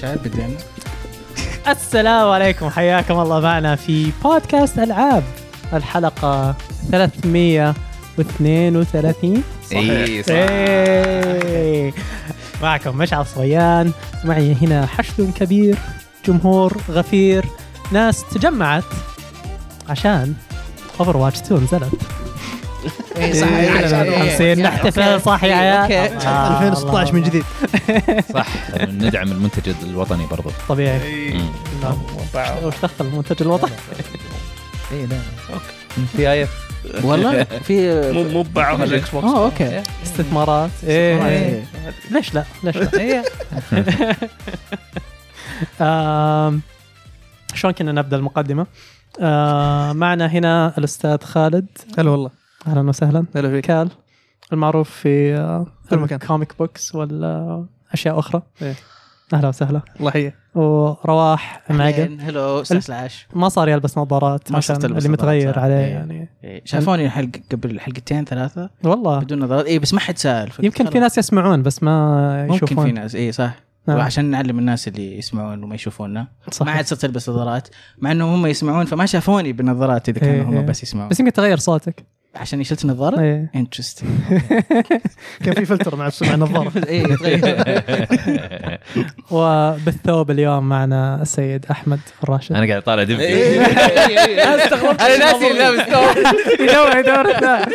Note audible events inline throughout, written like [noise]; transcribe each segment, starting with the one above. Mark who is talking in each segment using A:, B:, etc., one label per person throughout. A: العاب بدينا
B: السلام عليكم حياكم الله معنا في بودكاست العاب الحلقه 332
C: إيه،
D: اي صح
B: إيه. معكم مشعل صويان معي هنا حشد كبير جمهور غفير ناس تجمعت عشان اوفر واتش 2 نزلت
A: اي صح
B: إيه،
A: عشان- إيه،
B: 50 نحتفل صح يا عيال آه،
E: 2016 من
B: الله.
E: جديد
D: صح ندعم المنتج الوطني برضو [laughs]
B: طبيعي
A: إيه.
B: نعم.
A: وبعض.
B: وش دخل المنتج الوطني
C: إيه،
D: اي
C: نعم.
D: لا في اي
E: والله في
A: مو مو ببعض الاكس بوكس
E: اه اوكي
B: استثمارات إيه.
E: إيه.
B: ليش لا؟ ليش لا؟
E: [laughs]
B: إيه. آم، شلون كنا نبدا المقدمه؟ آم، معنا هنا الاستاذ خالد
E: هلا والله
B: اهلا وسهلا
E: هلا فيك
B: كال المعروف في آه،
E: كل مكان.
B: الكوميك بوكس والاشياء اخرى
E: إيه.
B: اهلا وسهلا
E: الله يحييك
B: ورواح معقل
C: إيه، هلو استاذ
B: إيه.
C: سلاش
B: ما صار يلبس نظارات
C: ما صرت
B: عشان
C: ألبس
B: اللي متغير
C: نظارات، صح.
B: عليه
C: إيه.
B: يعني
C: إيه، شافوني الحلقه قبل حلقتين ثلاثه
B: والله
C: بدون نظارات اي بس ما حد سال فقلت
B: يمكن في
C: خلاص.
B: ناس يسمعون بس ما يشوفون
C: ممكن في ناس اي صح
B: نعم.
C: وعشان نعلم الناس اللي يسمعون وما يشوفونا
B: صح.
C: ما عاد صرت البس نظارات مع انهم هم يسمعون فما شافوني بالنظارات اذا
B: إيه،
C: كانوا هم
B: إيه.
C: بس يسمعون
B: بس يمكن تغير صوتك
C: عشان شلت نظاره
B: إيه.
C: [laughs] انترستنج
E: [laughs] كان في فلتر مع مع النظاره
C: اي تغير
B: وبالثوب اليوم معنا السيد احمد الراشد [laughs]
D: انا قاعد اطالع دبي
C: انا إيه. ناسي لابس
B: يدور يدور الثاني.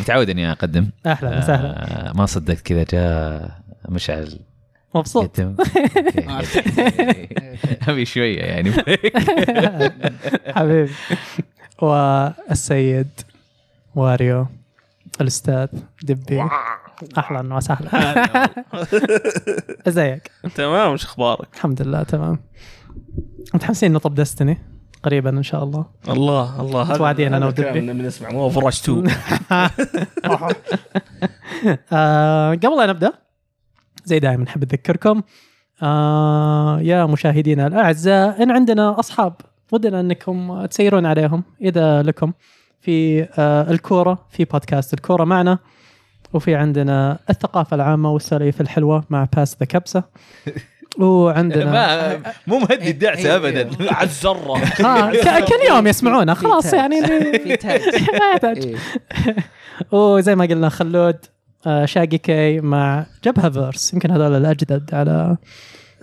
D: متعود اني اقدم
B: اهلا وسهلا
D: آه، ما صدقت كذا جاء مشعل
F: [laughs]
B: مبسوط
D: قدم ابي شويه يعني
B: حبيبي والسيد واريو الاستاذ دبي اهلا [laughs] وسهلا ازيك
A: [laughs] تمام وش اخبارك؟
B: الحمد لله تمام متحمسين نطب دستني قريبا ان شاء الله
A: الله الله هذا-
B: متوعدين أنا
A: هذا الكلام
B: ودبي.
A: اللي بنسمع مو اوفر 2
B: [laughs] آه، قبل لا نبدا زي دائما نحب نذكركم آه، يا مشاهدينا الاعزاء ان عندنا اصحاب ودنا انكم تسيرون عليهم اذا لكم في آه، الكوره في بودكاست الكوره معنا وفي عندنا الثقافه العامه والسواليف الحلوه مع باس ذا
A: [laughs]
B: كبسه
F: [laughs]
B: وعندنا
D: ما- مو مهدي الدعسه ابدا
A: على الذره
B: آه ك- كل يوم يسمعونا خلاص يعني
C: في تاج
B: ما يحتاج
C: إيه.
B: وزي ما قلنا خلود آه، شاقي كي مع جبهه فيرس يمكن هذول الاجدد على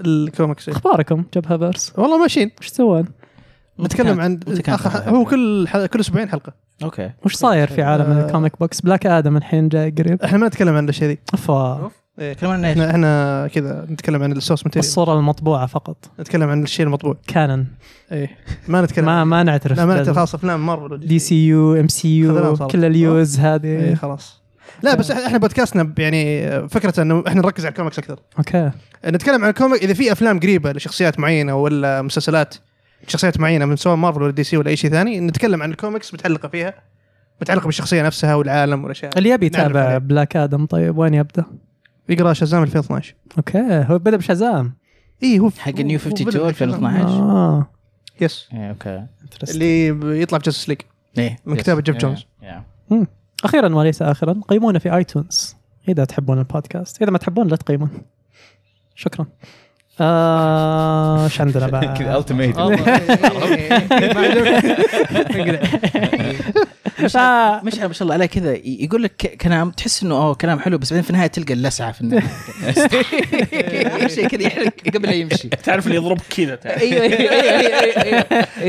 E: الكوميكس
B: اخباركم جبهه فيرس
E: والله ماشيين
B: وش تسوون؟
E: [laughs] نتكلم عن
C: متكامل.
E: أخ- هو كل ح- كل اسبوعين حلقه
C: اوكي
B: وش صاير في عالم
E: آه.
B: الكوميك بوكس؟ بلاك ادم الحين جاي قريب
E: [laughs] احنا ما نتكلم عن الاشياء ذي
B: افا
E: إيه.
C: كلام عن ايش؟
E: احنا احنا كذا نتكلم عن السورس ماتيريال
B: الصوره المطبوعه فقط
E: نتكلم عن الشيء المطبوع
B: كانن
E: ايه ما نتكلم
B: ما ما نعترف
E: لا ما نتكلم خلاص افلام مارفل
B: دي سي يو ام سي
E: خذناها
B: يو
E: وصارت.
B: كل اليوز
E: إيه،
B: هذه
E: خلاص لا بس احنا بودكاستنا ب- يعني فكرته انه احنا نركز على الكوميكس اكثر
B: اوكي
E: نتكلم عن الكوميك اذا في افلام قريبه لشخصيات معينه ولا مسلسلات شخصيات معينه من سواء مارفل ولا دي سي ولا اي شيء ثاني نتكلم عن الكوميكس متعلقه فيها متعلقه بالشخصيه نفسها والعالم والاشياء
B: اللي يبي
E: نعرف
B: يتابع
E: عليه.
B: بلاك ادم طيب وين يبدا؟
E: يقرا شازام 2012
B: اوكي هو بدا بشازام
E: اي إيه، هو
C: حق النيو
E: هو
C: 52
E: بدأ بشازام.
C: 2012.
B: اه
E: يس
C: إيه، اوكي
B: interesting.
E: اللي بيطلع في جاستس ليج
C: إيه.
E: من كتابة جيف
C: إيه.
E: جونز.
C: إيه.
B: مم. اخيرا وليس اخرا قيمونا في ايتونز اذا تحبون البودكاست اذا ما تحبون لا تقيمون شكرا آه، ايش عندنا
D: [laughs] [laughs] كذا
B: بعد؟
E: [laughs]
D: التيميت
C: مش
B: آه.
C: مش ما شاء الله عليه كذا ي- يقول لك ك- كلام تحس انه اوه كلام حلو بس بعدين في النهايه تلقى اللسعه في النهايه شيء كذا يحرق قبل لا يمشي
A: تعرف اللي يضرب كذا
C: [laughs]
A: تعرف.
C: ايوه ايوه ايوه ايوه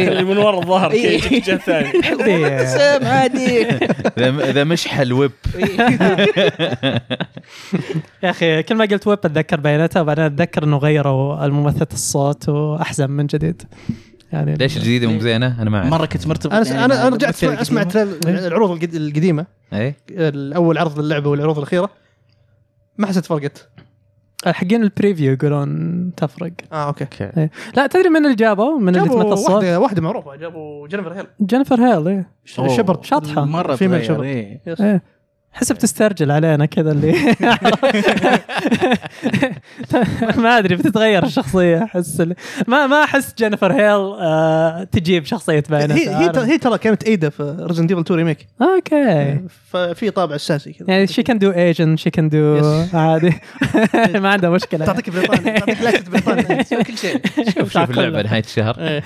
C: [laughs]
A: اللي
C: ايوه
A: من ورا الظهر كذا
C: إيه.
A: يجيك جهه ثانيه
C: سام عادي
E: [laughs]
D: ذا ذا مشحل ويب
B: يا اخي كل ما قلت ويب اتذكر بياناتها وبعدين اتذكر انه غيروا الممثله الصوت واحزن من جديد يعني
D: ليش الجديده مو زينه؟ انا ما اعرف
C: مره كنت مرتبط
E: انا
C: يعني
E: انا
C: مع
E: انا رجعت
C: الممثلة
E: اسمع اسمع
C: القديمة.
E: التريل- العروض القد- القديمه
D: اي
E: الاول عرض للعبه والعروض الاخيره ما حسيت فرقت
B: حقين البريفيو يقولون تفرق
E: اه اوكي
B: لا تدري من اللي جابوا من اللي
E: جابوا
B: تمثل الصوت
E: واحده واحده معروفه جابوا جينيفر هيل
B: جينيفر هيل إيه.
E: شبرت
B: شاطحه
C: مره
E: في من
C: تغير،
E: شبرت.
C: إيه.
E: يس.
B: إيه. حسب تسترجل علينا كذا اللي [laughs] ما ادري بتتغير الشخصيه احس ال- ما ما احس جينيفر هيل آه تجيب شخصيه باينه
E: هي هي ترى- هي ترى كانت ايدا في ريزنت ايفل 2 ريميك
B: اوكي
E: ففي طابع اساسي كذا
B: يعني شي كان دو ايجن شي كان دو
E: Yes.
B: عادي
E: [laughs]
B: ما عنده مشكله
E: تعطيك بريطانيا تعطيك لاكت بريطانيا
C: كل شيء
D: شوف شوف اللعبه نهايه الشهر
E: إيه.
B: إيه.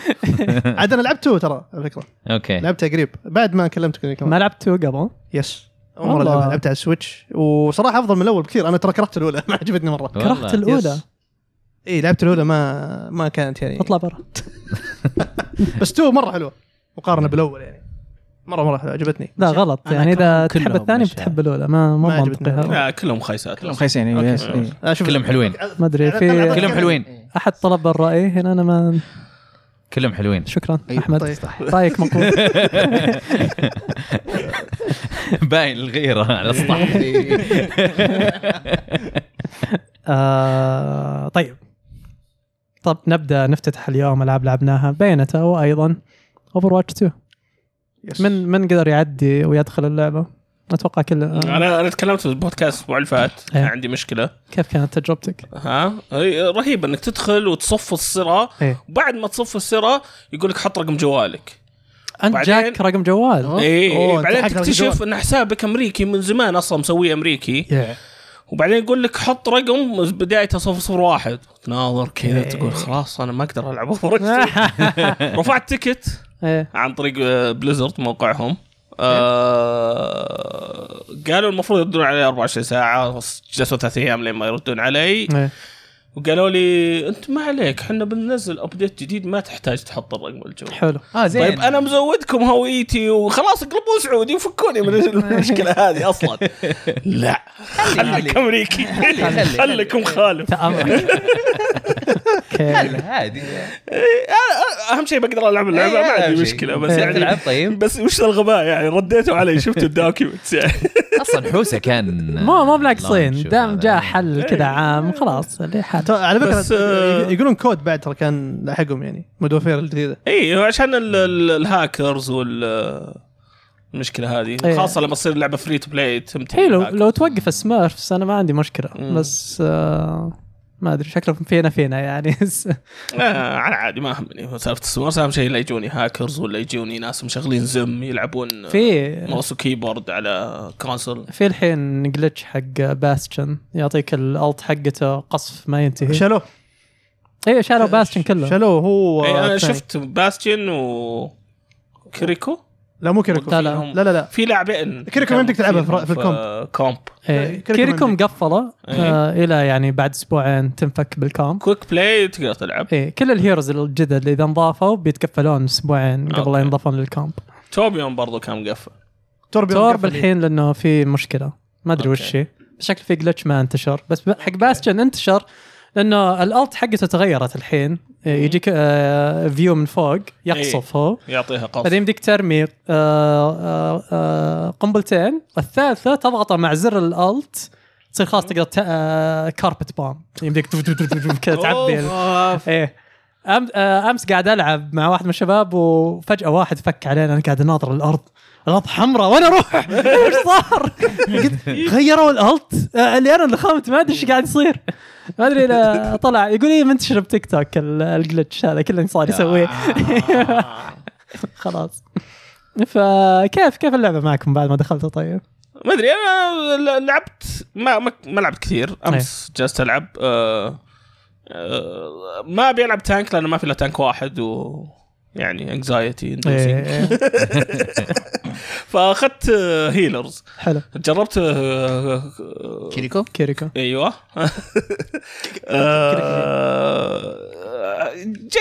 E: [laughs] عاد انا لعبته ترى على فكره
F: إيه.
D: اوكي
E: لعبتها قريب بعد ما كلمتك كمان
B: ما لعبته قبل
E: يس اول مره
B: والله.
E: لعبها لعبتها على السويتش وصراحه افضل من الاول بكثير انا ترى كرهت الاولى [laughs] ما عجبتني مره
D: والله.
B: كرهت الاولى
E: يس. اي لعبت الاولى إيه، ما ما كانت يعني
B: اطلع برا
E: بس تو مره حلوه مقارنه بالاول يعني مره مره حلوه عجبتني
B: لا غلط
C: أنا
B: يعني
C: كلهم-
B: اذا تحب
C: كلهم
B: الثاني
C: مش-
B: بتحب الاولى ما
E: ما
B: ما
E: عجبتني.
B: منطقي
A: لا كلهم خيسات
C: كلهم خيسين إيه، يس، إيه.
E: أشوف
D: كلهم حلوين
B: ما أدري، في-
D: كلهم حلوين
E: طيب.
B: احد طلب الراي هنا انا ما
D: كلهم حلوين
B: شكرا
C: أيوة،
B: احمد
E: طيب.
B: رايك مقبول
C: [laughs]
D: [laughs] باين الغيره على السطح
B: آه طيب طب نبدا نفتتح اليوم العاب لعبناها بينتا وايضا اوفر واتش 2
E: يس.
B: من من قدر يعدي ويدخل اللعبه؟ اتوقع كل آه
A: انا انا تكلمت في البودكاست الاسبوع اللي فات كان
B: إيه.
A: عندي مشكله
B: كيف كانت تجربتك؟
A: ها هي رهيبه انك تدخل وتصف الصراع
B: إيه.
A: وبعد ما تصف الصراع يقول لك حط رقم جوالك
B: انت
A: بعدين-
B: جاك رقم جوال
A: اي
E: أوه،
A: إيه
E: أنت
A: بعدين
E: حقك
A: تكتشف
E: الجوال.
A: ان حسابك امريكي من زمان اصلا مسويه امريكي
B: Yeah.
A: وبعدين يقول لك حط رقم بدايته صفر صفر واحد تناظر كذا تقول خلاص انا ما اقدر العب
E: [laughs]
A: أوفر رفعت تكت
B: إيه.
A: عن طريق آه، بليزرد موقعهم آه قالوا المفروض يردون علي 24 ساعه جلسوا ثلاث ايام لين ما يردون علي
B: إيه.
A: وقالوا لي انت ما عليك احنا بننزل ابديت جديد ما تحتاج تحط الرقم الجوال
B: حلو
D: اه
A: طيب انا مزودكم هويتي وخلاص اقلبوا سعودي وفكوني من المشكله هذه اصلا لا خليك امريكي خليكم خالف
B: تامل
A: [laughs]
B: اوكي
D: عادي
A: إيه، أنا- أنا اهم شيء بقدر العب اللعبه ما عندي مشكله بس يعني
D: تلعب طيب
A: بس وش الغباء يعني رديتوا علي شفت الدوكيومنتس [laughs] يعني
D: اصلا حوسه كان
B: مو مو بناقصين
D: شوف
B: دام
D: هذا.
B: جاء حل
A: إيه.
B: كذا عام خلاص اللي حل
E: ترى على
A: بس،
E: فكره
A: آه،
E: يقولون كود بعد ترى كان لاحقهم يعني مود وفير الجديده
A: اي إيه، عشان ال- ال- الهاكرز وال المشكله هذه
B: إيه.
A: خاصه لما تصير لعبه فري تو بلاي تمتلك
B: حلو
A: الهاكر.
B: لو توقف السمارفس انا ما عندي مشكله
A: مم.
B: بس آه ما ادري شكله فينا فينا يعني [laughs]
A: آه انا عادي ما اهمني سالفه السمارت اهم شيء لا يجوني هاكرز ولا يجوني ناس مشغلين زم يلعبون
B: في
A: ماوس وكيبورد على كونسول
B: في الحين جلتش حق باستشن يعطيك الالت حقته قصف ما ينتهي
E: شالوه
B: اي شالوا باستشن كله
E: شالوه هو
A: اي انا
E: الثاني.
A: إيه، آه، شفت باستيون و كريكو
E: لا مو كيريكو
B: لا،
E: لا
B: لا.
E: لا لا لا
A: في لاعبين
E: كريكو ما يمديك تلعبها في- في الكومب.
A: كومب
B: إيه،
E: كيريكو
B: كيريكو
E: عندك.
A: إيه.
B: مقفله آه الى يعني بعد اسبوعين تنفك بالكام
A: كويك بلاي تقدر تلعب
B: ايه كل الهيروز الجدد اللي اذا انضافوا بيتكفلون اسبوعين قبل لا
A: أوكي.
B: ينضافون للكامب
A: توبيون برضو كان مقفل
E: توربيون
B: تورب
E: قفل.
B: الحين لانه في مشكله ما ادري
A: أوكي.
B: وش هي شكله في جلتش ما انتشر بس ب- حق باستشن انتشر لانه الالت حقته تغيرت الحين إيه، يجيك آه فيو من فوق
A: إيه.
B: يقصف هو
A: يعطيها قص
B: بعدين بدك ترمي آه، آه، آه، قنبلتين الثالثه تضغطه مع زر الالت تصير خلاص تقدر آه، كاربت بام يمديك يعني تف- تف- تف- تف- كذا تعبي ال-
A: أوف.
B: ايه أم- آه، امس قاعد العب مع واحد من الشباب وفجاه واحد فك علينا انا قاعد اناظر الارض الارض حمراء وانا [laughs] اروح وش صار؟ قلت غيروا الالت آه، اللي انا اللي خمت ما ادري ايش قاعد يصير ما ادري لا طلع يقول لي منتشر بتيك توك الجلتش هذا كله صار يسويه [laughs] خلاص [laughs] فكيف كيف اللعبه معكم بعد ما دخلتوا طيب؟
A: [laughs] ما ادري انا ل- لعبت ما ما, ما لعبت كثير امس جلست العب آه آه ما ابي العب تانك لانه ما في الا تانك واحد و يعني انكزايتي
B: إيه،
A: [laughs]
B: إيه،
A: فاخذت آه، هيلرز
B: حلو
A: جربت آه، آه،
C: كيريكو
B: كيريكو
A: ايوه [laughs] آه،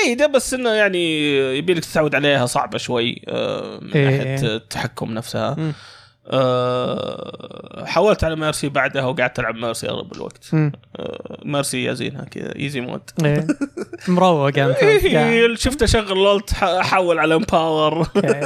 A: جيده بس انه يعني يبي لك تتعود عليها صعبه شوي آه، من
B: إيه.
A: ناحيه التحكم نفسها
E: مم.
A: آه، حاولت على ميرسي بعدها وقعدت العب ميرسي اغلب الوقت
B: مم.
A: آه، ميرسي يا زينها كذا ايزي مود
B: [laughs]
A: [laughs]
B: إيه. مروق انت قاعد.
A: إيه، [laughs] شفت اشغل لولت احول على امباور [laughs]
B: أوكي.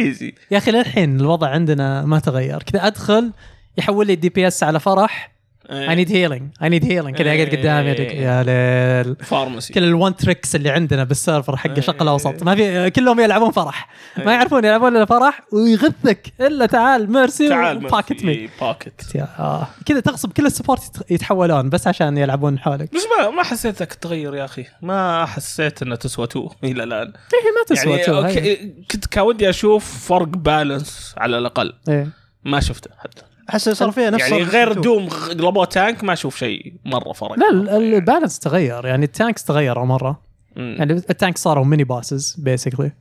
A: ايزي
B: يا اخي للحين الوضع عندنا ما تغير كذا ادخل يحول لي الدي بي اس على فرح اي نيد هيلينج اي نيد هيلينج كذا قاعد قدامي
A: إيه. إيه.
B: يا ليل
A: آه، فارماسي
B: كل الون تريكس اللي عندنا بالسيرفر حق شرق الاوسط ما في كلهم يلعبون فرح
A: إيه.
B: ما يعرفون يلعبون الا فرح ويغثك الا تعال ميرسي
A: تعال
B: وباكت مي
A: باكت
B: يا- آه. كذا تغصب كل السبورت يت- يتحولون بس عشان يلعبون حولك
A: بس ما ما حسيتك تغير يا اخي ما حسيت انها تسوى تو [laughs] الى الان
B: هي إيه، ما تسوى
A: يعني
B: تسوى، هي.
A: اوكي كنت كان ودي اشوف فرق بالانس على الاقل
B: إيه.
A: ما شفته حتى
E: احس صار فيها نفس
A: يعني
E: صار-
A: غير دوم غ- روبو تانك ما اشوف شيء مره فرق
B: لا ال- ال- البالانس تغير يعني التانكس تغيروا مره
A: مم.
B: يعني التانكس صاروا ميني باسز بيسكلي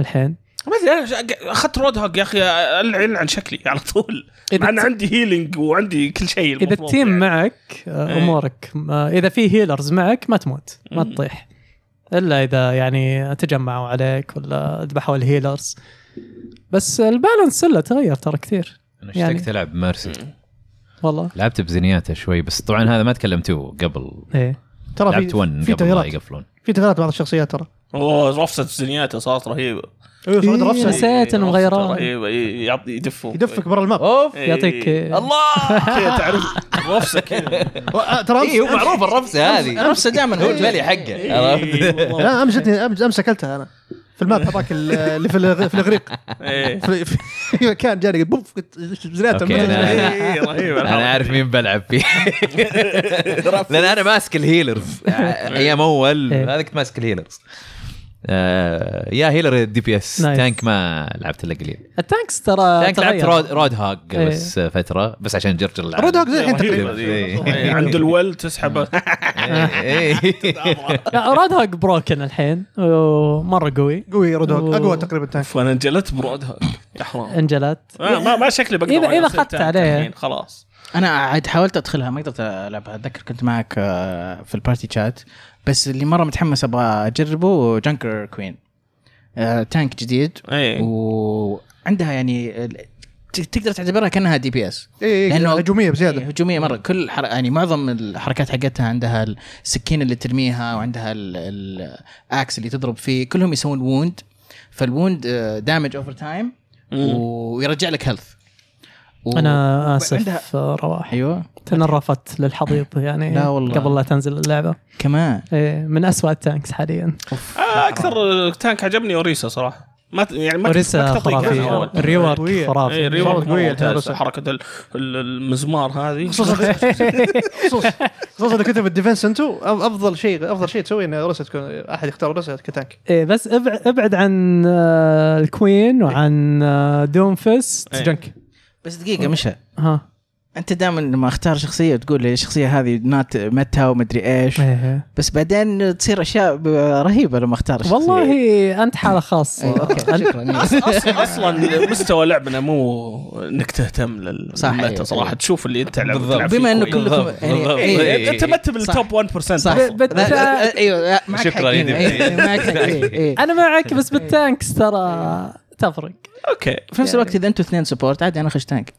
B: الحين
A: ما ادري انا ش- اخذت رود هوج يا اخي العن عن شكلي [laughs] على طول
B: إذا
A: مع ان
B: الت-
A: عندي هيلينج وعندي كل شيء
B: اذا
A: المفروض
B: التيم
A: يعني.
B: معك آه،
A: إيه.
B: امورك آه، اذا في هيلرز معك ما تموت ما
A: مم.
B: تطيح الا اذا يعني تجمعوا عليك ولا ذبحوا الهيلرز بس البالانس الا تغير ترى كثير
D: انا
B: يعني.
D: اشتقت العب ميرسي
B: والله
D: لعبت بزنياته شوي بس طبعا هذا ما تكلمتوه قبل
B: ايه
E: ترى
D: لعبت
E: في
D: 1
E: في
D: قبل لا
E: تغييرات
D: يقفلون
E: في تغييرات بعض الشخصيات ترى
A: اوه رفسه زنياته صارت رهيبه
E: صعود
B: إيه،
E: رفسة.
B: نسيت
A: إيه،
B: إنه
A: رفسة
B: مغيران.
A: رهيبه إيه، يعط- يدفه
E: يدفك برا الماب
D: اوف
A: إيه.
B: يعطيك-
A: الله كذا تعرف رفسه كذا
E: آه، ترى
D: اي إيه، هو
E: امس
D: معروف الرفسه هذه
C: نفسه دائما
F: إيه.
D: هو الجلي حقه عرفت؟
A: إيه، والله.
E: لا امس جتني امس امس اكلتها انا في الماب هذاك ال- اللي في الغ- في الاغريق
A: إيه.
E: في- في- كان جاني بوف زنيت
D: أوكي، أنا-
A: إيه، رهيبه الحركة.
D: انا عارف مين بلعب فيه لان انا ماسك الهيلرز ايام اول
B: إيه.
D: هذا كنت ماسك الهيلرز آه، يا هيلر يا دي بي اس
B: نايس.
D: تانك ما لعبت الا قليل
B: التانكس آه، ترى
D: تانك لعبت
B: تغير.
D: رود, رود هاج
B: إيه.
D: بس فتره بس عشان جرجر العب
E: رود هوك زي الحين تقريبا
A: رهيبة
D: تقريبا.
A: ذي.
D: إيه.
A: إيه، عند الول تسحبه
D: [laughs]
B: [laughs]
D: إيه.
B: لا راد هوك بروكن الحين ومره قوي
E: قوي رود هوك
B: أوه.
E: اقوى تقريبا تانك
A: فانا انجلت برود هوج يا حرام
B: انجلت
A: آه، ما ما شكلي بقدر
B: إيه. إذا- إذا
A: أغير
B: أخذت
A: سلتان
B: عليه.
A: الحين، خلاص
C: انا عاد حاولت ادخلها ما قدرت العبها اتذكر كنت معك آه، في البارتي شات بس اللي مره متحمس ابغى اجربه جانكر كوين آه، تانك جديد
A: ايه
C: وعندها يعني ال- ت- تقدر تعتبرها كانها دي بي اس
E: اي اي
C: لأنه-
E: هجوميه
B: إيه.
E: بزياده
C: هجوميه مره كل حر... يعني معظم الحركات حقتها عندها السكين اللي ترميها وعندها الاكس اللي تضرب فيه كلهم يسوون آه، ووند فالووند دامج اوفر تايم ويرجع لك هيلث
B: انا
C: وعندها-
B: اسف آه، رواح
C: ايوه
B: تنرفت للحضيض يعني
C: لا والله.
B: قبل لا تنزل اللعبه
C: كمان
B: إيه من أسوأ التانكس حاليا
A: آه، اكثر تانك عجبني اوريسا صراحه ما ت- يعني ما كنت- ما
B: اوريسا
A: كنت أطيق يعني. أنا أول.
B: خرافيه [laughs] الريورك
E: قوية.
A: ايه
B: خرافي
A: ريورك
E: قوية
A: مره ممتازه
E: هيروسا.
A: حركه ال- ال- المزمار هذه
E: خصوصا خصوصا خصوصا اذا كنت في الديفنس انتو أف- افضل شيء افضل شيء تسوي ان روسيا تكون احد يختار روسيا كتانك
B: [laughs] إيه بس ابعد, ابعد عن آه، الكوين وعن آه، دوم فيست
A: إيه.
B: جنك
C: بس دقيقه مشى
B: ها
C: انت دائما لما اختار شخصيه تقول لي الشخصيه هذه نات متى ومدري ايش
B: إيه، إيه.
C: بس بعدين تصير اشياء ب- رهيبه لما اختار الشخصية.
B: والله انت حاله خاصه
C: أيوة، اوكي
B: أنت-
C: شكرا
A: اصلا اصلا مستوى لعبنا مو انك تهتم لل-
C: صح،
A: للميتا
C: أيوة،
A: صراحه
C: أيوة.
A: تشوف اللي انت لعبت
D: بالضبط.
A: تلعب فيه
C: بما انه
A: كويس.
C: كلكم
D: بالضبط،
C: يعني
D: بالضبط.
C: إيه،
A: إيه،
C: إيه،
A: انت ما انت بالتوب 1%
C: صح.
A: أصلاً.
B: بت-
C: لا، لا، ايوه لا، معك
D: شكراً
C: حق هنا،
D: يدي.
C: إيه، إيه، معك [laughs] حق، إيه، إيه.
B: انا معك بس بالتانكس ترى تفرق
A: اوكي
C: في نفس الوقت اذا انتوا اثنين سبورت عادي انا اخش تانك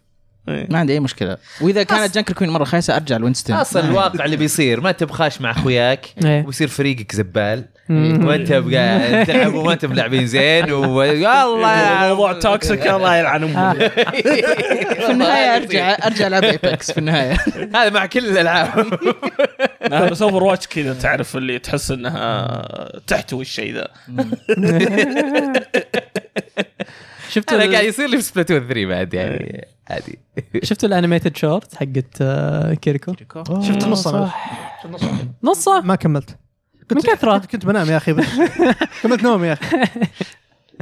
A: إيه.
C: ما عندي اي مشكله واذا كانت جانكر كوين مره خايسه ارجع لوينستون
D: اصلا الواقع اللي بيصير ما انت بخاش مع اخوياك
B: إيه.
D: ويصير فريقك زبال
B: مم.
D: وانت بقاعد تلعب وما انت ملاعبين زين والله
F: آه،
B: [laughs]
D: يا
A: الموضوع توكسيك الله يلعن [laughs] امه
C: [laughs] في [laughs] النهايه ارجع ارجع العب ايباكس في [laughs] النهايه
D: هذا مع كل الالعاب
A: لا، نعم، بس اوفر واتش كذا تعرف اللي تحس انها تحتوي الشيء ذا
B: شفتوا
D: انا
B: ال-
D: قاعد يصير لي في سبلاتون 3 بعد يعني عادي
B: شفتوا الانيميتد شورت حقت آه، كيريكو
E: شفت نص أنا.
B: نصه
E: ما كملت
B: من كثره
E: [laughs] كنت- كنت بنام يا
B: [laughs]
E: اخي بس كملت نوم يا اخي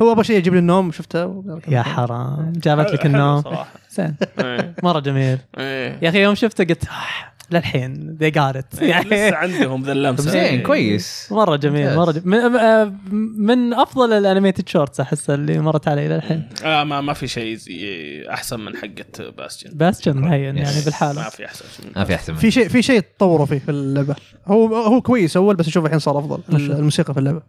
E: هو ابغى شيء يجيب لي النوم شفته
B: يا حرام جابت لك
A: حلو
B: النوم
A: [laughs] صراحة.
B: زين
A: إيه.
B: مره جميل
D: [laughs]
A: إيه.
B: يا اخي يوم شفته قلت آه، للحين ذي قالت [laughs]
A: لسه
B: يعني
A: عندهم ذا إيه. اللمسه
D: زين كويس
B: مره جميل مره جميل. من, آه، من افضل الانيميتد شورتس احس اللي مرت علي للحين
A: آه ما ما في شيء زي احسن من حقه باستيون
B: باستيون هين يعني
D: Yes.
A: ما
B: بالحاله
A: في احسن شيء
D: ما في احسن
E: في شيء في شيء تطوروا فيه في اللعبه هو هو كويس اول بس اشوف الحين صار افضل
B: ما شاء الله.
E: الموسيقى في اللعبه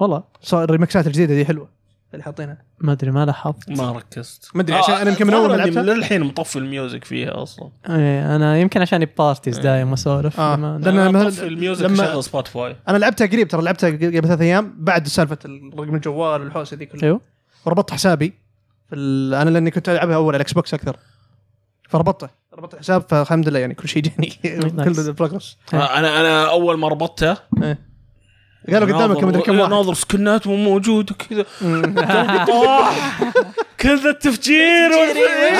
B: والله
E: صار الريمكسات الجديده دي حلوه اللي حاطينها
B: ما ادري ما لاحظت
A: ما ركزت
E: ما أدري، عشان أنا يمكن من
A: أظن
E: أول ما
A: إني
E: لعبتها.
A: للحين مطفي الميوزك فيها اصلا
B: إيه، انا يمكن عشان بارتيز دايم واسولف
E: آه.
B: ما-
E: لأن
A: أنا
E: مثلاً
A: مطفي الميوزك
E: لما-
A: لما شغل سبوتيفاي
D: إيه.
E: انا لعبتها قريب ترى لعبتها قبل ثلاث ايام بعد سالفه رقم الجوال والحوسه ذي كلها
B: ايوه
E: وربطت حسابي في ال- انا لاني كنت العبها اول على الاكس بوكس اكثر فربطته ربطت الحساب فالحمد لله يعني كل شيء جاني [laughs] كل
B: نايس.
E: البروجرس
A: آه، انا انا اول ما ربطته
E: قالوا قدامك
A: ناظر-
E: مدري كم واحد
A: ناظر سكنات مو موجود [laughs] وكذا قلبي طاح كذا التفجير إيه.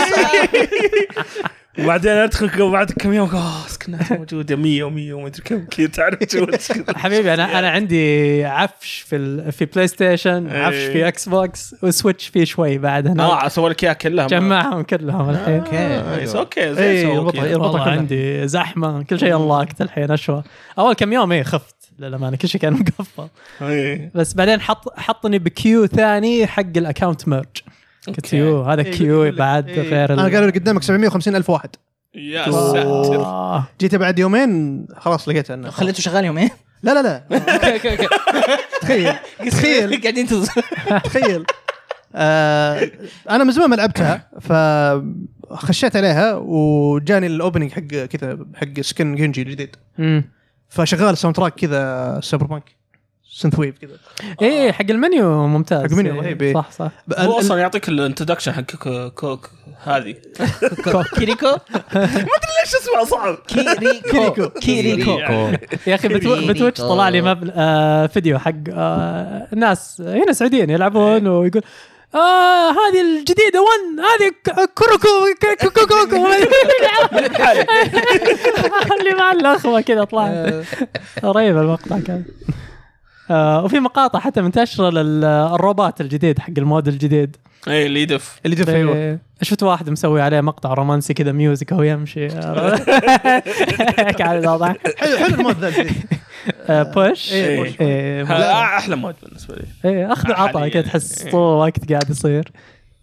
A: وبعدين ادخل بعد كم يوم اه سكنات موجوده 100 و100 وما ادري كم كذا تعرف جو [laughs]
B: حبيبي انا انا عندي عفش في ال... في بلاي ستيشن
E: إيه.
B: عفش في اكس بوكس وسويتش فيه شوي بعد هنا
A: اه سوى لك اياها كلها
B: جمعهم كلهم الحين
A: اوكي اوكي
E: إيه،
A: زي سووا
E: يربطها-
A: كذا.
E: يربطها.
B: آه، والله
E: كلها.
B: عندي زحمه كل شيء انلاكت الحين اشوى اول كم يوم ايه خفت للامانه كل شيء كان [laughs] مقفل
A: إيه.
B: بس بعدين حط حطني بكيو ثاني حق الاكونت ميرج قلت
A: أوكي.
B: يو هذا
E: إيه،
B: كيو
E: يقول لك-
B: بعد
E: إيه.
B: غير
E: انا قالوا لي قدامك 750 الف واحد
B: [laughs]
A: يا ساتر
B: آه.
E: جيت بعد يومين خلاص لقيت انه
C: خليته شغال يومين
E: لا لا لا تخيل
C: [laughs]
E: تخيل
C: قاعدين تز-
E: تخيل آه انا من زمان ما لعبتها فخشيت عليها وجاني الاوبننج حق كذا حق سكن جنجي الجديد
B: مم.
E: فشغال ساوند تراك كذا سايبر بانك سنث ويف كذا
B: ايه حق المنيو ممتاز
E: حق المنيو
B: إيه،
E: رهيب، إيه.
B: صح صح
E: ب-
A: هو
E: ال-
A: اصلا يعطيك الانتدكشن حق كوك- كوك هذه
C: كيريكو
A: ليش اسمها صعب؟
C: كيريكو كيريكو
F: إيه،
B: يا اخي بتو-
C: كبيريكو.
B: بتويتش طلع لي مبل... آه فيديو حق آه ناس هنا سعوديين يلعبون ويقول آه هذه الجديدة 1 هذه ك- كروكو ك- ك- كوكو ما أدري. [laughs] اللي مع الاخوة كذا طلعت رهيب المقطع كان آه وفي مقاطع حتى منتشرة للروبات الجديد حق المود الجديد
A: اي اللي يدف
E: اللي جف ايوه
B: إيه، شفت واحد مسوي عليه مقطع رومانسي كذا ميوزك وهو يمشي [laughs] قاعد الوضع
E: حلو حلو المود ذا الجديد.
B: آه، بوش
E: إيه،
A: push.
B: إيه،
A: ها- احلى مود بالنسبه لي
B: ايه اخذ عطا
A: حالياً.
B: كذا تحس
A: إيه.
B: طول الوقت قاعد يصير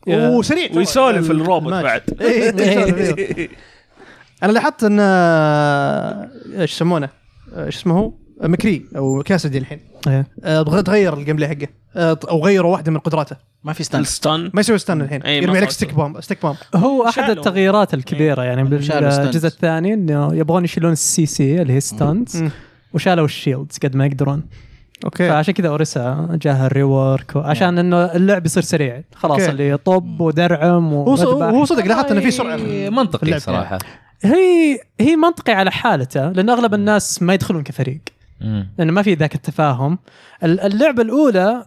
B: يا-
E: وسريع ترى.
A: ويسولف الروبوت
E: الماتش.
A: بعد. [laughs]
E: إيه، يسولف، إيوه. انا لاحظت ان آه، ايش يسمونه آه، ايش اسمه هو آه، مكري او كاسدي الحين
B: إيه.
E: آه، بغ- تغير الجيم بلاي حقه آه، او غيروا واحده من قدراته
C: ما في ستانس
A: الستان
E: ما يسوي ستان الحين
A: إيه، ما
E: يرمي عليك
A: صار
E: ستيك بام ستيك بام
B: هو احد
A: شالوا.
B: التغييرات الكبيره
E: إيه.
B: يعني
C: شالوا stunts.
B: بالجزء الثاني انه يبغون يشيلون السي سي اللي هي ستانز
E: مم. إيه.
B: وشالوا الشيلدز قد ما يقدرون
E: اوكي
B: فعشان كذا اوريسا جاها الريورك عشان انه اللعب يصير سريع خلاص
E: أوكي.
B: اللي طب ودرعم
E: إيه. هو ص-
B: وذبح
E: هو صدق لاحظت انه في سرعه
D: إيه، منطقي
E: اللعب.
D: صراحه
B: هي هي منطقي على حالته لان اغلب الناس ما يدخلون كفريق
D: مم.
B: لانه ما في ذاك التفاهم ال- اللعبه الاولى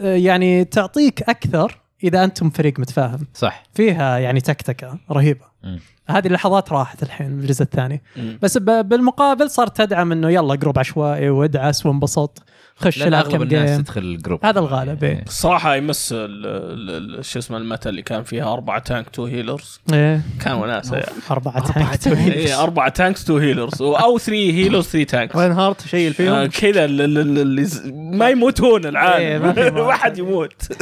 B: آه، يعني تعطيك اكثر اذا انتم فريق متفاهم
D: صح
B: فيها يعني تكتكه رهيبه
D: مم.
B: هذه اللحظات راحت الحين بالجزء الثاني بس ب- بالمقابل صارت تدعم انه يلا جروب عشوائي وادعس وانبسط خش
D: لان
B: العب
D: اغلب
B: كم
D: الناس
B: جيم
D: تدخل إيه. الجروب
B: هذا الغالب ايه
A: الصراحة يمس ال- ال- ال- شو اسمه المتا اللي كان فيها أربعة تانك تو هيلرز
B: إيه.
A: كان وناسة يعني
B: أربعة تانك
A: إيه، أربعة تانكس تو هيلرز و- أو ثري هيلرز ثري تانكس
E: رين هارت شيء
A: آه،
E: فيهم
A: كذا ال- ال- ال- اللي ز- ما يموتون
B: إيه،
A: [laughs]
B: ما في
A: العالم
B: مرة.
A: ما حد يموت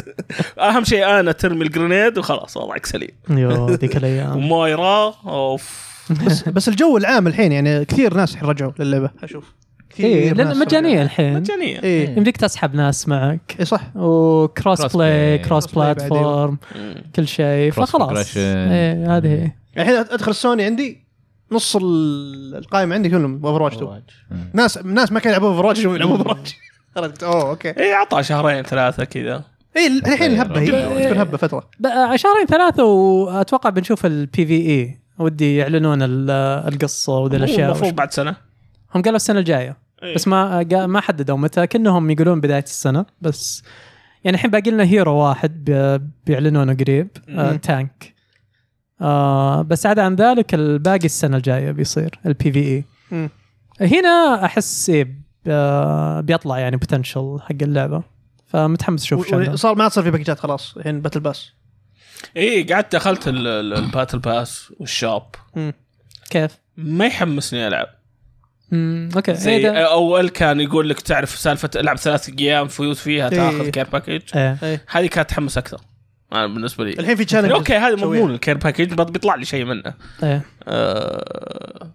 A: أهم شيء أنا ترمي الجرينيد وخلاص وضعك سليم
B: [laughs] يو ذيك
A: [laughs]
B: الايام
A: ومويرا أوف
E: بس بس الجو العام الحين يعني كثير ناس رجعوا للعبه اشوف كثير
B: إيه، لان
E: ناس
B: مجانيه الحين
A: مجانية
E: ايه
B: يمديك تسحب ناس معك
E: اي إيه، صح
B: وكروس
D: Cross
B: بلاي
D: play.
B: كروس
E: Cross play بعدين.
B: بلاتفورم كل شيء
D: Cross
B: فخلاص
D: progression.
B: ايه هذه هي
E: يعني الحين ادخل سوني عندي نص ال- القائمه عندي كلهم اوفر واتش 2 ناس ناس ما كانوا يلعبوا اوفر واتش
B: [laughs]
E: يلعبوا اوفر واتش عرفت اوه اوكي
A: إيه أعطاه شهرين ثلاثة كذا
E: اي إيه، الحين
B: إيه،
E: الهبه هي تكون هبه فتره
B: بقى شهرين ثلاثة واتوقع بنشوف البي في اي E. ودي يعلنون ال- القصة وذي الاشياء وش-
A: المفروض بعد سنة
B: هم قالوا السنة الجاية
A: إيه.
B: بس ما قا- ما حددوا متى كأنهم يقولون بداية السنة بس يعني الحين باقي لنا هيرو واحد بي- بيعلنونه قريب آه
E: مم.
B: تانك آه بس عدا عن ذلك الباقي السنة الجاية بيصير البي في اي
E: مم.
B: E. هنا احس إيه، آه، بيطلع يعني بوتنشل حق اللعبه فمتحمس اشوف شنو
E: صار ما عاد صار في باكجات خلاص الحين باتل باس
A: إيه قعدت دخلت ال- ال- الباتل باس والشاب
B: كيف
A: ما يحمسني ألعب
B: امم اوكي
A: زي
B: إيه ده-
A: اول كان يقول لك تعرف سالفه العب ثلاث ايام فوز فيها
E: إيه.
A: تاخذ كير باكج
B: إيه.
A: هذه كانت تحمس اكثر انا بالنسبه لي
E: الحين في تشالنج
A: اوكي هذا مضمون الكير باكج بط- بيطلع لي شيء منه
B: إيه.
A: آه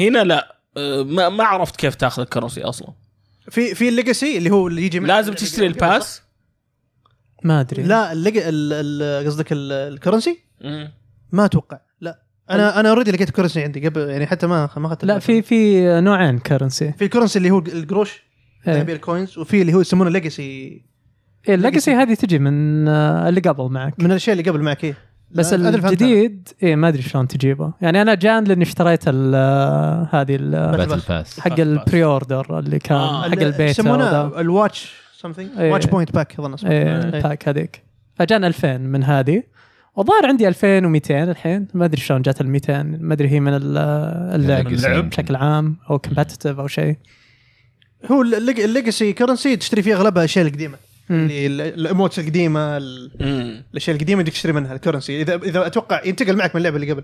A: هنا لا آه، ما ما عرفت كيف تاخذ الكرنسي اصلا
E: في في الليجاسي اللي هو اللي يجي مع-
A: لازم تشتري الباس
B: ما ادري
E: لا الليج- ال- ال- قصدك ال- الكرنسي
A: مم.
E: ما اتوقع لا انا انا اوريدي لقيت الكرنسي عندي قبل يعني حتى ما ما اخذت
B: لا في في نوعين كرنسي
E: في الكرنسي اللي هو القروش
B: إيه.
E: تعبير كوينز وفي اللي هو يسمونه ليجاسي
B: إيه، الليجسي هذه تجي من آه، اللي قبل معك
E: من الاشياء اللي قبل معك إيه.
B: بس
E: أدري فهمت أنا.
B: الجديد اي ما ادري شلون تجيبه يعني انا جان لاني اشتريت ال- آه، هذه ال-
E: باتل
F: باتل
E: باس.
F: باس
B: حق البري اوردر اللي كان
C: آه،
B: حق البيت
E: يسمونه الواتش سمثينج
B: إيه.
E: واتش بوينت باك اظن اسمه إيه.
B: الباك هذيك فجان 2000 من هذه وظهر عندي 2200 الحين ما ادري شلون جات ال 200 ما ادري هي من ال- آه، اللعب
A: اللعب.
B: بشكل عام او كومبتتف او شيء
E: هو الليجسي كرنسي تشتري فيه اغلبها الاشياء القديمه
B: مم.
E: اللي ال- الايموتس القديمه ال-
A: مم.
E: الاشياء القديمه اللي تشتري منها الكرنسي اذا اذا اتوقع ينتقل معك من اللعبه اللي قبل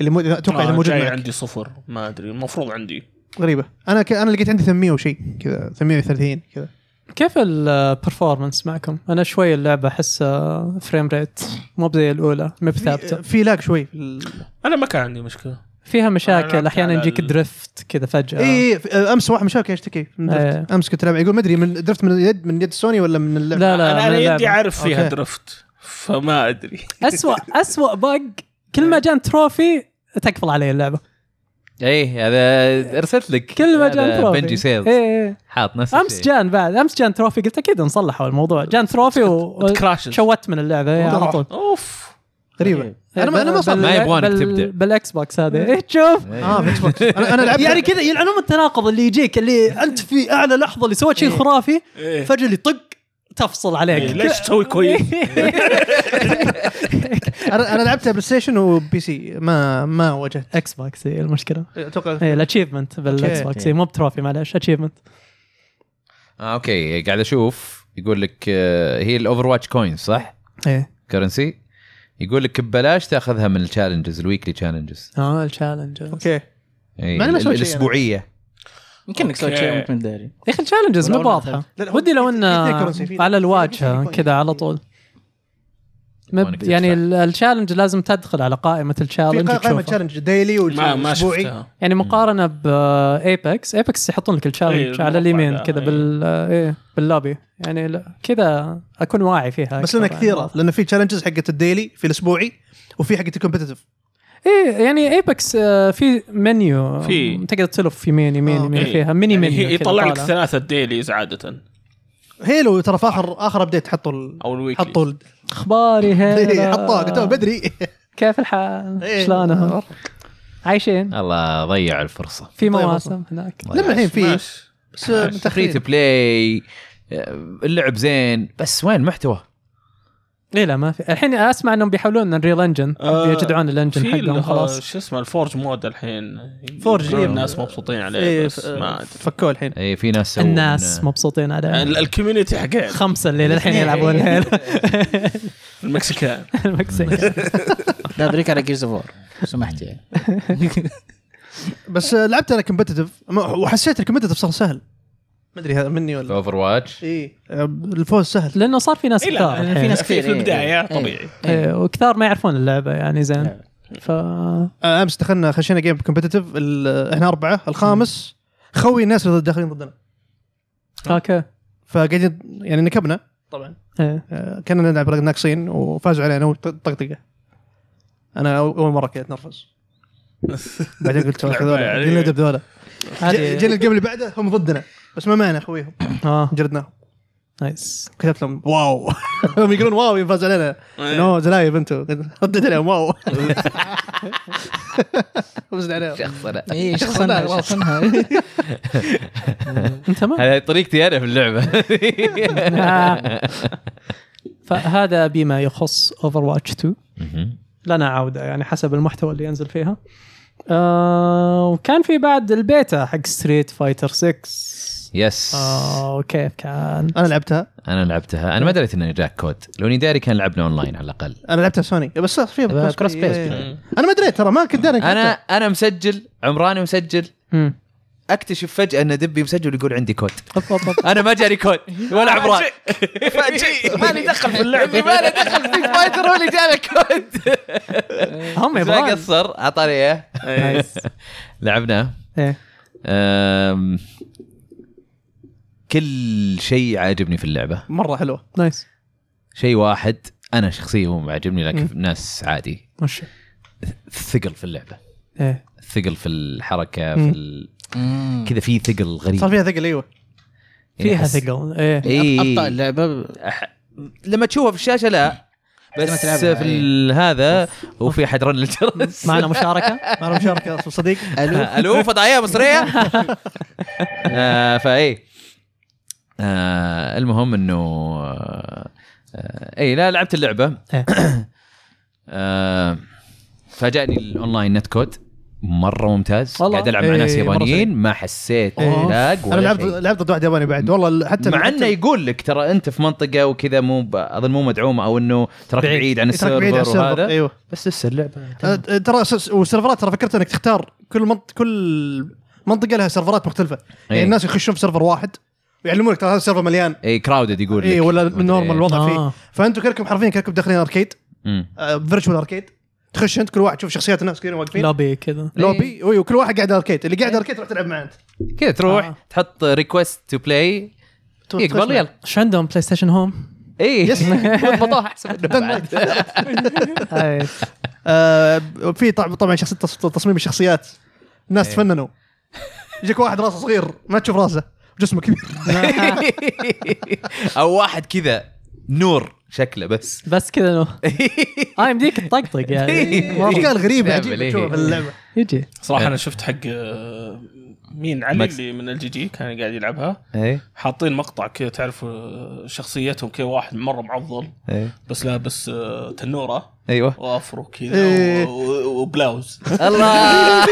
E: اللي مو إذا اتوقع اذا
A: آه،
E: موجود
A: جاي
E: معك
A: عندي صفر ما ادري المفروض عندي
E: غريبه انا ك... انا لقيت عندي 800 وشيء كذا 830 كذا
B: كيف البرفورمانس معكم؟ انا شوي اللعبه احس فريم ريت مو زي الاولى مب ثابته
E: في- في لاك شوي
B: آه.
E: في ال...
A: انا ما كان عندي مشكله
B: فيها
A: أنا لعبت
B: مشاكل احيانا
A: على
B: يجيك
A: ال- إيه،
B: درفت كذا فجاه
E: اي إي، إيه، في- امس واحد من الشباب كان يشتكي من درفت.
B: إيه.
E: امس كنت العب يقول ما ادري من درفت من يد من يد سوني ولا من اللعبه
B: لا لا
A: انا
B: من
A: انا يدي
B: اللعبة.
A: عارف فيها
E: أوكي.
A: درفت فما ادري
B: اسوأ اسوأ بق كل ما جان تروفي تقفل علي اللعبه
F: اي إيه، هذا ارسلت لك
B: كل ما
F: هذا
B: جان تروفي
F: بنجي سيلز
B: إيه إيه.
F: حاط نفس
B: امس
F: الشيء.
B: جان بعد امس جان تروفي قلت اكيد نصلحوا الموضوع جان تروفي
A: [laughs]
B: و...
A: كراشز
B: شوت من اللعبه إيه، على
A: [laughs]
B: طول
A: اوف
E: غريبه
B: إيه.
E: انا ما انا ما صار
B: بال-
F: ما يبغونك
B: بال-
F: تبدع.
B: بالاكس بوكس هذا إيه، شوف
F: إيه.
E: اه في اكس بوكس انا انا لعبت
B: يعني كذا يلعنون التناقض اللي يجيك اللي انت في اعلى لحظه اللي سويت شيء خرافي
A: إيه.
B: فجاه اللي طق تفصل عليك
A: إيه، ليش تسوي كويس؟
E: انا انا لعبتها بلاي ستيشن وبي سي ما ما واجهت
B: اكس بوكس هي المشكله
E: اتوقع
B: اي الاتشيفمنت بالاكس بوكس إيه، مو بتروفي معلش اتشيفمنت
F: اه اوكي قاعد اشوف يقول لك آه، هي الاوفر واتش كوينز صح؟
B: ايه
F: كرنسي يقول لك ببلاش تاخذها من التشالنجز الويكلي تشالنجز
B: اه التشالنجز يا
E: اوكي
F: اي
E: ما أنا ما سويت شيء أنا.
F: الاسبوعيه
C: يمكنك سويت شيء
A: أوكي.
C: وأنت من داري
B: اخي التشالنجز مو
C: والله
B: واضحه
E: لا، لا، هو
B: ودي لو
E: في-
B: ان
E: في اثنين currency، في-
B: على
E: في-
B: الواجهه
E: في- في-
B: كذا على طول
F: وأنك
B: مب
F: تدفع.
B: يعني ال- التشالنج لازم تدخل على قائمه
E: في
B: التشالنج
E: قا- قائمه
B: وتشوفها.
E: تشالنج ديلي
A: ما ما
E: واسبوعي
A: شفتها
B: يعني مقارنه بايبكس ايبكس يحطون لك
A: إيه،
B: التشالنج
A: الموقع
B: على اليمين
A: ده،
B: كذا
A: إيه.
B: بال ايه باللوبي يعني لا- كذا اكون واعي فيها
E: بس
B: أكثر
E: لنا
B: يعني.
E: كثيره لانه في تشالنجز حقت الديلي في الاسبوعي وفي حقت الكومبتتف
B: ايه يعني ايبكس في منيو
A: في.
B: تقدر تلف يمين يمين
E: آه،
B: يمين
A: إيه.
B: فيها ميني
A: يعني
B: منيو
A: هي-
B: كذا
A: يطلع لك
B: طالع.
A: ثلاثه ديليز عاده
E: هيلو ترى في اخر اخر ابديت حطوا ال-
A: او الويكلي
E: حطوا ال-
B: اخباري
E: [laughs] إيه،
B: هلا
E: حطوها قلت لهم بدري
B: كيف الحال؟
E: إيه.
B: شلونهم؟ عايشين
F: الله ضيع الفرصه
B: في
E: طيب،
B: مواسم هناك
E: لما الحين في
A: ماشي.
E: بس من
F: فري تو
E: تخريب
F: بلاي آه، اللعب زين بس وين المحتوى؟
B: اي لا ما في الحين اسمع انهم بيحاولون انريل انجن
A: آه،
B: يجدعون الانجن
A: في
B: حقهم
A: ال- آه،
B: خلاص
A: شو اسمه الفورج مود الحين
E: فورج،
A: يقولون
E: إيه.
A: الناس مبسوطين عليه
E: إيه،
A: بس ما ادري
E: فكوه الحين
F: اي إيه، في ناس آه، سووا
B: الناس مبسوطين على
A: ال- الكوميونتي حقين
B: خمسه الليل
A: [laughs]
B: الحين يلعبون هيل
A: المكسيكان
B: المكسيك [laughs]
C: لا ادريك على جيرز اوف وور سمحت يعني
E: بس آه، لعبت انا كومبتتف وحسيت الكومبتتف صار سهل ما ادري هذا مني ولا
F: اوفر واتش
E: اي الفوز سهل
B: لانه صار في ناس
A: إيه، لا،
B: كثار
A: لأن
B: الحين.
C: في ناس كثير
A: في البداية،
C: إيه.
A: طبيعي.
C: إيه.
B: إيه، وكثار ما يعرفون اللعبه يعني زين ف
E: آه، امس دخلنا خشينا جيم كومبتتف احنا اربعه الخامس خوي الناس اللي داخلين ضدنا
B: اوكي
E: فقاعدين يعني نكبنا طبعا
B: إيه.
E: آه، كنا نلعب رق ناقصين وفازوا علينا وطقطقه انا أو- اول مره كنت
A: [laughs]
E: اتنرفز بعدين قلت
A: لعبة
E: هذول
A: يعني.
E: جينا ندب ذولا ج-
B: هذه
E: جينا الجيم اللي بعده هم ضدنا بس ما معنا اخويهم
B: اه
E: جلدناهم
B: نايس
E: كتبت لهم واو [laughs] هم يقولون واو فاز علينا
A: إيه.
E: نو زلايب انتم قلت- رديت عليهم واو [laughs] فزنا عليهم
F: شخص [laughs] انا
C: اي
E: شخصنها،
C: شخصنها [laughs] شخصنها
B: انت ما
F: هذه طريقتي انا في [laughs] اللعبه
B: آه. [laughs] فهذا بما يخص اوفر واتش 2 لنا عوده يعني حسب المحتوى اللي ينزل فيها آه وكان في بعد البيتا حق ستريت فايتر 6
F: يس
B: آه كيف
E: [laughs]
B: كان
E: انا لعبتها
F: انا لعبتها انا ما دريت انه جاك كود لو اني داري كان لعبنا اونلاين على الاقل
E: انا لعبتها سوني بس فيها
F: بس cross
E: بلاي.
F: play.
E: إيه. انا ما دريت ترى ما كنت داري
F: انا انا مسجل عمراني مسجل
B: مم.
F: اكتشف فجاه ان دبي مسجل يقول عندي كود
B: طب طب طب.
F: انا ما جاني كود ولا عمران [laughs] فاجئ آه، مالي دخل في اللعبه [laughs] مالي دخل في فايتر ولا جاني كود
B: هم
F: ما
B: يبغون
F: قصر اعطاني اياه [laughs]
B: نايس
F: لعبناه
B: إيه.
F: أم، كل شيء عاجبني في اللعبه
E: مره حلوه
B: نايس
F: شيء واحد انا شخصيا هو ما عاجبني لكن ناس عادي
B: ماشي
F: الثقل في اللعبه
B: ايه
F: الثقل في الحركه في ال... كذا في ثقل غريب
E: صار فيها ثقل ايوه
B: فيها
F: أحس-
B: ثقل ايه
F: إيه.
C: ابطا اللعبه
F: أح... لما تشوفها في الشاشه لا
C: ما
F: بس
C: تلعبها،
F: في
C: إيه.
F: ال- هذا وفي احد رن [laughs] الجرس
B: معنا
E: [laughs]
B: مشاركه
E: ما له مشاركه اصلا
F: [laughs]
E: صديق
C: الو
F: الو فضائيه مصريه [laughs] آه، فاي آه، المهم انه آه، اي لا لعبت اللعبه
B: إيه.
F: [clears throat] آه، فاجأني الاونلاين نت كود مره ممتاز
B: والله.
F: قاعد العب مع
E: إيه،
F: ناس
E: مرة
F: يابانيين ما حسيت
E: إيه.
F: لاج
E: انا
F: ولا
E: لعبت
F: شيء.
E: لعبت ضد واحد ياباني بعد والله حتى
F: مع انه يقول لك ترى انت في منطقه وكذا مو ب- اظن مو مدعومه او انه تراك بعيد, عن
E: يترك
F: السيرفر
E: بعيد عن السيرفر
F: وهذا
E: ايوه
F: بس لسه اللعبه
E: آه، ترى س- والسيرفرات ترى فكرت انك تختار كل منط... كل منطقه لها سيرفرات مختلفه يعني
F: إيه.
E: الناس يخشون في سيرفر واحد ويعلمونك ترى هذا السيرفر مليان
F: اي كراودد إيه، يقول لك
E: اي ولا
F: مدري
E: نورمال
F: إيه.
E: الوضع
B: آه.
E: فيه فانتم كلكم حرفيا كلكم داخلين اركيد
F: مم.
E: فيرتشوال اركيد تخش انت كل واحد تشوف شخصيات الناس كلهم واقفين
B: لوبي كذا
E: لوبي ايوه كل واحد قاعد اركيد اللي قاعد اركيد تروح تلعب معه انت
F: كذا تروح
B: آه.
F: آه. تحط ريكوست تو بلاي
E: تروح تخش
F: يقبل
E: معه.
F: إيه، يلا
B: ايش عندهم بلاي ستيشن هوم؟
F: اي [laughs]
E: يس.
F: يضبطوها احسن منه
E: [laughs]
F: بعد.
B: أي.
E: آه، في طبعا طبعا شخصيه تص- تصميم الشخصيات
F: إيه.
E: الناس تفننوا يجيك واحد راسه صغير ما تشوف راسه
F: [laughs]
E: جسمه كبير
F: او واحد كذا نور شكله [laughs] بس
B: بس كذا انه
F: إيه،
B: اه يمديك تطقطق
E: [laughs] إيه.
B: يعني والله.
E: اشكال غريبه
F: لعبة
E: عجيبه
F: ليه.
E: تشوفها في اللعبه
B: يجي
A: صراحه انا شفت حق آه، مين علي
F: ماكس.
A: اللي من الجي جي كان قاعد يلعبها
F: اي
A: حاطين مقطع كذا تعرف آه، شخصيتهم كذا واحد مره معضل
F: اي
A: بس لابس آه، تنوره
F: ايوه
A: وافرو كذا
E: إيه.
A: و- و- وبلاوز
F: الله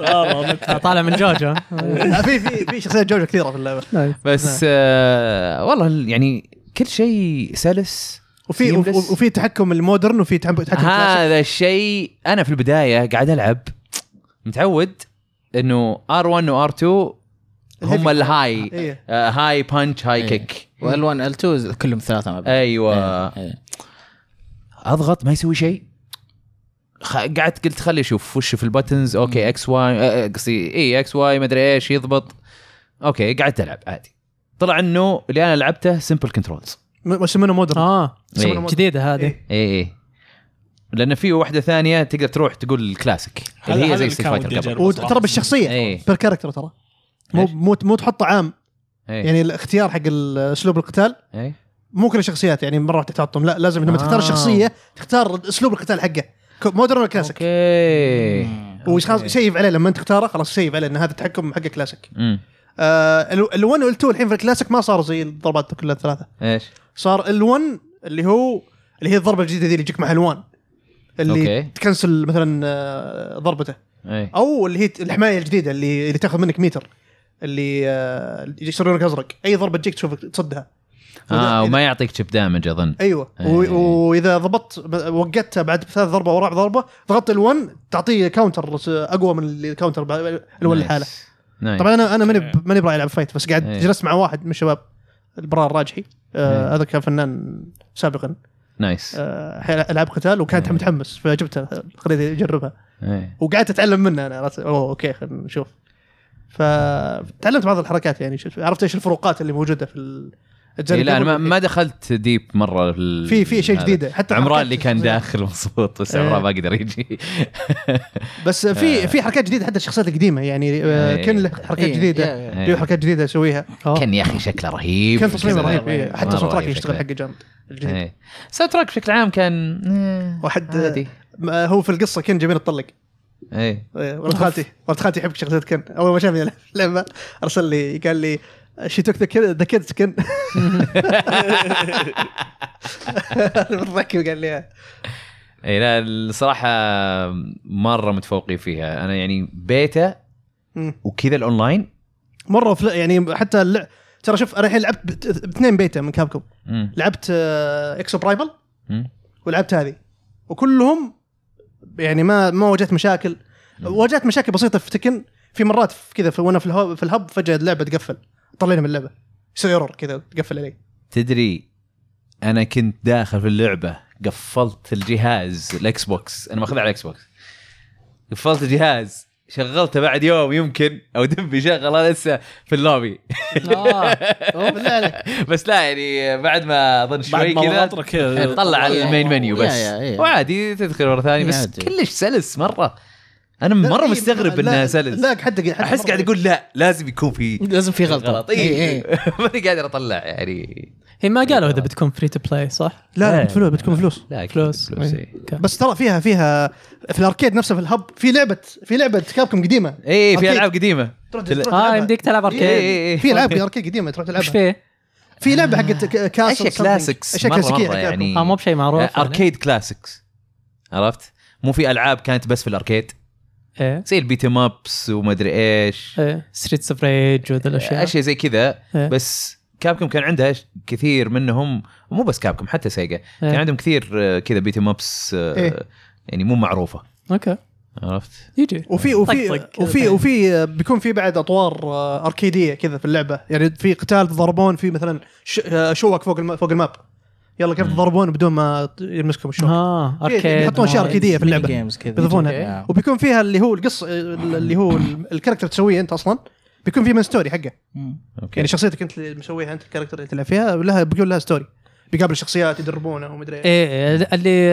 A: والله مت-
B: طالع من جوجو
E: آه، في في في شخصيات جوجو كثيره في اللعبه
F: [laughs] بس آه والله ال- يعني كل شيء سلس
E: وفي
F: Seamless.
E: وف- وفي تحكم المودرن وفي تحكم تحكم كلاسيك.
F: هذا الشيء انا في البدايه قاعد العب متعود انه ار1 وار2 هم
E: الهيفي.
F: الهاي
E: إيه.
F: آه هاي بانش هاي
C: إيه.
F: كيك
C: وال1 ال2 كلهم ثلاثه مع بعض
F: ايوه
C: إيه.
F: اضغط ما يسوي شيء خ- قعدت قلت خلي اشوف وش في البتنز اوكي اكس واي قصدي اي اكس واي ما ادري ايش يضبط اوكي قعدت العب عادي طلع انه اللي انا لعبته سمبل كنترولز
E: م- يسمونه مودرن
B: اه
F: إيه.
E: يسمونه
B: جديده هذه
E: إيه.
F: اي اي لان في واحده ثانيه تقدر تروح تقول الكلاسيك
A: هذا-
F: اللي
A: هذا
F: هي زي
A: اللي
F: ستيت
A: كان
F: فايتر
A: ودي
F: قبل
A: أجربه صراحة.
E: وترى بالشخصيه
F: اي
E: بير كاركتر ترى
F: إيه.
E: مو
F: إيش؟ إيه.
E: مو مو تحطه عام
F: اي
E: يعني الاختيار حق ال- اسلوب القتال
F: اي
E: مو كل الشخصيات يعني مره واحده تحطهم لا لازم لما تختار
F: آه.
E: الشخصيه تختار اسلوب القتال حقه ك- مودرن ولا كلاسيك
F: اوكي
E: وخلاص سيف عليه لما انت تختاره خلاص سيف عليه ان هذا التحكم حقه كلاسيك
F: امم
E: آه ال1 وال2 الحين في الكلاسيك ما صاروا زي الضربات كلها الثلاثه
F: ايش
E: صار ال1 اللي هو اللي هي الضربه الجديده دي اللي يجيك مع الوان اللي
F: أوكي.
E: تكنسل مثلا آه، ضربته
F: اي
E: او اللي هي ت- الحمايه الجديده اللي اللي تاخذ منك ميتر اللي آه، اللي يصير لونك ازرق اي ضربه تجيك تشوفك تصدها
F: اه وما يعطيك شيب دامج اظن
E: ايوه و-
F: إيه.
E: واذا ضبطت وقتها بعد ثالث ضربه ورابع ضربه ضغطت ال1 تعطيه كاونتر اقوى من الكاونتر ال1 لحاله
F: نايس
E: طبعا انا انا ماني ب- ماني براي العب فايت بس قاعد
F: إيه.
E: جلست مع واحد من الشباب البراء الراجحي آه،
F: إيه.
E: هذا كان فنان سابقا
F: نايس
E: آه، العاب قتال وكان
F: إيه.
E: متحمس فجبته خليته يجربها
F: إيه.
E: وقعدت اتعلم منه انا عرفت اوه اوكي خلينا نشوف فتعلمت بعض الحركات يعني شفت- عرفت ايش الفروقات اللي موجوده في ال-
F: إيه لا انا ما-
E: قبل-
F: ما دخلت ديب مره
E: في في شيء جديد حتى
F: عمران
E: حركات
F: اللي كان
E: الشخصيات.
F: داخل مبسوط بس
E: إيه.
F: عمران ما قدر يجي
E: بس في في حركات جديده حتى الشخصيات القديمه يعني آه،
F: إيه.
E: كان له حركات
C: إيه،
E: جديده
C: إيه، إيه.
F: إيه.
E: له حركات جديده يسويها
F: كان يا اخي شكله رهيب
E: كان تصميم رهيب إيه.
F: مرة
E: حتى صوت تراك
F: رهيب
E: يشتغل
F: شكله.
E: حق جامد الجديد
F: إيه. الساوند تراك بشكل عام كان إيه،
E: واحد-
F: عادي
E: ما هو في القصه كان جميل اتطلق
F: ايه
E: إيه، ولد خالتي ولد خالتي يحب شخصيه كن اول ما شافني [laughs] لما ارسل لي قال لي شي توك ذا كيدز كن [laughs] متذكر قال لي إياه.
F: اي إيه، لا الصراحه مره متفوقين فيها انا يعني بيتا
E: مم.
F: وكذا الاونلاين
E: مره فل... يعني حتى اللع... ترى شوف انا الحين لعبت بت- باثنين بيتا من كابكوم
F: مم.
E: لعبت آه، اكسو برايفل
F: مم.
E: ولعبت هذه وكلهم يعني ما ما واجهت مشاكل واجهت مشاكل بسيطه في تكن في مرات في كذا في- وانا في الهب, في الهب فجاه اللعبه تقفل طلعني من اللعبه يصير ايرور كذا تقفل علي
F: تدري انا كنت داخل في اللعبه قفلت الجهاز الاكس بوكس انا ماخذها على الاكس بوكس قفلت الجهاز شغلته بعد يوم يمكن او دبي شغله لسه في اللوبي
C: آه.
F: [laughs]
E: بالله عليك
F: بس لا يعني بعد ما اظن
A: بعد
F: شوي
A: ما
F: كذا
A: ضغط لك كذا
F: إيه، طلع على المين منيو بس
C: آه، يا- يا- يا.
F: وعادي تدخل مره ثانيه بس
C: عادي.
F: كلش سلس مره انا
E: لا،
F: مره
E: إيه،
F: مستغرب
E: لا،
F: انها سلس
E: لا حتى حتى
F: احس
E: مرة. إيه.
F: قاعد اقول لا لازم يكون في
C: لازم في غلطه
F: غلط اي
C: إيه.
F: اي [laughs] ماني قادر اطلع يعني
B: هي ما قالوا اذا بتكون فري تو بلاي صح؟
E: لا
F: إيه.
E: لا بتفلوس بتكون فلوس
F: لا أكيد
B: فلوس
F: فلوس
B: إيه. أوكي.
E: بس ترى فيها فيها في الاركيد نفسه في الهب في لعبه في لعبه كابكم قديمه
F: اي إيه، في
E: أركيد.
F: العاب قديمه
E: تروح
F: تل-
E: تروح
B: اه
E: تلعبها.
B: يمديك تلعب
E: إيه،
B: اركيد
F: إيه، إيه.
E: في العاب اركيد قديمه تروح
B: ايش
E: تلعبها
B: فيه؟
E: في لعبه حقت ك- كاسل
F: اشياء كلاسيكس
E: أشياء
F: مرة-
E: كلاسيكية
F: مرة
E: حقت
F: يعني.
B: اه مو بشيء معروف يعني.
F: اركيد كلاسيكس عرفت؟ مو في العاب كانت بس في الاركيد
B: ايه
F: زي البيت مابس وما ادري ايش
B: ايه ستريتس اوف ريج وذي الاشياء
F: اشياء زي كذا
B: إيه.
F: بس كابكم كان عندها ش- كثير منهم مو بس كابكم حتى سيجا كان
B: إيه.
F: عندهم كثير آه، كذا بيت مابس
E: إيه.
F: يعني مو معروفه
B: اوكي
F: عرفت؟
B: يجي
E: وفي وفي
B: طقطق كذا
E: وفي
B: بعدين.
E: وفي بيكون في بعد اطوار آه، اركيديه كذا في اللعبه يعني في قتال تضربون في مثلا ش- آه، شوك فوق الم- فوق الماب يلا كيف تضربون بدون ما ت- يلمسكم الشوك
B: اه اركيد
E: إيه، يحطون اشياء
B: آه.
E: اركيديه في اللعبه
C: جيمز كذا إيه.
E: يضيفونها وبيكون فيها اللي هو القص اللي هو ال- الكاركتر تسويه انت اصلا بيكون في من ستوري حقه
F: اوكي
E: يعني شخصيتك انت اللي مسويها انت الكاركتر اللي تلعب فيها لها بيكون لها ستوري بيقابل شخصيات يدربونه ومدري ايش
F: إيه،
B: ايه اللي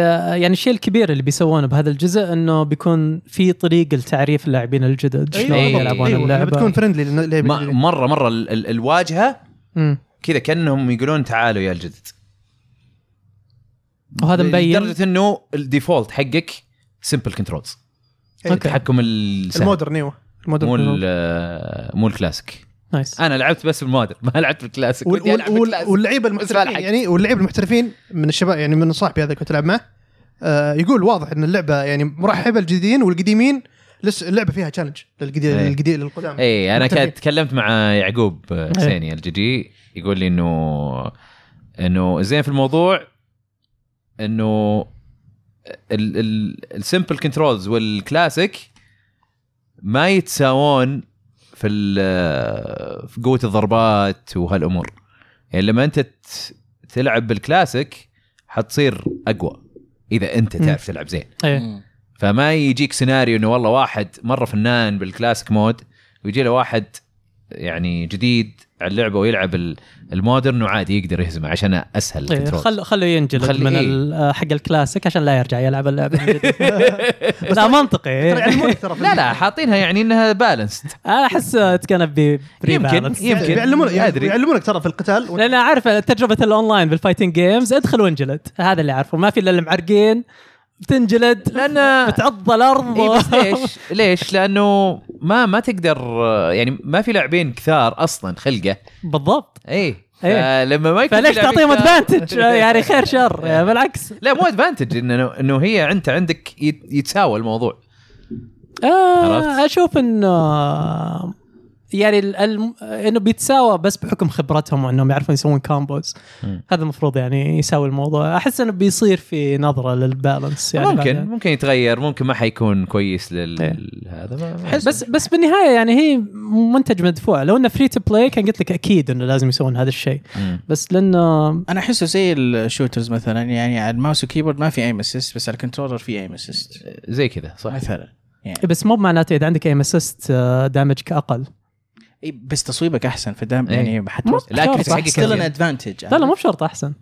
B: يعني الشيء الكبير اللي بيسوونه بهذا الجزء انه بيكون في طريق لتعريف اللاعبين الجدد شلون
F: أيوة،
B: يلعبون
E: أيوة،
B: اللعبه
E: بتكون فرندلي
F: ما- مره مره ال- ال- الواجهه
B: مم.
F: كذا كانهم يقولون تعالوا يا الجدد
B: وهذا مبين
F: لدرجه انه الديفولت حقك سمبل كنترولز
B: أوكي.
F: التحكم السهل
E: أيوة. المودرن ايوه
F: مو
E: المودرن
F: ال- آه، مو الكلاسيك
B: نايس
F: انا لعبت بس بالمودرن [laughs] ما لعبت بالكلاسيك
E: وال-
F: ودي ألعب
E: وال-
F: بالكلاسيك.
E: واللعيبه المحترفين
F: بالحق.
E: يعني واللعيبه المحترفين من الشباب يعني من صاحبي هذا كنت العب معه آه يقول واضح ان اللعبه يعني مرحبه الجديدين والقديمين لسه اللعبه فيها تشالنج للقديم
F: إيه.
E: للقديم للقدام
F: اي انا
E: مختلفين.
F: كنت تكلمت مع يعقوب آه، حسيني الجدي يقول لي انه انه زين في الموضوع انه ال- ال- السمبل كنترولز والكلاسيك ما يتساوون في ال- في قوه الضربات وهالامور يعني لما انت ت- تلعب بالكلاسيك حتصير اقوى اذا انت تعرف تلعب زين
B: ايه
F: فما يجيك سيناريو انه والله واحد مره فنان بالكلاسيك مود ويجي له واحد يعني جديد على اللعبه ويلعب ال- المودرن وعادي يقدر يهزمه عشان اسهل
B: إيه،
F: الكنترول
B: خل خلوا ينجلد
F: خلي-
B: من
F: إيه.
B: ال- آه، حق الكلاسيك عشان لا يرجع يلعب
F: [laughs]
B: اللعبه من جديد. لا منطقي
E: ترى
B: إيه.
F: يعني
B: [laughs]
E: يعني يعلمونك ترى في
F: لا لا حاطينها يعني انها بالانسد
B: انا احس اتكلم ب
F: يمكن يمكن
E: يعلمونك
F: ادري
E: يعني يعلمونك ترى في القتال و-
B: لان اعرف تجربه الاونلاين بالفايتنج جيمز ادخل وانجلد هذا اللي اعرفه ما في الا المعرقين بتنجلد
F: [laughs] لان
B: بتعض الارض
F: إيه بس ليش؟ ليش؟ لانه ما ما تقدر يعني ما في لاعبين كثار اصلا خلقه
B: [laughs] بالضبط
F: اي
B: إيه.
F: لما ما يكون
B: [laughs]
F: في
B: فليش
F: لاعبين
B: تعطيهم
F: كثار-
B: ادفانتج [laughs] يعني خير شر
F: [laughs] إيه.
B: يعني بالعكس
F: لا مو ادفانتج انه انه هي انت عندك يت- يتساوى الموضوع عرفت؟
B: آه اشوف انه يعني ال- الم... انه بيتساوى بس بحكم خبرتهم وانهم يعرفون يسوون كومبوز
F: مم.
B: هذا المفروض يعني يساوي الموضوع احس انه بيصير في نظره للبالانس يعني
F: ممكن
B: بعدين.
F: ممكن يتغير ممكن ما حيكون كويس لل
B: إيه.
F: هذا ما-
B: بس بس بالنهايه يعني هي منتج مدفوع لو انه فري تو بلاي كان قلت لك اكيد انه لازم يسوون هذا الشيء
F: مم.
B: بس لانه
C: انا احسه زي الشوترز مثلا يعني على الماوس وكيبورد ما في ايم اسيست بس على الكنترولر في ايم اسيست
F: زي كذا صح
C: مثلا يعني
B: بس مو معناته اذا عندك آه، ايم اسيست دامجك اقل
C: إي، إيه، بس تصويبك احسن فدام
F: إيه.
C: يعني حتى
B: مو
F: لا،
B: بشرط
F: أكيد حقك
B: أحسن.
C: ستيل ان
F: كثير.
C: ادفانتج
B: لا لا مو بشرط احسن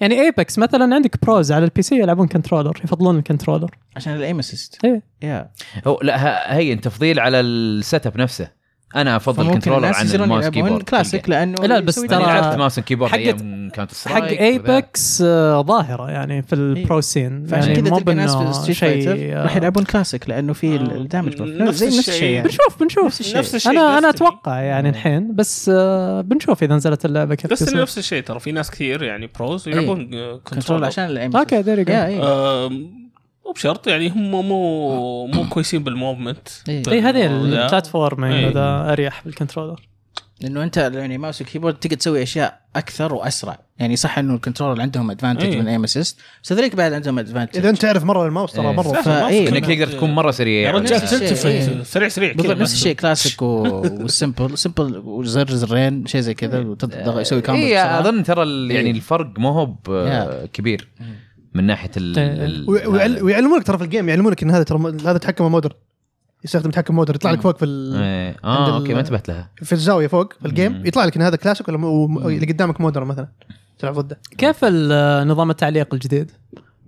B: يعني ايبكس مثلا عندك بروز على البي سي يلعبون كنترولر يفضلون الكنترولر
C: عشان الايم اسيست
B: ايه
C: يا
F: هو لا ه- هي تفضيل على السيت اب نفسه انا افضل
C: فممكن
F: كنترولر
C: الناس
F: عن
C: يصيرون
F: الماوس
C: يلعبون
F: كيبورد إيه.
C: كلاسيك لانه
B: لا، بس
C: يسوي
F: ترى
B: ترى-
F: لعبت ماوس كيبورد
B: حقت-
F: ايام كانت
B: حق ايبكس آه، ظاهره يعني في البرو سين
C: إيه. فعشان
B: يعني
C: كذا
B: مو
C: تلقى ناس في
B: بإنه
C: ستريت
B: شيء،
C: فايتر راح
B: آه،
C: يلعبون كلاسيك لانه في
A: آه.
C: الدمج
A: نفس
C: زي نفس
A: الشيء.
C: الشيء إيه. يعني
B: بنشوف بنشوف
A: نفس الشيء
B: انا انا
A: Destiny.
B: اتوقع يعني الحين بس آه، بنشوف اذا نزلت اللعبه كيف
A: بس
B: تصير.
A: إنه نفس الشيء ترى في ناس كثير يعني بروز يلعبون آه، كنترول
C: كنترول عشان الايم
B: اوكي there you go.
C: إيه.
A: مو بشرط يعني هم مو مو كويسين طيب، بالموفمنت
C: إيه.
B: اي هذه
A: ذا.
B: البلاتفورمينج
A: إيه.
B: هذا اريح بالكنترولر
C: لانه انت يعني ماوس وكيبورد تقدر تسوي اشياء اكثر واسرع يعني صح انه الكنترولر عندهم ادفانتج
A: أي.
C: من ايم اسيست بس هذوليك بعد عندهم ادفانتج
E: اذا انت تعرف مره الماوس
F: إيه.
E: ترى مره
A: صح.
C: فا- إيه.
A: ما في
F: انك
A: كلام.
F: تقدر تكون مره سريع يعني.
A: يا رجال
C: نفس الشيء، إيه.
A: تلتفت سريع سريع كذا
C: بالضبط نفس الشيء كلاسيك و... والسمبل سمبل وزر زرين شيء زي كذا
F: إيه.
C: وتضغط يسوي كامبو
F: اي
C: بسرعة.
F: اظن ترى ال- يعني
C: إيه.
F: الفرق ما هو ب-
C: Yeah.
F: كبير من ناحيه ال-
B: إيه.
F: ال-
E: ويع- ويعل- ويعلمونك ترى في الجيم يعلمونك ان هذا ترى م- هذا تحكم مودرن يستخدم تحكم مودرن يطلع لك فوق في ال...
F: إيه.
E: عند
F: اه
E: ال-
F: اوكي ما انتبهت لها
E: في الزاويه فوق في الجيم
F: مم.
E: يطلع لك ان هذا كلاسيك ولا مو- مو- اللي قدامك مودرن مثلا تلعب ضده
B: كيف ال- آه، نظام التعليق الجديد؟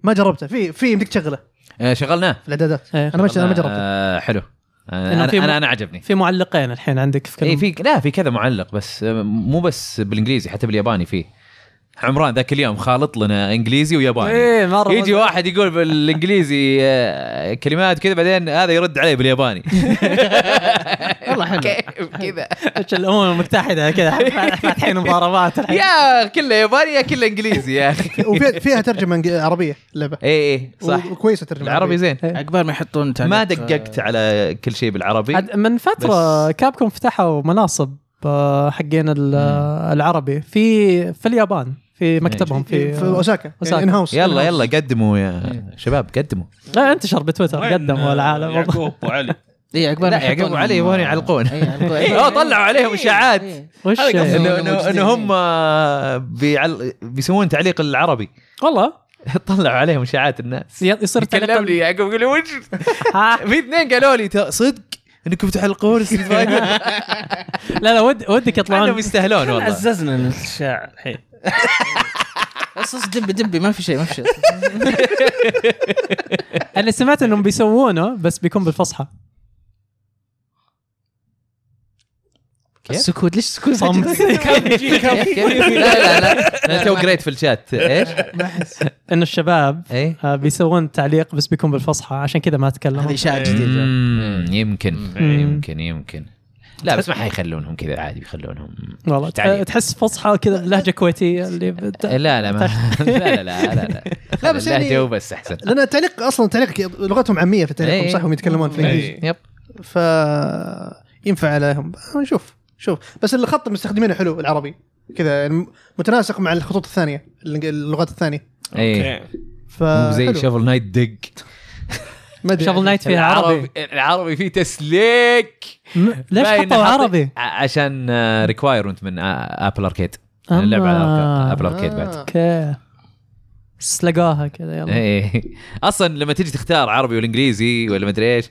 E: ما جربته في في يمديك تشغله
F: آه، شغلناه
E: في الاعدادات
B: إيه.
E: انا ما انا ما جربته
F: آه، حلو آه،
B: إنه
F: انا
B: في م-
F: انا انا عجبني
B: في معلقين الحين عندك
C: إيه،
B: في كل
F: اي إيه، في لا في كذا معلق بس آه، مو بس بالانجليزي حتى بالياباني فيه عمران ذاك اليوم خالط لنا
C: [laughs]
F: انجليزي وياباني
B: اي مره
C: إيه،
F: يجي واحد يقول بالانجليزي آه، كلمات كذا بعدين هذا يرد عليه بالياباني
C: والله حلو كيف كذا
B: [laughs] إيش الامم المتحده كذا [laughs] فاتحين مضاربات الحين.
F: [laughs] يا كله ياباني يا كله انجليزي يا اخي
E: وفيها فيها ترجمه إنج- عربيه اللعبه
F: اي اي صح
E: وكويسه الترجمه
F: العربي زين
C: عقبال ما يحطون تعليق
F: ما دققت على كل شيء بالعربي
B: عاد من فتره كابكم فتحوا مناصب آه، حقين ال- آه، العربي في في اليابان في مكتبهم في
E: في اوساكا
B: أوساكا.
E: ان هاوس
F: يلا يلا قدموا يا شباب قدموا
B: لا انتشر بتويتر
A: آه،
B: قدموا العالم والله
A: يعقوب وعلي
C: اي عقبال إيه، ما
F: لا، يعقوب
C: يحطون-
F: علي يبغون يعلقون.
C: إي، يعلقون.
F: [laughs] اوه
C: [laughs]
F: طلعوا عليهم اشاعات
B: وش
C: هذا قصدي.
F: انه انه
C: موجودين.
F: انه هم آه، بيعل... بيسوون تعليق العربي
B: والله
F: [laughs] طلعوا عليهم اشاعات الناس
B: ي- يصير تعليق [laughs]
F: كلمني يعقوب قال لي وش في اثنين قالوا لي "ت- صدق انكم بتعلقون [laughs] ستريت فايتر
B: لا لا ود ودك
F: انهم
B: يطلعون
F: يستاهلون والله
A: [laughs] عززنا الشاع الحين
C: بس بس دبي دبي ما في شيء ما
F: [laughs]
C: في شيء
B: انا سمعت انهم بيسوونه بس بيكون بالفصحى
C: السكوت ليش السكوت
B: صمت.
C: [laughs] كيف- كيف؟ لا لا لا
F: انا تو قريت في الشات إيه؟ ايش؟
B: ان الشباب
F: اي
B: آه، بيسوون تعليق بس بيكون بالفصحى عشان كذا ما
C: هذه
B: تكلموا
C: اشاعه جديده
F: مم، يمكن
B: مم.
F: يمكن يمكن لا بس ما حيخلونهم كذا عادي بيخلونهم
B: والله
F: تعليق. أه،
B: ت- تحس فصحى كذا بلهجه كويتيه اللي بت...
F: لا لا ما [laughs] لا لا لا لا لا
E: لا، بس يعني-
F: اللهجة بس احسن
E: لان التعليق اصلا تعليق لغتهم عاميه في
F: إيه.
E: التعليق صح هم يتكلمون في الانجليزي
A: إيه.
F: يب
E: ف ينفع عليهم نشوف شوف بس الخط مستخدمينه حلو العربي كذا يعني متناسق مع الخطوط الثانيه اللغ- اللغات الثانيه
F: اي
A: إيه.
E: ف
F: مو زي
E: آه، حلو.
F: شافل نايت دق
E: ما أدري.
B: شغل نايت فيها عربي
F: العربي فيه تسليك
B: م- ليش
F: باين
B: حطوا
F: حاط-
B: عربي؟
F: ع- عشان ريكوايرمنت من آه، آ- ابل اركيد
B: أما.
F: اللعبه يعني على أرك- ابل اركيد بعد
E: آه.
B: اوكي سلقاها كذا يلا
F: ايه اصلا لما تجي تختار عربي والانجليزي ولا مدري ايش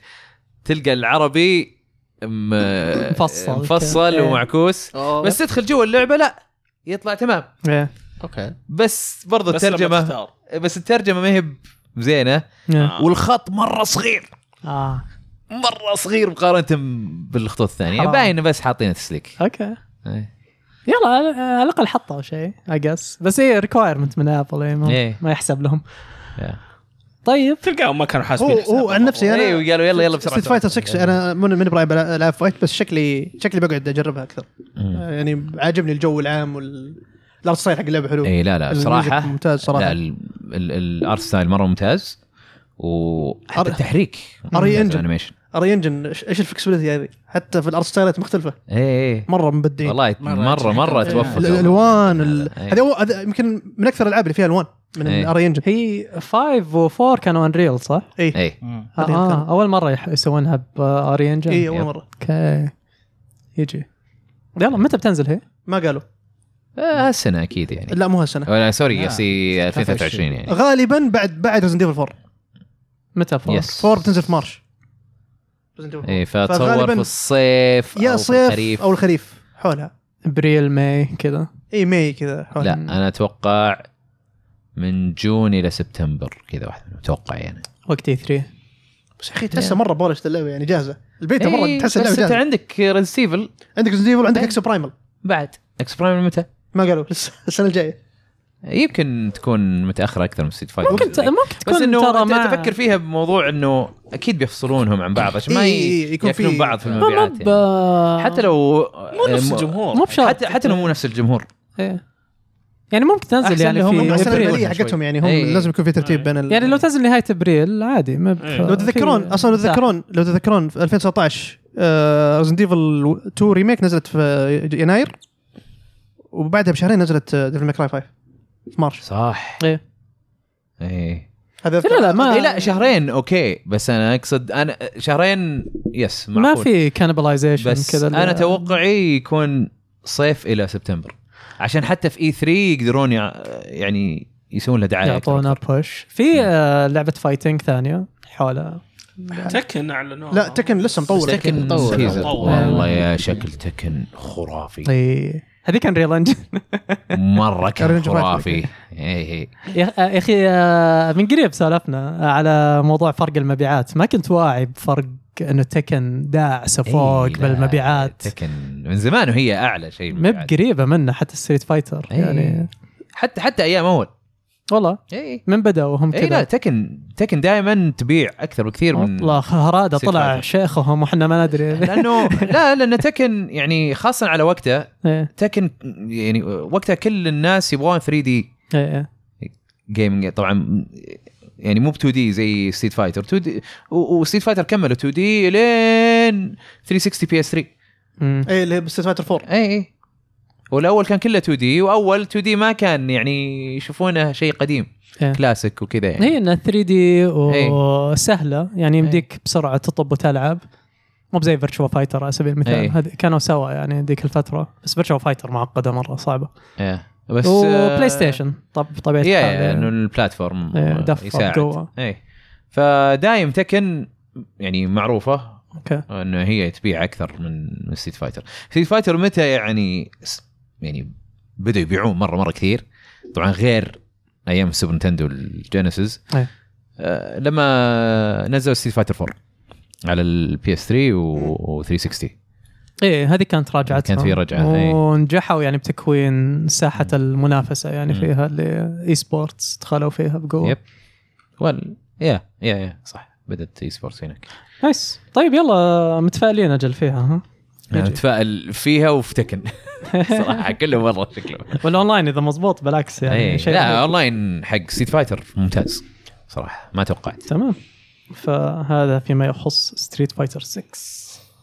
F: تلقى العربي م...
B: مفصل.
F: مفصل
B: إيه.
F: ومعكوس بس تدخل جوا اللعبه لا يطلع تمام
B: إيه.
C: اوكي
F: بس برضو
A: بس لما
F: الترجمه
A: تختار. آه.
F: بس الترجمه ما هي ب- زينه آه.
B: إيه.
F: والخط مره صغير
B: اه
F: مره صغير مقارنه بالخطوط الثانيه
B: حرام.
F: باين بس حاطينه تسليك
B: اوكي
F: إيه.
B: يلا على على الاقل حطوا شيء اي جس بس هي ريكوايرمنت من ابل إيه، ما,
F: إيه.
B: ما يحسب لهم
F: يا.
B: طيب
A: تلقاهم ما كانوا
E: هو
A: حاسبين
E: هو عن نفسي
F: اي
E: انا
F: إيه، وقالوا يلا يلا بسرعه
E: ستريت فايتر 6 انا من من برايي العاب فايت بس شكلي شكلي بقعد اجربها اكثر
F: مم.
E: يعني عاجبني الجو العام وال الارت ستايل حق اللعبه حلو
F: اي لا لا
E: الميوزك
F: بصراحه
E: ممتاز صراحة.
F: إيه، لا ال- ال- الارت ستايل مره ممتاز وحتى
E: أر-
F: التحريك
E: أري إنجن.
F: انيميشن
E: اري انجن إيش- ايش الفلكسبيتي هذه حتى في الارت ستايلات مختلفه
F: اي اي
E: مره مبدعين
F: إيه،
E: آه،
F: والله مره مره, مرة توفق
E: ال- الالوان ال- هذه أول- هذا يمكن من اكثر الالعاب اللي فيها الوان من
F: إيه.
E: الاري انجن
B: هي 5 و4 كانوا انريل صح؟
E: اي
F: اي
B: آه,
E: Unreal كانوا.
B: آه اول مره يح- يسوونها آه، باري انجن
E: اي اول
F: يب.
E: مره
B: اوكي يجي يلا متى بتنزل هي؟
E: ما قالوا
F: آه، هالسنه اكيد يعني
E: لا مو هالسنه
F: ولا سوري
C: لا.
F: قصدي 2023 يعني
E: غالبا بعد بعد ريزنت ايفل 4
B: متى فور؟
F: يس
E: 4 بتنزل في مارش Resident Evil 4.
F: اي إيه، فتصور
E: فغالباً
F: في الصيف
E: يا
F: أو في
E: صيف
F: الخريف.
E: او الخريف حولها
B: ابريل ماي كذا
E: اي ماي كذا
F: لا
E: حولها
F: انا اتوقع من جون الى سبتمبر كذا واحد منهم اتوقع يعني
B: وقت E 3
E: بس يا اخي تحسها مره بولش اللعبه يعني جاهزه
B: إيه،
E: البيتا مره تحس
F: إيه،
E: اللعبه
F: بس انت
E: جاهزه
F: عندك ريزيفل
E: عندك ريزنت ايفل عندك
F: إيه.
E: اكس برايمال
F: بعد اكس برايم متى؟
E: ما قالوا لسه السنه الجايه
F: يمكن تكون متاخره اكثر من ستيت فايتر
B: ممكن ت... ممكن
F: بس
B: تكون
F: انه
B: ترى
F: انت
B: مع
F: تفكر فيها بموضوع انه اكيد بيفصلونهم عن بعض عشان ما
E: إي- إي- إي، يكون في-
F: ياكلون بعض في
B: ما ما
F: المبيعات
B: ب...
F: يعني. حتى لو
A: مو نفس
F: آه،
A: الجمهور
B: مو بشرط
F: حتى حتى لو مو نفس الجمهور
B: إيه. يعني ممكن تنزل
F: أحسن
B: يعني
F: لهم
B: في
F: إنه
E: السنه
F: أبريل.
B: ابريل
E: الماليه حقتهم يعني هم
F: إيه.
E: لازم يكون في ترتيب بين ال...
B: يعني لو تنزل نهايه ابريل عادي ما ب...
A: إيه. لو
E: لو تتذكرون
B: في-
E: اصلا لو تتذكرون لو تتذكرون في آه، 2019 ريزنت ايفل 2 ريميك نزلت في يناير وبعدها بشهرين نزلت ديفل ماي كراي 5 في مارش
F: صح
B: إيه.
F: ايه
E: هذا
B: لا لا ما
F: إيه لا شهرين اوكي بس انا اقصد انا شهرين يس معقول
B: ما في كانبلايزيشن
F: بس
B: كذا
F: انا توقعي يكون صيف الى سبتمبر عشان حتى في اي 3 يقدرون يع- يعني يسوون لها دعايه أكثر.
B: يعطونا بوش في آه، لعبه فايتنج ثانيه حولها
A: تكن اعلنوها
E: لا تكن لسه مطول
C: تكن
F: تكن
C: مطور.
F: تيزر.
A: مطور.
F: إيه. والله يا شكل تكن خرافي
B: اي إيه. هذيك انريل انجن
F: مره كان
E: Orange White
F: خرافي إيه، اي اي
B: يا أخ- [laughs] يا اخي آه، من قريب سالفنا على موضوع فرق المبيعات ما كنت واعي بفرق انه تكن داعسه فوق
F: إي، إيه، لا،
B: بالمبيعات
F: تكن من زمان وهي اعلى شيء
B: ما
F: بالمبيعات.
B: قريبه منه حتى ستريت فايتر
F: إي.
B: يعني
F: حتى حتى ايام اول
B: والله
F: اي
B: من بداوا هم
F: اي إيه. لا
B: كذا
F: تكن تكن دائما تبيع اكثر بكثير من
B: والله هراده
F: Street
B: طلع
F: Fighter.
B: شيخهم واحنا ما
F: [laughs]
B: ندري [laughs]
F: لانه لا لان تكن يعني خاصه على وقته
B: إيه،
F: تكن يعني وقتها كل الناس يبغون 3 دي
B: إيه، إيه.
F: جيمنج طبعا يعني مو ب 2 دي زي ستيت فايتر 2 دي وستيت فايتر كملوا 2 دي لين 360 بي اس 3
B: مم.
E: اي إيه، اللي بستيت فايتر 4
B: إيه،
F: اي اي والاول كان كله 2 دي واول 2 دي ما كان يعني يشوفونه شيء قديم
B: إيه.
F: كلاسيك وكذا يعني
B: هي انها 3 دي
F: إيه.
B: وسهله يعني يمديك بسرعه تطب وتلعب مو زي فيرتشوال فايتر على سبيل
F: إيه.
B: المثال هذي- كانوا سوا يعني ذيك الفتره بس فيرتشوال فايتر معقده مره صعبه
F: إيه. بس آه، إيه،
B: وبلاي ستيشن طب بطبيعه
F: يا
B: الحال
F: يا انه
B: يعني.
F: البلاتفورم
B: إيه، دفع
F: آه، يساعد
B: جوا.
F: اي فدايم تكن يعني معروفه
B: اوكي
F: انه هي تبيع اكثر من من ستيت فايتر ستيت فايتر متى يعني س- يعني بدوا يبيعون مره مره كثير طبعا غير ايام السوبر نتندو الجينيسيس
B: إيه.
F: آه، لما نزلوا ستيت فايتر 4 على البي اس 3 و 360
B: ايه هذه كانت راجعتها
F: كانت في رجعة، إيه.
B: ونجحوا يعني بتكوين ساحه المنافسه يعني
F: مم.
B: فيها اللي اي سبورتس دخلوا فيها بقوه
F: يب وال يا يا يا صح بدات اي سبورتس هناك
B: نايس طيب يلا متفائلين اجل فيها ها
F: انا
B: يجي.
F: متفائل فيها وفي تكن
B: [laughs]
F: صراحه كله مره شكله
B: والاونلاين اذا مزبوط بالعكس
F: يعني
B: يعني شيء
F: لا اونلاين حق سيت فايتر ممتاز صراحه ما توقعت
B: تمام فهذا فيما يخص ستريت فايتر 6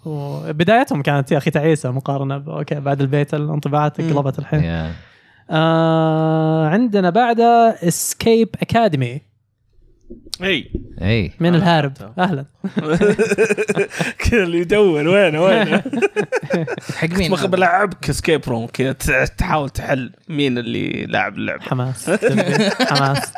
B: وبدايتهم كانت يا اخي تعيسه مقارنه ب... اوكي بعد البيت الانطباعات قلبت الحين
F: يا.
B: آه عندنا بعدها اسكيب اكاديمي
A: اي
F: اي
B: من الهارب اهلا
A: [laughs] كذا اللي يدور وينه وينه
C: حق مين؟ طيب.
A: بخ- بلعبك سكيب روم كذا تع- تحاول تحل مين اللي لاعب اللعبه
B: حماس حماس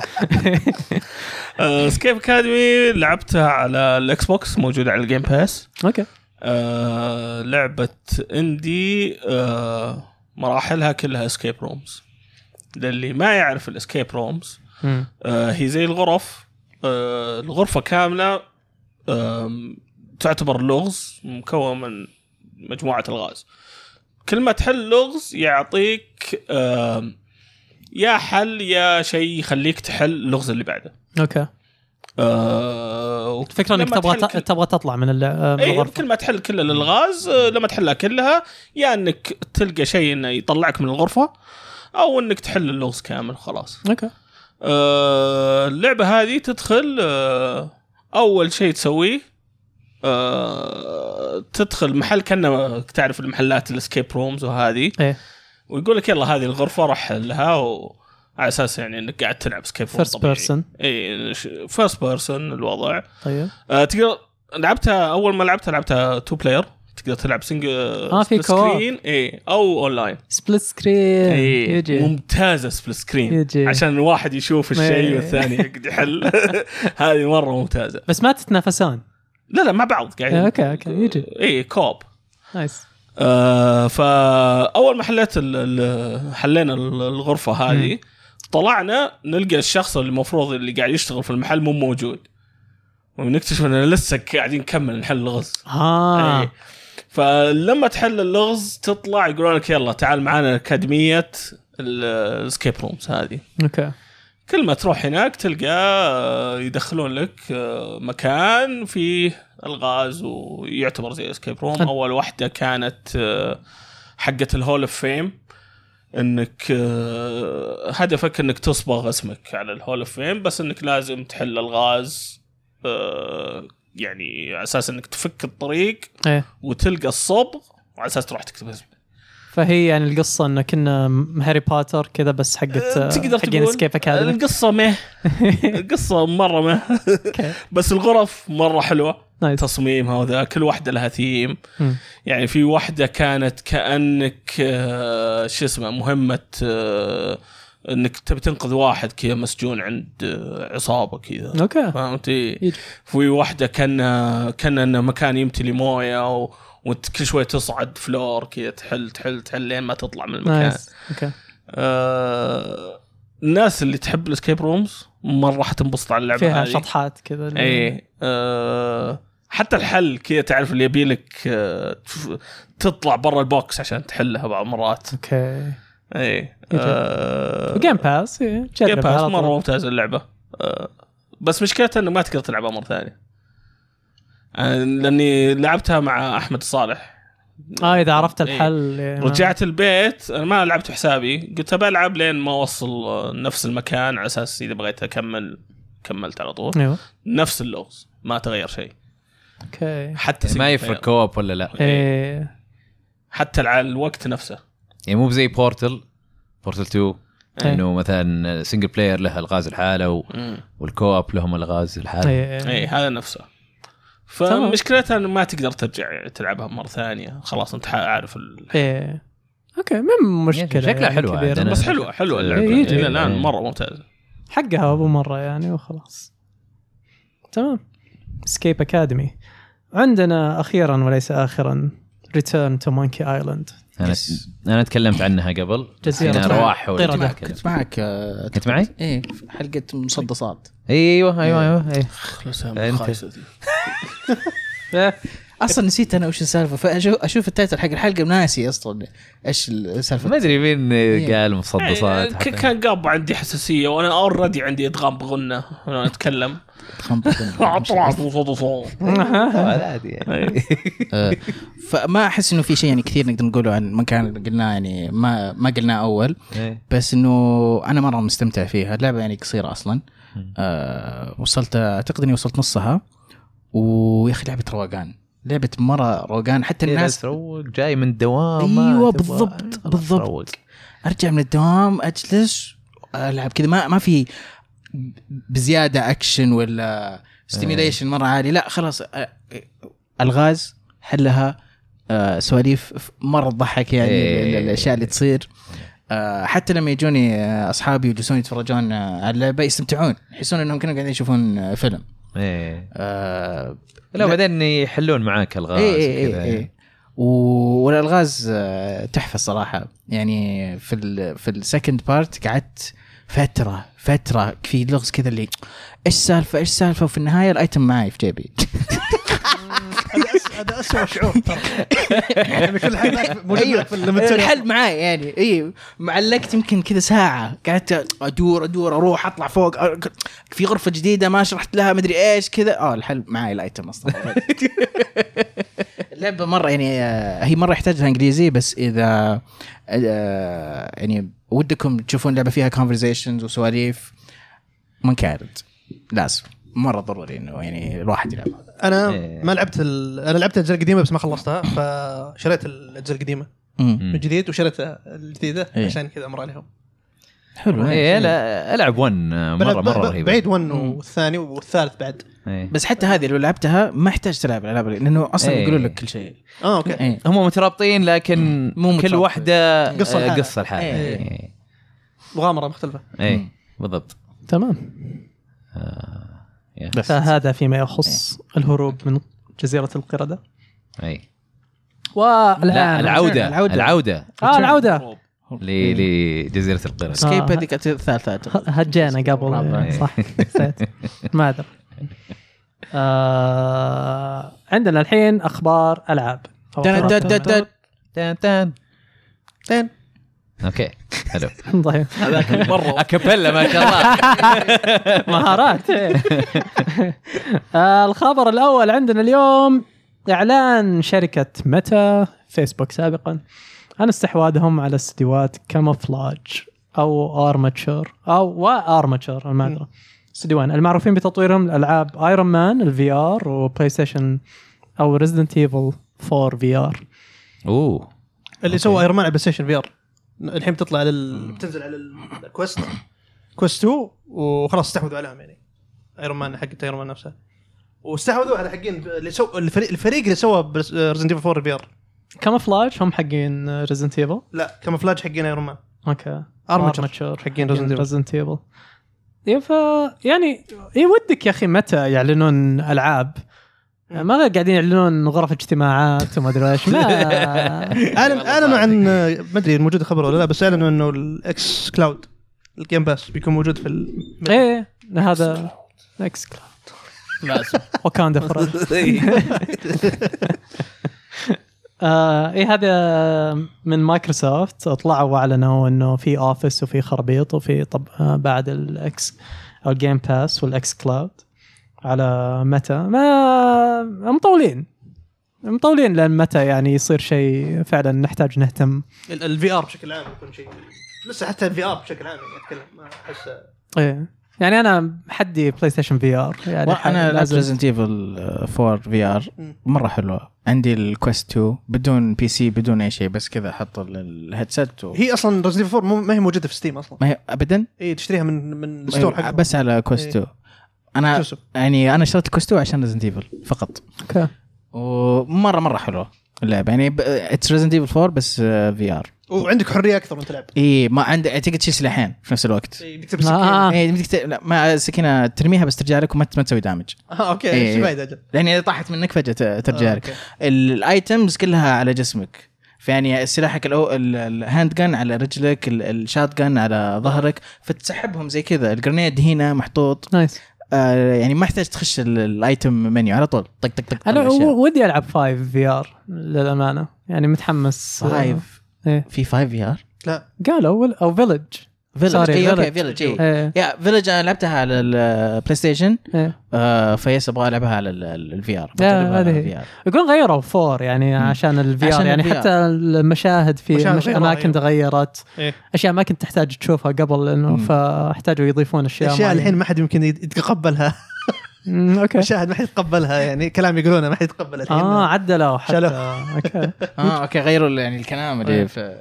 A: آه، سكيب اكاديمي لعبتها على الاكس بوكس موجوده على الجيم باس
B: اوكي
A: آه، لعبه اندي آه، مراحلها كلها اسكيب رومز للي ما يعرف الاسكيب رومز
B: مم.
A: آه، هي زي الغرف آه، الغرفة كاملة آم، تعتبر لغز مكون من مجموعة الغاز كل ما تحل لغز يعطيك آم، يا حل يا شيء يخليك تحل اللغز اللي بعده
B: اوكي
A: آه،
B: فكرة انك
A: لما إيه،
B: تبغى
A: تحل
B: ت- تبغى تطلع من
A: اي
B: الغرفه
A: كل ما تحل كل الالغاز آه، لما تحلها كلها يا انك تلقى شيء انه يطلعك من الغرفه او انك تحل اللغز كامل خلاص
B: اوكي
A: آه، اللعبة هذه تدخل آه، أول شيء تسويه آه، تدخل محل كنا تعرف المحلات الاسكيب رومز وهذه
B: ايه
A: ويقول لك يلا هذه الغرفة راح لها و... على اساس يعني انك قاعد تلعب سكيب
B: فيرست بيرسون
A: اي فيرست بيرسون الوضع
B: طيب
A: آه، تقدر لعبتها اول ما لعبتها لعبتها تو بلاير تقدر تلعب سنجل
B: آه، في كواب.
A: اي او اونلاين
B: سبليت سكرين
A: إيه،
B: يجي
A: ممتازه سبل سكرين
B: يجي.
A: عشان الواحد يشوف الشيء
B: إيه.
A: والثاني
B: [laughs]
A: يقعد يحل هذه مره ممتازه
B: بس ما تتنافسان
A: لا لا مع بعض قاعدين
B: إيه، أوكي، أوكي، يجي.
A: اي كوب
B: نايس
A: آه فاول ما حليت ال- ال- حلينا ال- الغرفه هذه طلعنا نلقى الشخص اللي المفروض اللي قاعد يشتغل في المحل مو موجود ونكتشف اننا لسه قاعدين نكمل نحل اللغز
B: ها
A: إيه. فلما تحل اللغز تطلع يقولون لك يلا تعال معنا اكاديميه الاسكيب رومز هذه
B: اوكي
A: كل ما تروح هناك تلقى آه، يدخلون لك آه، مكان فيه الغاز ويعتبر زي اسكيب روم
B: حلو.
A: اول واحده كانت آه، حقه الهول اوف فيم انك آه، هدفك انك تصبغ اسمك على الهول اوف فيم بس انك لازم تحل الغاز آه، يعني على اساس انك تفك الطريق
B: ايه
A: وتلقى الصبغ وعلى اساس تروح تكتب اسمك
B: فهي يعني القصه انه كنا م- هاري بوتر كذا بس حقت
A: إيه، تقدر
B: حقين
A: تقول
B: اسكيب
A: [laughs]
B: اكاديمي
A: القصه مه القصه مره مه
B: اوكي
A: بس الغرف مره حلوه
B: نايس
A: تصميمها وذا كل واحده لها ثيم
B: مم.
A: يعني في واحده كانت كانك آه، شو اسمه مهمه آه، انك تبي تنقذ واحد كذا مسجون عند آه، عصابه كذا [laughs]
B: اوكي
A: فهمت إيه. في واحده كان كان انه مكان يمتلي مويه و... وانت كل شوي تصعد فلور كذا تحل تحل تحل لين ما تطلع من المكان
B: نايس اوكي
A: آه... الناس اللي تحب الاسكيب رومز مره حتنبسط على اللعبه
B: فيها
A: هذه. إيه.
B: شطحات كذا
A: اي آه حتى الحل كذا تعرف اللي يبي لك آه تف- تطلع برا البوكس عشان تحلها بعض مرات
B: اوكي إيه،
A: اي آه
B: وجيم باس إيه،
A: جيم
B: جربها على
A: باس
B: طول.
A: مره ممتازه اللعبه آه بس مشكلتها انه ما تقدر تلعبها مره ثانيه آه لاني لعبتها مع احمد صالح
B: اه اذا عرفت
A: إيه.
B: الحل إيه، ما-
A: رجعت البيت انا ما لعبت حسابي قلت بلعب لين ما اوصل آه، نفس المكان على اساس اذا بغيت اكمل كملت على طول
B: ايوه
A: نفس اللغز ما تغير شيء
B: اوكي
A: حتى
F: يعني ما
A: single
F: يفرق
A: player.
F: كوب ولا
A: إيه.
F: لا
B: ايه
A: حتى على الوقت نفسه
F: يعني مو زي بورتل بورتل 2
B: إيه.
F: انه مثلا سنجل بلاير له الغاز الحاله و... والكوب لهم الغاز الحاله
B: إيه.
A: اي هذا نفسه
B: تمام.
A: فمشكلتها انه ما تقدر ترجع يعني تلعبها مره ثانيه خلاص انت عارف ال...
B: ايه اوكي ما مشكله
F: شكلها
B: يعني
F: حلوة
B: كبيرة. [laughs]
F: عندنا.
B: بس
A: بس حلوه حلوه اللعبه
B: إيه،
A: الى
B: يجي.
A: الان
F: إيه.
A: مره ممتازه
B: حقها ابو مره يعني وخلاص تمام سكيب اكاديمي عندنا اخيرا وليس اخرا ريتيرن تو مونكي
C: [laughs]
B: ايلاند
F: انا
C: Yes.
F: انا تكلمت عنها قبل
B: جزيرة
F: أنا
B: طيران.
F: رواح حولي.
B: طيران.
F: معك.
C: كنت معك آه،
F: كنت معي؟
C: ايه في حلقه مسدسات
F: ايوه ايوه ايوه, أيوة.
A: خلص
F: من أنت. الخايسة
C: اصلا نسيت انا وش السالفه فاشوف اشوف التايتل حق الحلقه ناسي يعني اصلا ايش السالفه
F: ما ادري مين قال مصدصات
A: إيه، ك- [laughs] كان قاب عندي حساسيه وانا اوريدي عندي ادغام بغنه وانا
B: [laughs]
A: اتكلم [laughs] أعطرعط وصدصو.
F: هذا عادي يعني
C: آه، فما احس انه في شيء يعني كثير نقدر نقوله عن المكان اللي قلناه يعني ما ما قلناه اول
F: [laughs] إيه.
C: بس انه انا مره مستمتع فيها اللعبه يعني قصيره اصلا آه وصلت اعتقد اني وصلت نصها ويا اخي لعبه روقان لعبه مره روقان حتى
F: الناس
C: الناس
F: تروق إيه، جاي من دوام
C: ايوه بالضبط بالضبط ارجع من الدوام اجلس العب كذا ما ما في بزياده اكشن ولا ستيميليشن مره عالي لا خلاص آه، الغاز حلها آه، سواليف ف- مره تضحك يعني
F: إيه.
C: ال- الاشياء اللي تصير آه، حتى لما يجوني آه، اصحابي ويجلسون يتفرجون آه، على اللعبه يستمتعون يحسون انهم كانوا قاعدين يشوفون آه، فيلم
F: ايه
C: آه،
F: لا بعدين يحلون معاك الغاز يعني.
C: اي اي اي
F: كذا.
C: اي إيه، و- والالغاز آه، تحفه صراحه يعني في ال في السكند بارت قعدت فتره فتره في لغز كذا اللي ايش سالفه ايش سالفه وفي النهايه الايتم معي في جيبي [laughs]
E: هذا أس- [laughs] هذا اسوء شعور
B: [laughs]
E: ترى يعني كل حاجه موجود
B: أيوة.
C: ايوه
E: لك في الماتيريال.
C: الحل معاي يعني اي معلقت يمكن كذا ساعه قعدت ادور ادور اروح اطلع فوق أ- في غرفه جديده ما شرحت لها مدري ايش كذا اه الحل معاي الايتم اصلا [laughs] اللعبه مره يعني آه، هي مره يحتاج لها انجليزي بس اذا آه، يعني ودكم تشوفون لعبه فيها كونفرزيشنز وسواليف منكارد لازم مره ضروري انه يعني الواحد يلعبها
E: انا
F: إيه.
E: ما لعبت ال... انا لعبت الاجزاء القديمه بس ما خلصتها فشريت الاجزاء القديمه
C: مم.
E: من جديد وشريت الجديده
C: إيه.
E: عشان كذا امر عليهم
C: حلو
F: ايه لا العب 1 مره
E: بل-
F: مره
E: ب-
F: رهيبه
E: بعيد 1 والثاني والثالث بعد
F: إيه.
C: بس حتى هذه لو لعبتها ما احتاج تلعب الالعاب لانه اصلا
F: إيه.
C: يقولوا لك كل شيء
E: اه اوكي
C: إيه.
F: هم مترابطين لكن
C: مو
F: مو كل
C: مترابطين.
F: واحده
E: قصة لحالها.
F: قصه لحالها
C: إيه.
F: إيه.
E: مغامره مختلفه
F: ايه بالضبط
B: تمام
F: يا.
B: فهذا فيما يخص الهروب من جزيره القرده
F: اي إيه. لا
B: والان
F: العوده
C: العودة.
F: العوده, العودة.
C: آه،
B: اه العوده
F: ل- لجزيره القرد
C: سكيب
B: آه.
C: هذيك الثالثه أعتقد.
B: هجينا
C: رابعة.
B: قبل صح نسيت ما ادري آه عندنا الحين اخبار العاب
C: دن- دن- دن- دن.
F: تان تان
E: زين
F: اوكي
C: [laughs]
F: حلو
B: طيب
A: هذاك مره
F: اكابيلا ما شاء الله
B: مهارات إيه. [laughs] آه، الخبر الاول عندنا اليوم اعلان شركه متى فيسبوك سابقا عن استحواذهم على استديوهات كاموفلاج او ارماتشر او وارماتشر أنا ما ادري استديوان المعروفين بتطويرهم الالعاب ايرون مان الفي ار وبلاي ستيشن او ريزدنت ايفل 4 في ار
F: اوه
E: اللي سوى ايرون مان على بلاي ستيشن في ار الحين بتطلع على ال... بتنزل على الكويست كويست 2 وخلاص استحوذوا عليهم يعني ايرون مان حق ايرون مان نفسها واستحوذوا على حقين اللي سو... الفريق الفريق اللي سوى ريزنت ايفل 4 في ار
B: كاموفلاج هم حقين ريزدنت ايفل
E: لا كاموفلاج حقين ايرون مان
B: اوكي
E: Armature. [laughs]
B: Armature
E: حقين Resident Evil.
B: Resident Evil إيه ف يعني اي ودك يا اخي متى يعلنون العاب ما غير قاعدين يعلنون غرف اجتماعات وما ادري ايش
E: [laughs]
B: ما
E: اعلن اعلنوا عن ما ادري موجود خبر ولا لا بس اعلنوا انه الاكس كلاود الجيم باس بيكون موجود في ال...
B: ايه هذا اكس كلاود
E: [laughs]
C: لازم
B: وكاندا فرنسا [laughs] آه ايه هذا من مايكروسوفت طلعوا واعلنوا انه في اوفيس وفي خربيط وفي طب آه بعد الاكس او الجيم باس والاكس كلاود على متى ما مطولين مطولين لان متى يعني يصير شيء فعلا نحتاج نهتم
E: الفي ار بشكل عام يكون شيء لسه حتى الفي ار بشكل عام يعني اتكلم ما احس
B: ايه يعني انا حدي بلاي ستيشن في ار يعني
C: انا لعبت
B: لازم
C: ريزنت ايفل 4 في ار مره حلوه عندي الكويست 2 بدون بي سي بدون اي شيء بس كذا احط ال- الهيدسيت و...
E: هي اصلا ريزنت 4 مو- ما هي موجوده في ستيم اصلا
C: ما هي ابدا
E: اي تشتريها من من الستور حقهم
C: بس على كويست 2 انا
E: شوف.
C: يعني انا اشتريت الكويست 2 عشان ريزنت ايفل فقط
B: أوكي.
C: ومره مره حلوه اللعبه يعني اتس ريزنت ايفل 4 بس آه، في ار
E: وعندك حريه اكثر وانت تلعب
C: اي إيه، ما عندي تقدر تشيل سلاحين في نفس الوقت
E: إيه، بيكتب سكين
B: آه.
E: آه.
C: اي يعني بدك ت- لا، ما السكينه ترميها بس ترجع لك وما ما تسوي دامج
E: اوكي
C: إيه.
E: ايش آه، بعد اجل
C: لان اذا طاحت منك فجاه ت- ترجع
E: آه،
C: لك
E: أوكي.
C: الايتمز كلها على جسمك فيعني سلاحك الهاند جن على رجلك الشات جن على ظهرك فتسحبهم زي كذا الجرنيد هنا محطوط
B: نايس
C: آه يعني ما يحتاج تخش ال- الايتم منيو على طول طق طق طق
B: انا
C: طلع أشياء.
B: و- ودي العب 5 في ار للامانه يعني متحمس
C: فايف
B: إيه.
C: في فايف في ار
B: قالوا أول- او فيلج
C: فيلج
B: Sorry،
C: اي اوكي
B: Village.
C: فيلج
E: إيه.
C: اي
B: ايه
C: يا فيلج انا لعبتها على البلاي ستيشن
B: ايه
C: آه فيس ابغى العبها على الفي ار
B: آه، هذه هي. يقولون غيروا فور يعني عشان الفي
C: عشان
B: ار يعني
C: ال VR.
B: حتى المشاهد في
E: مشاهد
B: مش
E: غيرها،
B: اماكن
E: أيوة.
B: تغيرت
E: إيه.
B: اشياء ما كنت تحتاج تشوفها قبل انه
C: مم.
B: فاحتاجوا يضيفون اشياء
E: اشياء
B: معينة.
E: الحين ما حد يمكن
C: [laughs]
E: يت- يتقبلها
B: مم، اوكي
E: مشاهد ما حد يتقبلها يعني كلام يقولونه ما حد يتقبله الحين
C: آه.
B: اه عدلوا حتى
E: شالوه.
B: اوكي
C: اه اوكي غيروا ال- يعني الكلام اللي في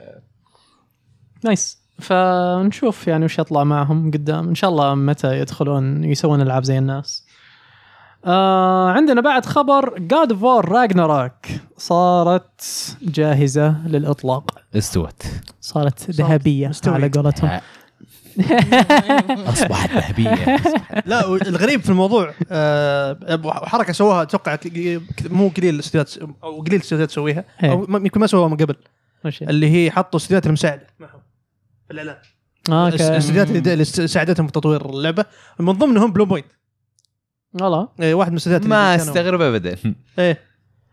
B: نايس فنشوف يعني وش يطلع معهم قدام ان شاء الله متى يدخلون يسوون العاب زي الناس آه عندنا بعد خبر جاد فور راجناروك صارت جاهزه للاطلاق
F: استوت
B: صارت ذهبيه على
E: مستويت.
B: قولتهم
F: آه. اصبحت ذهبيه
E: لا والغريب في الموضوع آه، حركه سووها اتوقع مو قليل الاستديوهات او قليل الاستديوهات تسويها
C: إيه.
E: او م- يمكن ما سووها من قبل
B: وش هي؟
E: اللي هي حطوا استديوهات المساعده معهم في الاعلان
B: آه،
E: الس-
B: اوكي
E: الاستديوهات اللي- اللي س- ساعدتهم في تطوير اللعبه من ضمنهم بلو بوينت
B: والله
E: إيه، واحد من الاستديوهات اللي
F: ما
E: كانوا-
F: استغرب ابدا
E: ايه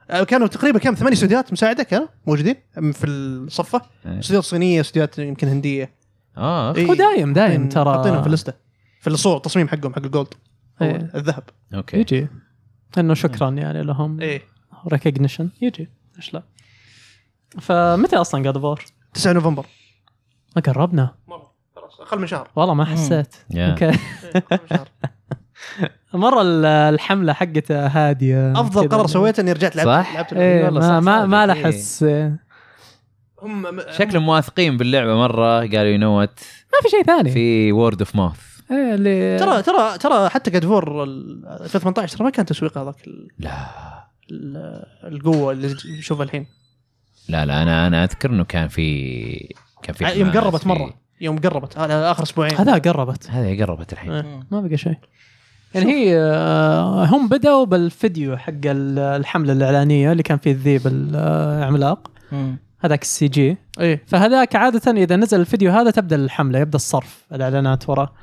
E: آه، كانوا تقريبا كم ثمانية استديوهات مساعده كانوا موجودين في الصفه
F: إيه.
E: استديوهات صينيه استديوهات يمكن هنديه
F: اه
E: إيه.
B: هو دايم دايم
E: حاطين-
B: ترى
E: حاطينهم في اللسته في الصور التصميم حقهم حق الجولد أو
B: إيه.
E: الذهب
F: اوكي
B: يجي انه شكرا يعني لهم
E: ايه
B: ريكognition يجي ايش لا فمتى اصلا جاد فور؟
E: 9 نوفمبر
B: ما قربنا
E: خلاص اقل من
B: [laughs]
E: شهر
B: والله ما حسيت
F: يا.
B: اوكي
E: أقل من شهر.
B: مره ال- الحمله حقته هاديه
E: افضل
B: كذا.
E: قرار سويته اني رجعت لعبت
F: صح؟
E: لعبت
B: ايه
F: والله
B: ما
F: صح،
B: ما,
F: صادق.
B: ما
F: إيه.
B: لحس ما
E: هم م-
F: شكلهم واثقين باللعبه مره قالوا يو نو وات
B: في شيء ثاني
F: في وورد اوف ماوث
B: ايه اللي
E: ترى ترى ترى حتى قد فور ال- في 18 ترى ما كان تسويق هذاك ال-
F: لا
E: ال- القوه اللي نشوفها الحين
F: لا لا انا انا اذكر انه كان في كان في
E: آه، يوم
F: حماس،
E: قربت
F: في-
E: مره يوم قربت هذا اخر اسبوعين
B: هذا قربت
F: هذه قربت الحين
E: إيه.
B: ما بقى شيء يعني هي آه، هم بدأوا بالفيديو حق ال- الحملة الإعلانية اللي كان فيه الذيب العملاق هذاك السي جي
E: ايه
B: فهذاك عادة إذا نزل الفيديو هذا تبدأ الحملة يبدأ الصرف الإعلانات وراه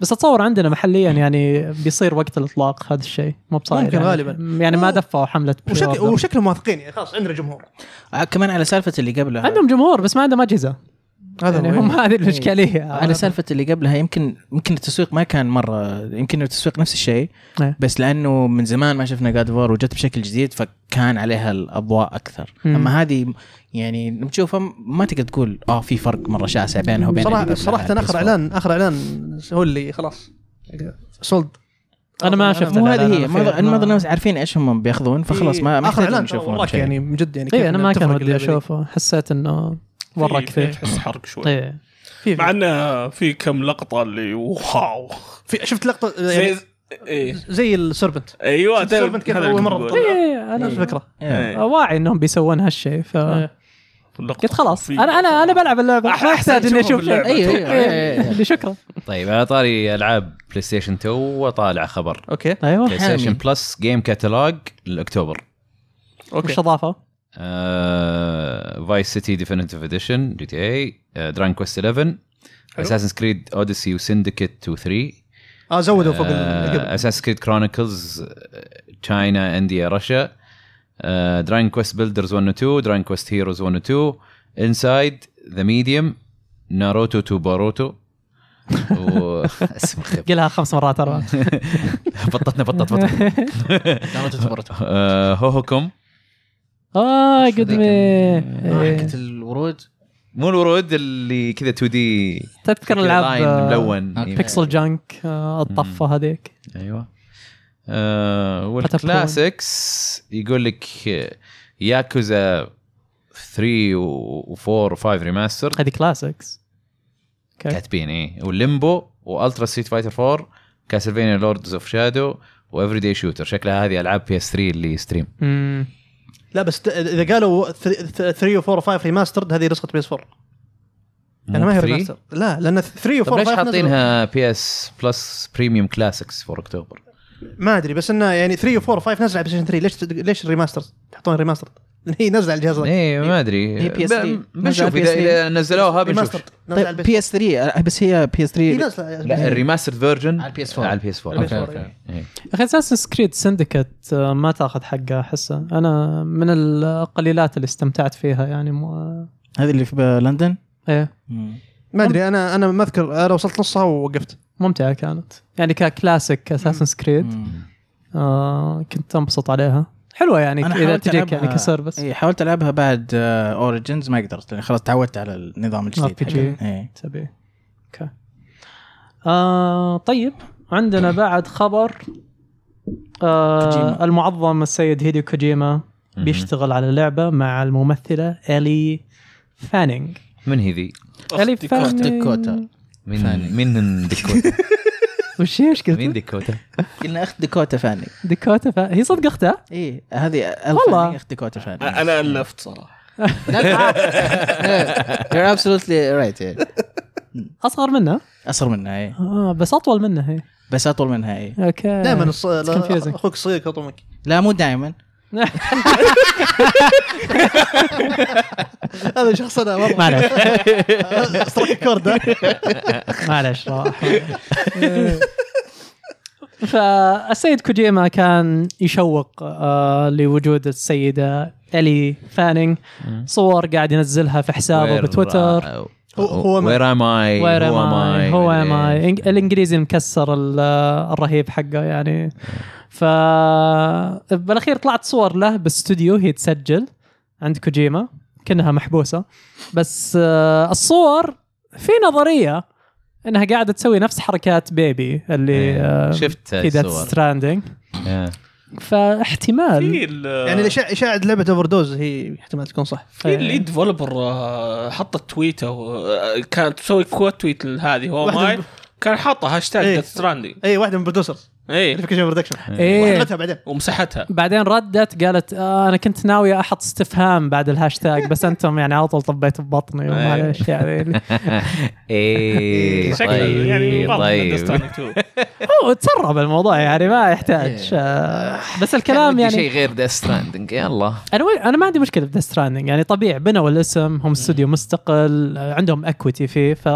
B: بس أتصور عندنا محليا يعني بيصير وقت الإطلاق هذا الشيء مو بصاير
E: ممكن
B: يعني.
E: غالباً.
B: يعني ما
E: و-
B: دفعوا حملة pre-order.
E: وشكل وشكلهم واثقين يعني خلاص عندنا جمهور
C: آه، كمان على سالفه اللي قبلها
B: عندهم جمهور بس ما عندهم أجهزة
E: هذا
B: يعني
E: هو
B: هم هذه الإشكالية
C: آه، على سالفه اللي قبلها يمكن يمكن التسويق ما كان مره يمكن التسويق نفس الشيء
B: إيه.
C: بس لانه من زمان ما شفنا جاد فور وجت بشكل جديد فكان عليها الاضواء اكثر
B: مم.
C: اما هذه يعني لما تشوفها ما تقدر تقول اه في فرق مره شاسع
E: يعني
C: بينها وبين اللي
E: صراحه
C: قبلها على
E: صراحه
C: PS4.
E: اخر اعلان اخر اعلان هو اللي خلاص سولد
B: أنا ما شفت
C: مو
B: الإعلان
C: هذه هي
B: الأخير.
C: ما أنا ما اظن الناس عارفين ايش هم بياخذون فخلاص ما ما
E: اخر
C: يحتاج
E: اعلان
C: يشوفون
E: والله
C: شيء.
E: يعني من جد يعني كيف
B: إيه أنا
E: إنه
B: ما
E: تفرق
B: كان ودي
E: اللعبة دي.
B: أشوفه حسيت إنه مرة
A: في- في
B: كثير
A: تحس حرق
E: طيب.
A: شوي
B: إيه
E: في
A: مع انه في كم لقطه اللي واو
E: في شفت لقطه يعني
A: زي إيه.
E: زي السربنت
A: ايوه
E: شفت سولفنت كيف
A: هذا
E: أول
A: اللي
E: مرة
B: إيه،
A: كنت
E: تطلع؟
A: بقوله.
B: ايه انا
E: نفس الفكره
C: إيه.
A: إيه.
B: واعي انهم بيسوون هالشيء ف
A: اللقطة
B: قلت خلاص
A: في-
B: انا انا انا بلعب اللعبه ما احتاج اني اشوف شيء
A: اللعبة.
C: ايوه ايوه
B: إيه،
C: أيوه.
B: اللي شكرا
F: طيب على طاري العاب بلاي ستيشن 2 وطالع خبر
C: اوكي
B: ايوه
F: بلاي ستيشن
C: حامي.
F: بلس جيم كاتالوج لاكتوبر
B: وش اضافه؟
F: فايس سيتي ديفينيتيف اديشن جي تي اي دران كويست 11 اساسن كريد اوديسي وسندكيت 2 3
E: اه زودوا فوق
F: آه،
E: ال- قبل.
F: اساس كريد كرونيكلز تشاينا انديا رشا دراين كويست بيلدرز 1 و 2 دراين كويست هيروز 1 و 2 انسايد ذا ميديوم ناروتو
B: [laughs]
F: تو باروتو و [laughs] اسم خيب
B: قلها خمس مرات [laughs] ترى
F: بطتنا
B: [laughs]
F: بطت بطت
C: لا، ما تتبرت.
F: [laughs] آه، هوهوكم
B: اه قد ما
C: آه،
B: إيه.
C: حقت الورود
F: مو الورود اللي كذا 2 دي
B: تذكر العاب آه،
F: ملون
C: أوكي.
F: إيه.
B: بيكسل جانك آه، الطفه هذيك
F: ايوه آه والكلاسيكس يقول لك ياكوزا 3 و4 و5 ريماستر
B: هذه كلاسيكس اوكي
F: كاتبين ايه وليمبو والترا ستريت فايتر 4 كاسلفينيا لوردز اوف شادو وافري داي شوتر شكلها هذه العاب بي اس 3 اللي ستريم
B: أمم.
E: لا بس ت- اذا قالوا 3 و4 و5 ريماسترد هذه نسخه بي اس 4 يعني ما هي ريماستر لا لان 3 و4
F: طب طيب ليش
E: و5
F: حاطينها بي اس بلس بريميوم كلاسيكس فور اكتوبر
E: ما ادري بس انه يعني 3 و4 و5 نزل على بلاي ستيشن 3 ليش ليش الريماستر تحطون ريماستر؟ لأن [laughs] هي نزل على الجهاز ذا.
F: ايه ما ادري
C: هي PS3.
F: ب-
C: نزل
F: بنشوف
C: على
F: اذا
C: PS3.
F: اذا نزلوها بنشوف
E: ريماستر نزل على البلاي
C: طيب، بي اس 3 بس هي بي اس
E: هي
C: 3
E: نازلة على
F: طيب، لا
E: البلاي
F: الريماستر فيرجن
C: على البي اس
F: على
C: 4
F: البي اس
E: على
F: 4
E: البي اس
F: اوكي اوكي إيه.
B: اخي اساسن كريد سندكت آه، ما تاخذ حقها احسه انا من القليلات اللي استمتعت فيها يعني مو
C: هذه اللي في لندن
B: ايه
E: ما ادري انا انا ما اذكر انا وصلت نصها ووقفت
B: ممتعه كانت يعني ككلاسيك اساسن كريد
C: مم.
B: آه كنت انبسط عليها حلوه يعني
C: أنا
B: اذا
C: حاولت
B: تجيك يعني
C: ألعبها- إيه.
B: كسيرفس
C: اي حاولت العبها بعد اوريجنز ما قدرت لان خلاص تعودت على النظام الجديد
B: RPG.
C: حقه. إيه.
B: تبي اوكي آه طيب عندنا بعد خبر آه
C: كوجيما.
B: المعظم السيد هيديو كوجيما
F: مهم.
B: بيشتغل على لعبه مع الممثله الي فانينج
F: من هي ذي؟
E: يعني
B: الي
A: أختي
B: فانينج
C: ديكوتا.
F: من
C: ثاني.
F: من [laughs] ديكوتا
B: وش هي ايش
F: من
B: قلت؟
F: ديكوتا
C: قلنا اخت ديكوتا فاني
B: ديكوتا فا... هي صدق اختها؟
C: اي هذه
B: والله.
C: الفاني اخت ديكوتا فاني [laughs]
A: انا الفت صراحه
C: إيه، يور ابسولوتلي رايت
B: اصغر منها
C: اصغر إيه. منها اي
B: آه بس اطول منها هي
C: بس اطول منها اي
F: آه،
B: اوكي
E: دائما الص...
B: confusing.
E: اخوك الصغير كطمك
C: لا مو دائما
E: هذا شخص
F: [laughs]
E: انا والله
B: [laughs] معلش
E: استرك الكورد ها.
B: [laughs] معلش راح فالسيد كوجيما كان يشوق آه لوجود السيده الي فانينج صور قاعد ينزلها في حسابه
F: Where-
B: بتويتر
F: آه،
E: هو- هو
F: where am I
B: وير
F: who
B: ام
F: am
B: اي
F: I
B: هو يعني ام
F: إيه.
B: اي الانجليزي المكسر ال- الرهيب حقه يعني ف بالاخير طلعت صور له باستوديو هي تسجل عند كوجيما كانها محبوسه بس آه، الصور في نظريه انها قاعده تسوي نفس حركات بيبي اللي آه،
F: شفت
B: في ذات
F: الصور
B: ستراندنج
F: آه.
B: فاحتمال
A: في ال-
E: يعني الاشاعه إشاعة لعبه اوفر دوز هي احتمال تكون صح
A: في الليد ديفلوبر آه، حطت تويته آه، كانت تسوي كوت تويت هذه هو
E: واحدة
A: ماي
E: من-
A: كان حاطها هاشتاج
E: إيه.
A: ديث ستراندي
E: اي واحده من البرودوسرز
A: اي
E: فيكيشن برودكشن
F: إيه.
B: ايه
E: وحلتها بعدين
A: إيه. ومسحتها
B: بعدين ردت قالت آه انا كنت ناويه احط استفهام بعد الهاشتاج بس انتم يعني على طول طبيت ببطني ومعليش يعني
F: [laughs] ايه
A: شكله يعني
F: طيب
A: واضح إنه
F: طيب
A: Death Stranding 2.
B: هو تسرب الموضوع يعني ما يحتاج
F: إيه.
B: آه بس الكلام
F: ودي
B: يعني
F: شيء غير ذا ستراندنج يلا
B: انا وين- انا ما عندي مشكله في ستراندنج يعني طبيعي بنوا الاسم
F: إيه.
B: هم استوديو مستقل آه، عندهم اكويتي فيه ف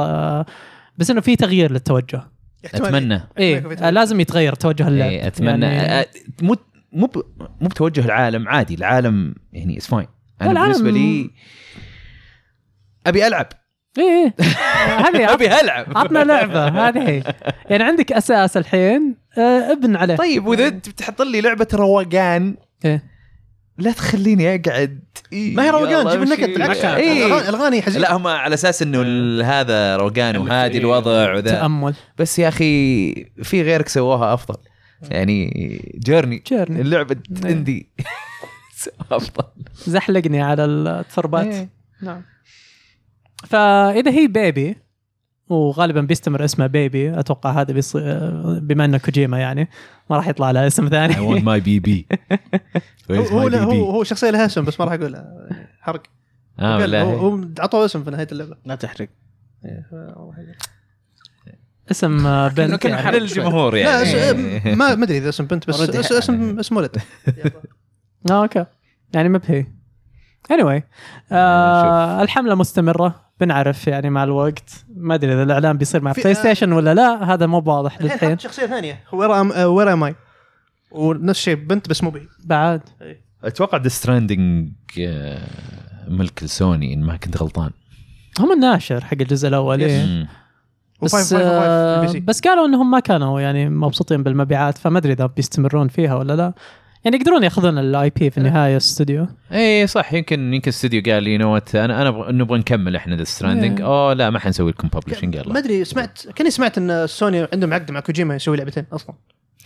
B: بس انه في تغيير للتوجه
E: احتمال-
F: اتمنى
B: ايه آه، لازم يتغير توجه اللعب
F: إيه، اتمنى
B: يعني-
F: آه، مو مو ب- مو بتوجه العالم عادي العالم يعني از فاين انا
B: العالم-
F: بالنسبه لي ابي العب
B: ايه إيه. هذه
F: [laughs] ابي العب
B: عطنا لعبه هذه
F: [laughs]
B: هي يعني عندك اساس الحين آه، ابن عليه
F: طيب واذا انت بتحط لي لعبه روقان
B: إيه.
F: لا تخليني اقعد إيه،
E: ما هي روقان
F: يلا
E: جيب
F: امشي.
E: النكت بالعكس
F: إيه.
E: الأغاني- الغاني حزينه
F: لا هم على اساس انه ال- هذا روقان وهادي الوضع وذا
B: تامل
F: بس يا اخي في غيرك سووها افضل يعني جيرني
B: Journey.
F: اللعبه اندي افضل
B: زحلقني على التربات
F: إيه.
B: نعم فاذا هي بيبي وغالبا بيستمر اسمه بيبي اتوقع هذا بيص... بما انه كوجيما يعني ما راح يطلع له اسم
F: أيوة.
B: ثاني
F: ماي بي بي
E: هو هو هو هو شخصيه لها اسم بس ما راح اقولها حرق
F: اه
E: قال- هو-
F: بالله
E: هو عطوه اسم في نهايه اللعبه
C: لا تحرق
B: [laughs] اسم آه،
C: كأنه-
B: بنت
C: كأنه
B: يعني.
C: حرق شوي.
F: للجمهور
E: لا اسم
F: يعني
E: ما ما ادري اذا اسم بنت بس
C: Already
E: اس- اسم اسم ولد
B: اه اوكي يعني ما بهي anyway آه الحمله مستمره بنعرف يعني مع الوقت ما ادري اذا الاعلان بيصير مع
E: في-
B: بلاي ستيشن ولا لا هذا مو واضح
E: الحين
B: للحين
E: حط شخصيه ثانيه وير ام وير ام اي ونفس الشيء بنت بس مو بي
B: بعد
F: اتوقع ذا ستراندنج آه، ملك لسوني ان ما كنت غلطان
B: هم الناشر حق الجزء الاول إيه.
F: مم.
B: بس آه، بس قالوا انهم ما كانوا يعني مبسوطين بالمبيعات فما ادري اذا بيستمرون فيها ولا لا يعني يقدرون ياخذون الاي بي في النهايه استوديو
F: اي إيه، صح يمكن يمكن الاستوديو قال يو نو انا انا أبغى- نبغى نكمل احنا ذا ستراندنج
B: Yeah.
F: اوه لا ما حنسوي لكم ببلشنج
E: ما
F: يلا
E: ادري سمعت كاني سمعت ان سوني عندهم عقد مع كوجيما يسوي لعبتين اصلا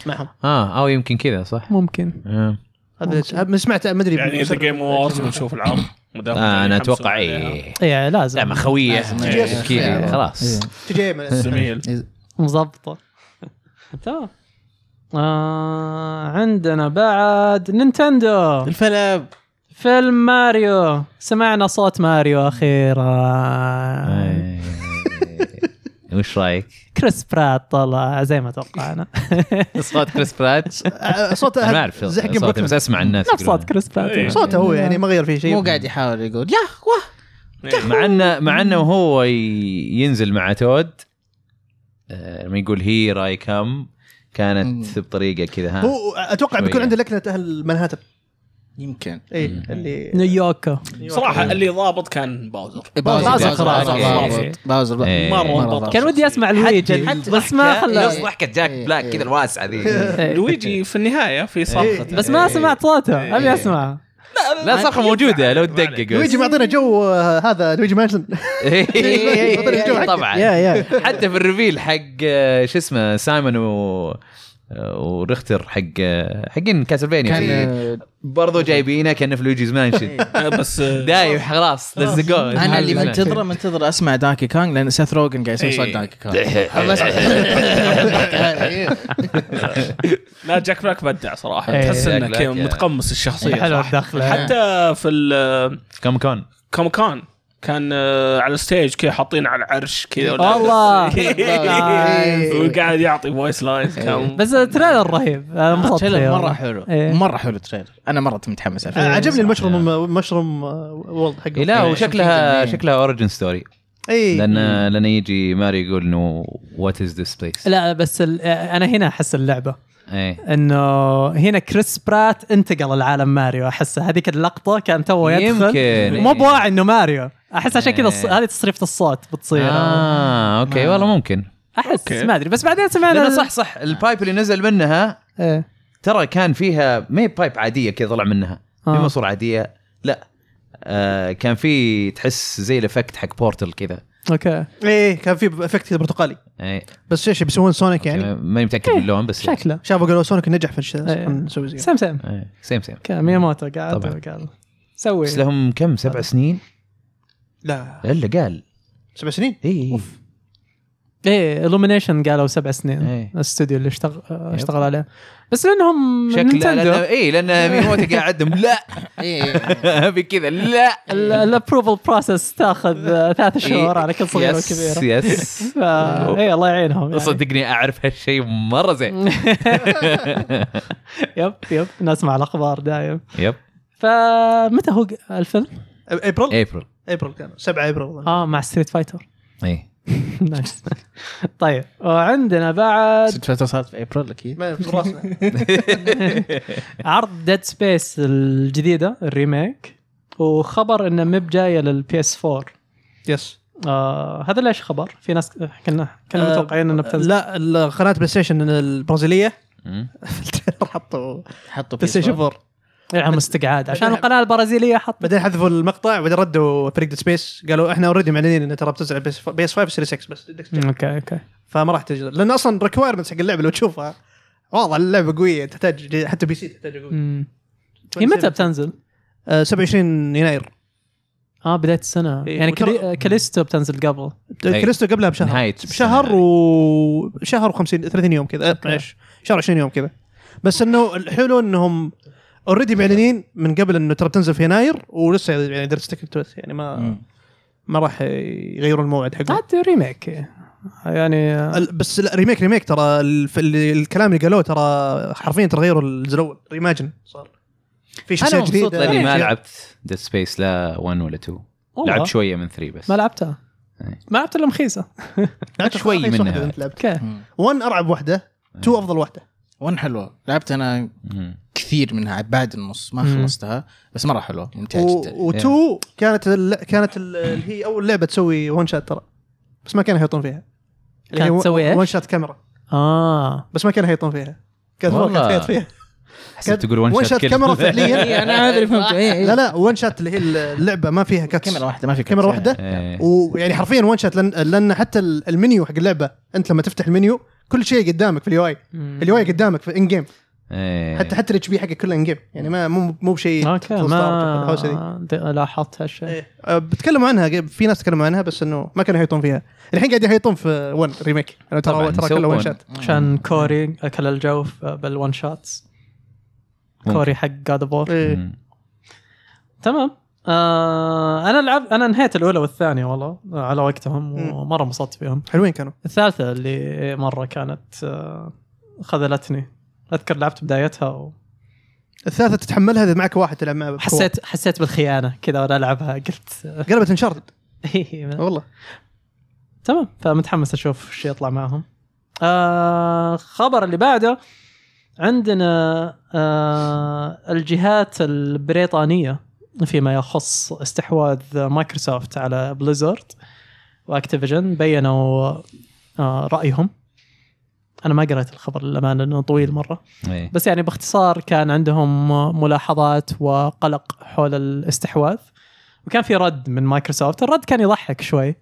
E: معهم
F: اه او يمكن كذا صح
B: ممكن
F: آه.
E: هذا ما سمعت ما ادري
A: يعني ذا
E: بيصير-
A: جيم وورز بنشوف
E: [laughs]
A: العرض
F: آه
A: يعني
F: انا اتوقع
A: إيه.
F: اي
B: اي إيه، لازم
F: لعبه خويه
C: لازم.
E: إيه.
F: كذا خلاص
E: تجي من- [laughs]
A: جميل
C: إيه.
B: مظبطه [laughs] تمام آه عندنا بعد نينتندو
C: الفلب
B: فيلم ماريو سمعنا صوت ماريو اخيرا
F: آه. وش رايك؟
B: كريس برات طلع زي ما [laughs] توقعنا
F: صوت كريس برات
E: آه، صوت
F: انا
E: أحد
F: ما اعرف
E: زي حق
F: صوته بس
E: بروكلين.
F: اسمع الناس
B: نفس
F: يقولون.
B: صوت كريس برات
A: إيه.
E: صوته هو يعني ما غير فيه شيء
C: مو قاعد يحاول يقول يا واه
A: إيه.
F: مع انه مع انه هو ي- ينزل مع تود آه، لما يقول هي راي كم كانت
C: مم.
F: بطريقه كذا ها
E: هو اتوقع بيكون
F: شوية.
E: عنده لكنه اهل منهاتن
C: يمكن
E: اي إيه، اللي
B: نيويورك
A: صراحه
E: أيوة.
A: اللي ضابط كان باوزر
B: باوزر خلاص.
C: باوزر باوزر
F: إيه.
A: مرة
C: ضابط.
B: كان ودي اسمع لويجي بس ما
C: نص
B: خلاه
C: ضحكة جاك بلاك كذا
F: الواسعه ذي
A: إيه.
F: [laughs]
A: لويجي في النهايه
F: إيه.
A: في صرخه
B: بس ما سمعت صوته ابي اسمعه
F: لا صخره موجوده لو تدقق بس. [laughs]
E: لويجي معطينا جو آه، هذا لويجي مانشن معطينا جو حقه. يا
F: طبعا
E: يا
F: حتى في الريفيل حق آه، شو اسمه سايمون و ورختر حق آه، حقين كاسلفينيا
C: كان
F: برضو جايبينه كانه في لويجيز مانشن
A: بس
F: دايم خلاص ليتس جو
C: انا اللي
E: [laughs]
C: منتظره منتظره اسمع داكي كانج لان سيث روجن قاعد يسوي
A: إيه.
C: صوت داكي
F: [laughs]
C: كانج
A: لا جاك بلاك بدع صراحه
B: إيه.
A: تحس
F: جاك
A: انه
F: بلاك،
A: كي-
F: يا.
A: متقمص
F: إيه،
A: الشخصيه
B: حلوه
A: صراحة.
B: الدخله
A: حتى في الكوم
F: كم كون
A: كون كان آه، على الستيج كذا حاطين على العرش كذا ولا-
B: والله.
A: [laughs]
E: إيه،
A: وقاعد يعطي فويس
F: إيه.
A: لاينز
B: [laughs]
A: كان
B: بس التريلر رهيب انا انبسطت
C: تريلر
B: فيه
C: مره
B: والله.
C: حلو
B: إيه.
C: مره حلو التريلر انا مره متحمس عليه.
E: آه، عجبني المشروم آه، مشروم وولد حقه
F: لا
C: إيه،
F: وشكلها
C: شكلها-
F: شكلها اورigin ستوري
B: إيه.
E: اي
F: لان لان يجي ماري يقول انه وات از ذيس بليس
B: لا بس ال- انا هنا احس اللعبه
F: ايه
B: انه هنا كريس برات انتقل لعالم ماريو احس هذيك اللقطه كان توه يدخل
F: يمكن.
B: مو بواعي انه ماريو احس عشان كذا الص-
F: إيه.
B: هذه تصريفه الصوت بتصير
F: اه اوكي
B: نعم.
F: والله ممكن
B: احس
A: أوكي.
B: ما ادري بس بعدين سمعنا
F: لان صح صح البايب اللي نزل منها
B: إيه.
F: ترى كان فيها ما هي بايب عاديه كذا طلع منها
B: آه.
F: آه. مصر عاديه لا آه كان في تحس زي الافكت حق بورتل كذا
B: اوكي
E: اي إيه، كان في افكت كذا برتقالي
F: يعني آه،
E: بس ايش بيسوون سونيك يعني
F: ماني
B: إيه،
F: متاكد من اللون بس
B: شكله
E: شافوا قالوا سونيك نجح في الشيء
B: إيه.
E: نسوي زي
B: سام سام
F: إيه، سيم سيم
B: كان مياموتو قاعد
F: طبعاً.
B: قاعد سوي
F: بس لهم كم سبع سنين؟
E: لا
F: الا قال إيه.
E: سبع سنين
F: اي
B: ايه الومنيشن قالوا سبع سنين
F: إيه.
B: الاستوديو اللي اشتغل اشتغل عليه بس لانهم
F: شكله إيه، لأن...
B: نينتندو [laughs]
F: اي لان ميموتا قاعدهم لا
C: [laughs]
F: [laughs]
C: إيه.
F: ابي
B: [laughs]
F: كذا لا
B: الابروفل بروسس تاخذ آه، ثلاث
F: [laughs]
B: شهور على كل صغيره
F: إيه. يس-
B: وكبيره [laughs]
F: يس
B: فا ايه الله يعينهم يعني.
F: صدقني اعرف هالشيء مره زين
B: [laughs] يب يب ناس مع الاخبار دايم
F: يب
B: فمتى هو ق- الفيلم؟
E: ابريل
B: إيه.
F: ابريل
E: ابريل كان 7 ابريل
B: اه مع ستريت [laughs] فايتر
F: اي
B: نايس طيب وعندنا بعد
F: [laughs]
C: ست فترة صارت في ابريل اكيد
E: ما في
B: [laughs]
E: راسنا
B: عرض ديد سبيس الجديده الريميك وخبر انه مب جايه للبي اس 4
E: يس
B: آه هذا ليش خبر؟ في ناس كنا كنا
E: آه،
B: متوقعين انه بتنزل
E: لا ال- قناه بلاي ستيشن البرازيليه [laughs] حطوا
C: حطوا
E: بلاي ستيشن 4
B: يعني مستقعد عشان
E: بدأ-
B: القناه البرازيليه حط
E: بعدين حذفوا المقطع وبعدين ردوا فريق سبيس قالوا احنا اوريدي معلنين انه ترى بتنزل بيس 5 وسيريس 6 بس
B: اوكي اوكي
E: فما راح تجي لان اصلا ريكوايرمنتس حق اللعبه لو تشوفها واضح اللعبه قويه تحتاج حتى بي سي تحتاج قويه
B: مم. هي متى بتنزل؟
E: آه، 27 يناير
B: اه بدايه السنه
E: إيه،
B: يعني
E: وترى-
B: كلي... كاليستو بتنزل قبل
F: أي.
E: إيه، كريستو قبلها بشهر
F: إيه، نهاية
E: شهر و إيه، شهر و50 30 يوم كذا آه، معلش شهر 20 يوم كذا بس انه الحلو انهم اوريدي معلنين من قبل انه ترى بتنزل في يناير ولسه يعني درجة تكتبت يعني ما
C: مم.
E: ما راح يغيروا الموعد حقه
B: عاد ريميك يعني
E: ال- بس لا ريميك ريميك ترى الف- اللي- الكلام اللي قالوه ترى حرفيا ترى غيروا الجزء الاول ريماجن صار في
C: أنا
E: شخصيه
C: مبسوط
E: جديده
F: لاني طيب، ما
E: أشياء.
F: لعبت ديد سبيس لا 1 ولا 2
B: طيب. والله
F: لعبت شويه من 3 بس
B: ما لعبتها
F: إيه.
B: ما لعبت الا مخيسه
E: لعبت
F: شوي
E: خمس واحدة
F: منها. إيه.
E: أنت لعبت
B: اوكي
C: مم.
E: 1 ارعب واحده 2 افضل واحده
C: ون حلوه لعبت انا
F: مم.
C: كثير منها بعد النص ما
E: مم.
C: خلصتها بس مره حلوه ممتعه جدا
F: إيه.
E: و2 كانت ال... كانت ال... اللي هي اول لعبه تسوي ون شات ترى بس ما كانوا يحيطون فيها يعني اللي
B: كانت
E: هي
B: تسوي إيش؟
E: ون شات كاميرا
B: اه
E: بس ما كانوا يحيطون فيها كانت مرة
F: والله.
E: كانت تحيط فيها
F: حسيت تقول ون شات كل. [laughs]
E: كاميرا فعليا
B: [laughs]
C: إيه، انا هذا اللي فهمته إيه، إيه.
E: لا لا ون شات اللي هي اللعبه ما فيها كاتس
C: كاميرا واحده ما في
E: كاميرا يعني واحده
F: إيه.
E: ويعني حرفيا ون شات لان لان حتى ال- المنيو حق اللعبه انت لما تفتح المنيو كل شيء قدامك في اليو اي اليو اي قدامك في ان جيم
F: إيه.
E: حتى حتى الاتش بي حقك كله ان جيم يعني ما مو مو بشيء
B: اوكي ما
E: الهوسه دي
B: د- لاحظت هالشيء
E: إيه. أه، بتكلموا عنها ق- في ناس تكلموا عنها بس انه ما كانوا يحيطون فيها الحين قاعد يحيطون في ون ريميك انا
F: طبعاً،
E: ترى ترى كله
F: يسوون.
E: ون شات
B: عشان كوري اكل الجو ف- بالون شوتس
F: ممكن.
B: كوري حق جاد اوف
E: إيه.
F: مم.
B: تمام آه انا لعب انا انهيت الاولى والثانيه والله على وقتهم ومره انبسطت فيهم
E: حلوين كانوا
B: الثالثه اللي مره كانت آه خذلتني اذكر لعبت بدايتها
E: الثالثه تتحملها اذا معك واحد تلعب معه بقوة.
B: وحسيت حسيت بالخيانه كذا وانا العبها قلت
E: قلبت انشارتد والله
B: إيه. تمام فمتحمس اشوف ايش يطلع معهم آه خبر اللي بعده عندنا آه الجهات البريطانيه فيما يخص استحواذ مايكروسوفت على بليزرد واكتيفيجن بينوا آه رايهم انا ما قريت الخبر للامانه لانه طويل مره
F: إيه.
B: بس يعني باختصار كان عندهم ملاحظات وقلق حول الاستحواذ وكان في رد من مايكروسوفت الرد كان يضحك شوي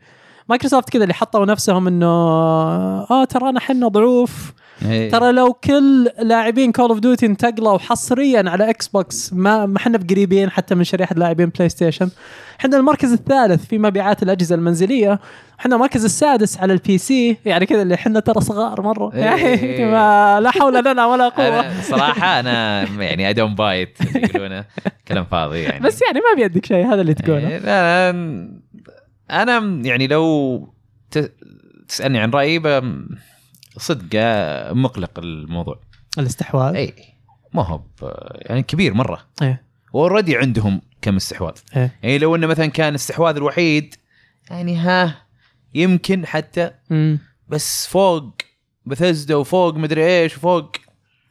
B: مايكروسوفت كذا اللي حطوا نفسهم انه اه ترانا حنا ضعوف
F: إيه.
B: ترى لو كل لاعبين كول اوف ديوتي انتقلوا حصريا على اكس بوكس ما ما احنا بقريبين حتى من شريحه لاعبين بلاي ستيشن احنا المركز الثالث في مبيعات الاجهزه المنزليه احنا المركز السادس على البي سي يعني كذا اللي احنا ترى صغار مره
F: إيه.
B: [laughs] يعني ما لا حول لنا ولا قوه
F: أنا
B: [laughs]
F: صراحه انا يعني اي دونت بايت يقولونه كلام فاضي يعني
B: بس يعني ما بيدك شيء هذا اللي تقوله
F: إيه، لا لا انا م- يعني لو ت- تسالني عن رايي ب- صدق آه، مقلق الموضوع
B: الاستحواذ
F: اي ما هو ب- يعني كبير مره
B: ايه
F: واوريدي عندهم كم استحواذ
B: ايه
F: يعني لو انه مثلا كان الاستحواذ الوحيد يعني ها يمكن حتى
B: مم.
F: بس فوق بثزدا وفوق مدري ايش وفوق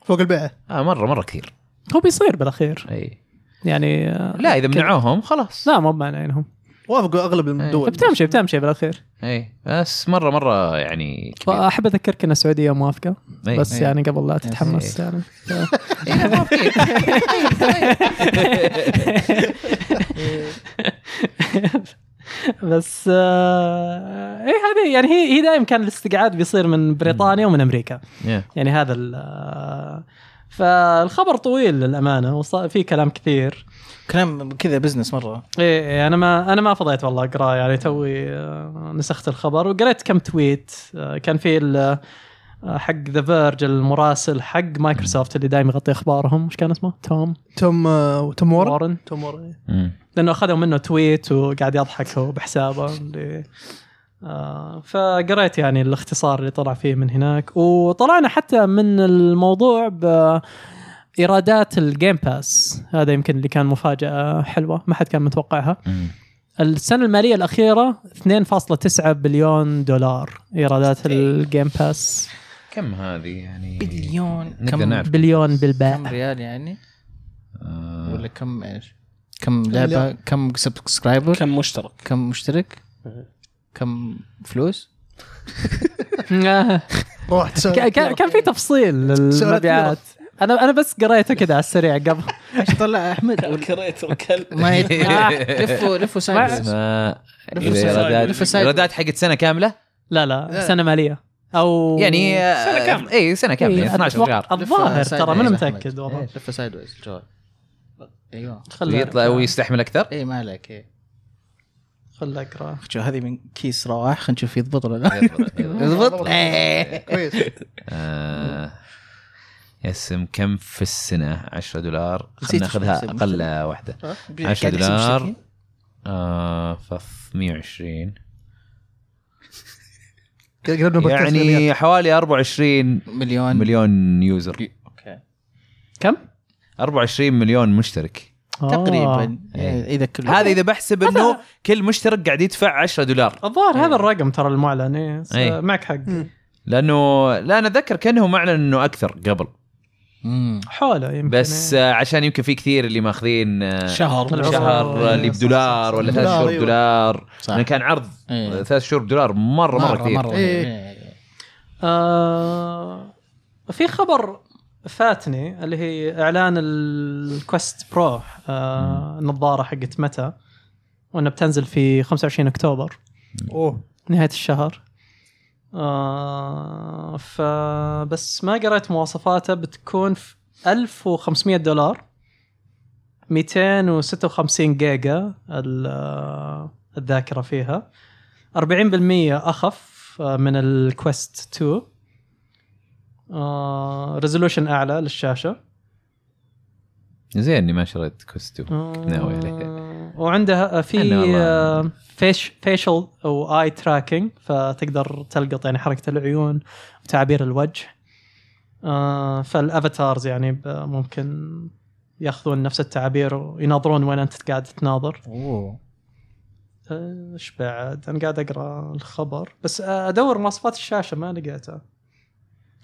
E: فوق البيعه
F: آه مره مره كثير
B: هو بيصير بالاخير
F: اي
B: يعني آه،
F: لا اذا
B: كده.
F: منعوهم خلاص
B: لا مو بمعنى
E: وافقوا اغلب الدول
B: بتمشي بتمشي بالاخير
F: اي بس مره مره يعني كبير
B: احب اذكرك ان السعوديه موافقه
F: إيه.
B: بس
F: إيه.
B: [laughs] يعني قبل لا تتحمس يعني بس آه ايه هذه يعني هي هي دائما كان الاستقعاد بيصير من بريطانيا ومن امريكا
F: يا.
B: يعني هذا ال- آه، فالخبر طويل للامانه وصار في كلام كثير
C: كلام كذا بزنس مره
B: ايه إيه، انا ما انا ما فضيت والله اقرا يعني توي آه، نسخت الخبر وقريت كم تويت آه، كان في ال- آه، حق ذا فيرج المراسل حق مايكروسوفت اللي دائما يغطي اخبارهم وش كان اسمه؟ توم
E: توم آه، توم وورن
B: وارن
E: توم وورن
F: مم.
B: لانه اخذوا منه تويت وقاعد يضحك هو بحسابه اللي آه، فقريت يعني الاختصار اللي طلع فيه من هناك وطلعنا حتى من الموضوع بإيرادات الجيم باس هذا يمكن اللي كان مفاجأة حلوة ما حد كان متوقعها
F: مم.
B: السنة المالية الأخيرة 2.9 بليون دولار إيرادات الجيم باس
F: كم هذه يعني
C: بليون
F: نقدر
C: كم
F: نعرف.
B: بليون
C: كم
B: بالباء [laughs]
C: ريال يعني
F: آه،
C: ولا كم ايش كم لعبه كم سبسكرايبر
A: كم مشترك
C: كم [laughs] مشترك كم فلوس
E: روح تسوي
B: ك- ك- كان في تفصيل
E: سؤال
B: للمبيعات أنا أنا بس قريته كذا على السريع قبل
C: ايش طلع احمد
A: كريت الكلب
C: [laughs] ما آه، يت- لفوا [laughs] لفوا سايد
F: اسمها
C: لف السايد، لف
F: ايرادات
C: السايد.
F: ايرادات حقت سنه كامله
B: لا لا سنة مالية أو
F: يعني آه،
A: سنة كاملة.
F: اي سنه كامله يعني 12 شهر
B: أتوقع- الظاهر ترى ما أنا متأكد والله
C: لفوا سايد ويز الجوال ايوه
B: خل
F: ويطلع ويستحمل اكثر
C: اي إيه، ما عليك اي
B: خل أقرأ
C: شو هذه من كيس رواح خلينا نشوف [laughs] يضبط ولا لا
F: يضبط، يضبط.
C: يضبط إيه.
E: كويس
F: آه، اسم كم في السنه 10 دولار
C: نسيت
F: خلينا ناخذها
C: اسم.
F: اقل واحده
C: ها؟
F: 10
C: قاعد أحسب
F: دولار.
C: بشكل.
F: آه ف 120
E: قلبنا بودكاست
F: يعني
E: مليار.
F: حوالي 24
C: مليون آه.
F: مليون يوزر
C: اوكي
B: كم؟
F: 24 مليون مشترك
B: آه.
C: تقريبا
F: إيه.
C: اذا كل
F: هذا اذا بحسب انه كل مشترك قاعد يدفع 10 دولار
B: الظاهر هذا الرقم ترى المعلن إيه، س-
F: إيه.
B: معك حق
F: لانه لا انا اتذكر كانه معلن انه اكثر قبل
C: مم.
B: حوله يمكن
F: بس
B: إيه.
F: آه، عشان يمكن في كثير اللي ماخذين آه،
A: شهر
B: طلعوا.
F: شهر
B: أيوة،
F: اللي
B: صح،
F: بدولار
B: صح،
F: ولا
E: صح.
F: ثلاث
E: دولار،
F: شهور
E: أيوة.
F: دولار
C: صح.
F: لأنه كان عرض
C: إيه.
F: ثلاث شهور بدولار مره مره
C: مره
F: كثير
C: مره
E: إيه.
C: إيه.
B: آه في خبر فاتني اللي هي اعلان الكوست برو آه النظاره حقت متى وانها بتنزل في 25 اكتوبر
E: اوه
B: نهايه الشهر آه فبس ما قريت مواصفاتها بتكون في 1500 دولار 256 جيجا ال- آه، الذاكره فيها 40% اخف آه، من الكويست 2 آه ريزولوشن اعلى للشاشه
F: زين اني ما شريت كوستو
B: آه،
F: ناوي عليه
B: وعندها آه،
F: أنا والله.
B: في آه، فيش فيشل او اي تراكنج فتقدر تلقط يعني حركه العيون وتعابير الوجه آه، فالافاتارز يعني ب- ممكن ياخذون نفس التعابير ويناظرون وين انت قاعد تناظر
C: اوه
B: آه، ايش بعد انا قاعد اقرا الخبر بس آه، ادور مواصفات الشاشه ما لقيتها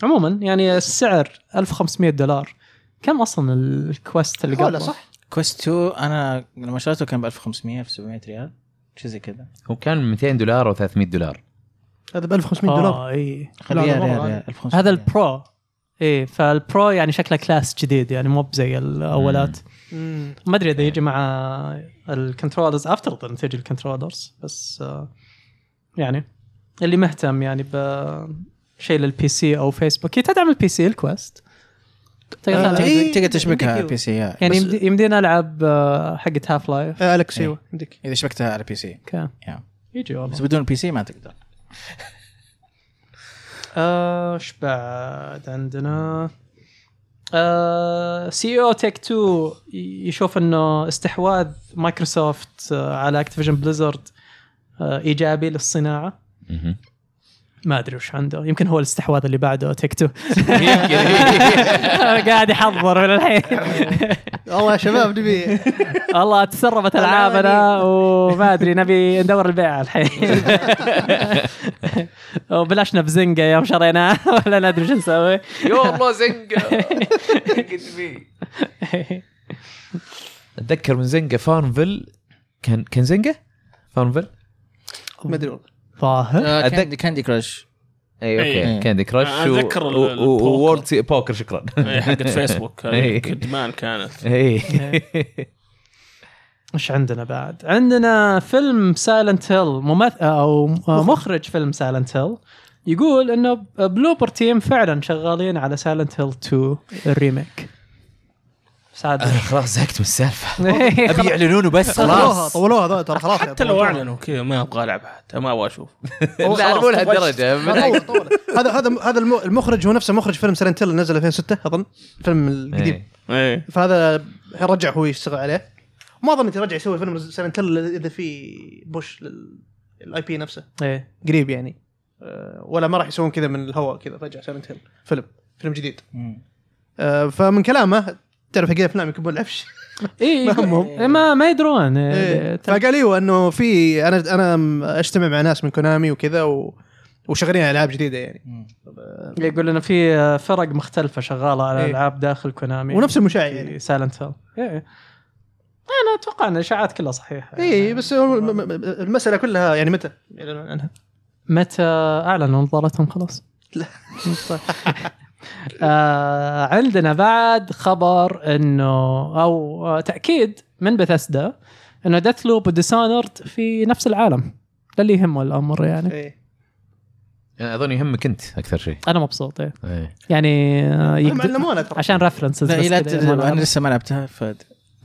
B: عموما يعني السعر 1500 دولار كم اصلا الكوست اللي
E: حوله
B: قبله
E: صح
C: كويست 2 انا لما شريته كان ب 1500 1700 ريال شيء زي كذا
F: وكان 200 دولار او 300 دولار
E: هذا ب 1500 دولار
F: آه.
B: اه اي
C: خليها
E: لا،
C: ريال
E: مرة
C: ريال 1500
B: هذا البرو ايه فالبرو يعني شكله كلاس جديد يعني مو بزي الاولات
E: مم.
B: ما ادري اذا يجي مع الكنترولرز افترض ان تجي الكنترولرز بس آه، يعني اللي مهتم يعني بشيء للبي سي او فيسبوك هي تدعم البي سي الكويست
C: آه،
B: تقدر-
C: تقدر تقدر تشبكها بي سي
B: يعني
C: يعني
B: يمدي- يمدينا العب آه، حقت هاف لايف
E: آه، الكس
C: إيه.
E: ايوه عندك
C: اذا شبكتها على بي سي
B: اوكي
C: يا.
B: يجي
C: بس
B: والله
C: بدون بي سي ما تقدر
B: آه، ايش بعد عندنا آه، E سي او تيك 2 يشوف انه استحواذ مايكروسوفت آه، على اكتيفيجن بليزرد ايجابي للصناعه
F: مهم.
B: ما ادري وش عنده يمكن هو الاستحواذ اللي بعده تيك تو قاعد يحضر من الحين
E: والله يا شباب
F: [laughs]
E: نبي
B: والله تسربت العابنا وما ادري نبي ندور البيع الحين وبلشنا بزنقه يوم شريناه ولا ندري شو نسوي
F: يا الله زنقه اتذكر من زنقه فارنفيل كان كان زنقه فارنفيل
E: ما ادري والله
B: [laughs] ظاهر
C: آه،
F: أتذكر-
C: كاندي كاندي كراش
F: اي اوكي
C: إيه.
F: كاندي كراش
A: أنا أتذكر ال- البوكر.
F: وورد بوكر شكرا [laughs]
A: إيه، حقت فيسبوك
F: إيه.
A: هذه كدمان كانت
F: اي
B: ايش عندنا بعد؟ عندنا فيلم سايلنت هيل ممثل او آه، مخرج فيلم سايلنت هيل يقول انه بلوبر تيم فعلا شغالين على سايلنت هيل 2 الريميك
E: [laughs]
B: سعد
F: انا خلاص زهقت من السالفه ابي يعلنونه بس
E: طولوها
F: خلاص
E: طولوها ذا ترى خلاص
A: حتى لو اعلنوا كذا ما ابغى العب حتى ما ابغى اشوف
F: لا أنا مو لهالدرجه بالعكس.
E: طول- طول. هذا هذا هذا الم- المخرج هو نفسه مخرج فيلم سلنتيل اللي نزل 2006 اظن الفيلم القديم
F: إيه.
A: [laughs] ايه
E: فهذا رجع هو يشتغل عليه ما اظن يرجع يسوي فيلم سلنتيل اذا في بوش للاي بي نفسه
B: إيه.
E: قريب يعني آه، ولا ما راح يسوون كذا من الهواء كذا فجاه سايلنت هيل فيلم فيلم جديد آه، فيلم كلامه تعرف حق الافلام يكبون العفش
B: إيه،
E: ما همهم.
B: إيه، ما ما يدرون [laughs] إيه،
E: إيه.
B: ترى-
E: فقال ايوه انه في انا انا م- اجتمع مع ناس من كونامي وكذا و... وشغالين على العاب جديده يعني
B: يقول انه في فرق مختلفه شغاله على
E: إيه.
B: العاب داخل كونامي
E: ونفس المشاع يعني
B: سايلنت هيل انا اتوقع ان الاشاعات كلها يعني. صحيحه
E: اي إيه، بس هو الم- م- م- المساله كلها يعني متى؟
B: متى اعلنوا نظارتهم خلاص؟
E: [laughs] لا.
B: طيب. [laughs] آه عندنا بعد خبر انه او آه، تاكيد من بثسدا انه ديث لوب وديسانرد في نفس العالم ده اللي يهمه الامر يعني
E: إيه.
F: يعني اظن يهمك انت اكثر شيء
B: انا مبسوط إيه.
F: إيه.
B: يعني آه،
E: هم
B: يقدر
E: علمونا ترى
B: عشان رفرنسز
C: لا إيه، لا ت- انا لسه ما لعبتها ف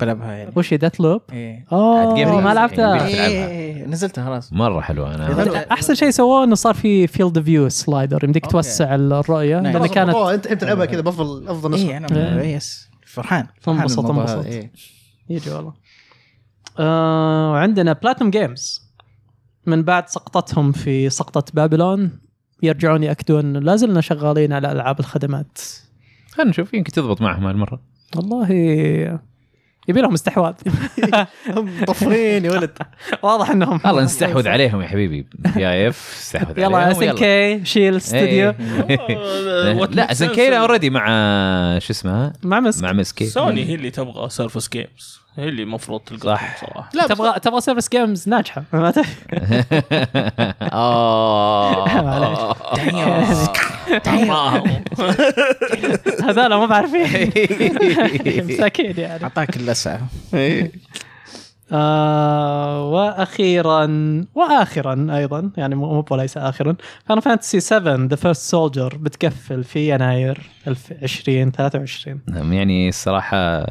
C: بلعبها يعني
B: وش ديت لوب؟
C: ايه
B: اوه
F: Game
B: ما
F: Pass.
B: لعبتها
F: Game Pass.
C: إيه، إيه، نزلتها خلاص
F: مره حلوه انا
C: حلو.
B: احسن شيء سووه انه صار في فيلد فيو سلايدر يمديك
C: أوكي.
B: توسع الرؤيه
C: نعم.
B: لانه كانت
E: أوه، انت انت تلعبها كذا بافضل افضل
C: اي
E: نسخه
C: انا
B: إيه.
C: يس فرحان
B: انبسط،
C: بالموضوع
B: انبسط.
C: هذا، إيه.
B: يجي والله آه عندنا بلاتنوم جيمز من بعد سقطتهم في سقطة بابلون يرجعون يأكدون لا زلنا شغالين على ألعاب الخدمات
F: خلينا نشوف يمكن تضبط معهم هالمره
B: والله يبي لهم استحواذ
E: [laughs] هم طفرين يا ولد
B: [laughs] واضح انهم
F: الله نستحوذ عليهم يا حبيبي يا اف استحوذ عليهم
B: يلا اس ان كي شيل استوديو
F: إيه. لا زنكيلا اوريدي مع شو اسمها
B: مع مسك
F: مع
C: [laughs]
F: مسكي
A: سوني هي اللي تبغى سيرفس جيمز هي اللي المفروض تلقاهم صراحه
E: لا بس-
B: تبغى تبغى سيرفس جيمز ناجحه [laughs] ما ت- [laughs]
F: اه
C: تعال.
B: [laughs] هذول ما
F: [laughs]
B: بعرفين مساكين يعني
C: اعطاك اللسعه
B: آه واخيرا واخرا ايضا يعني مو مو وليس اخرا فان فانتسي 7 ذا فيرست سولجر بتقفل في يناير 2023
F: نعم، يعني الصراحة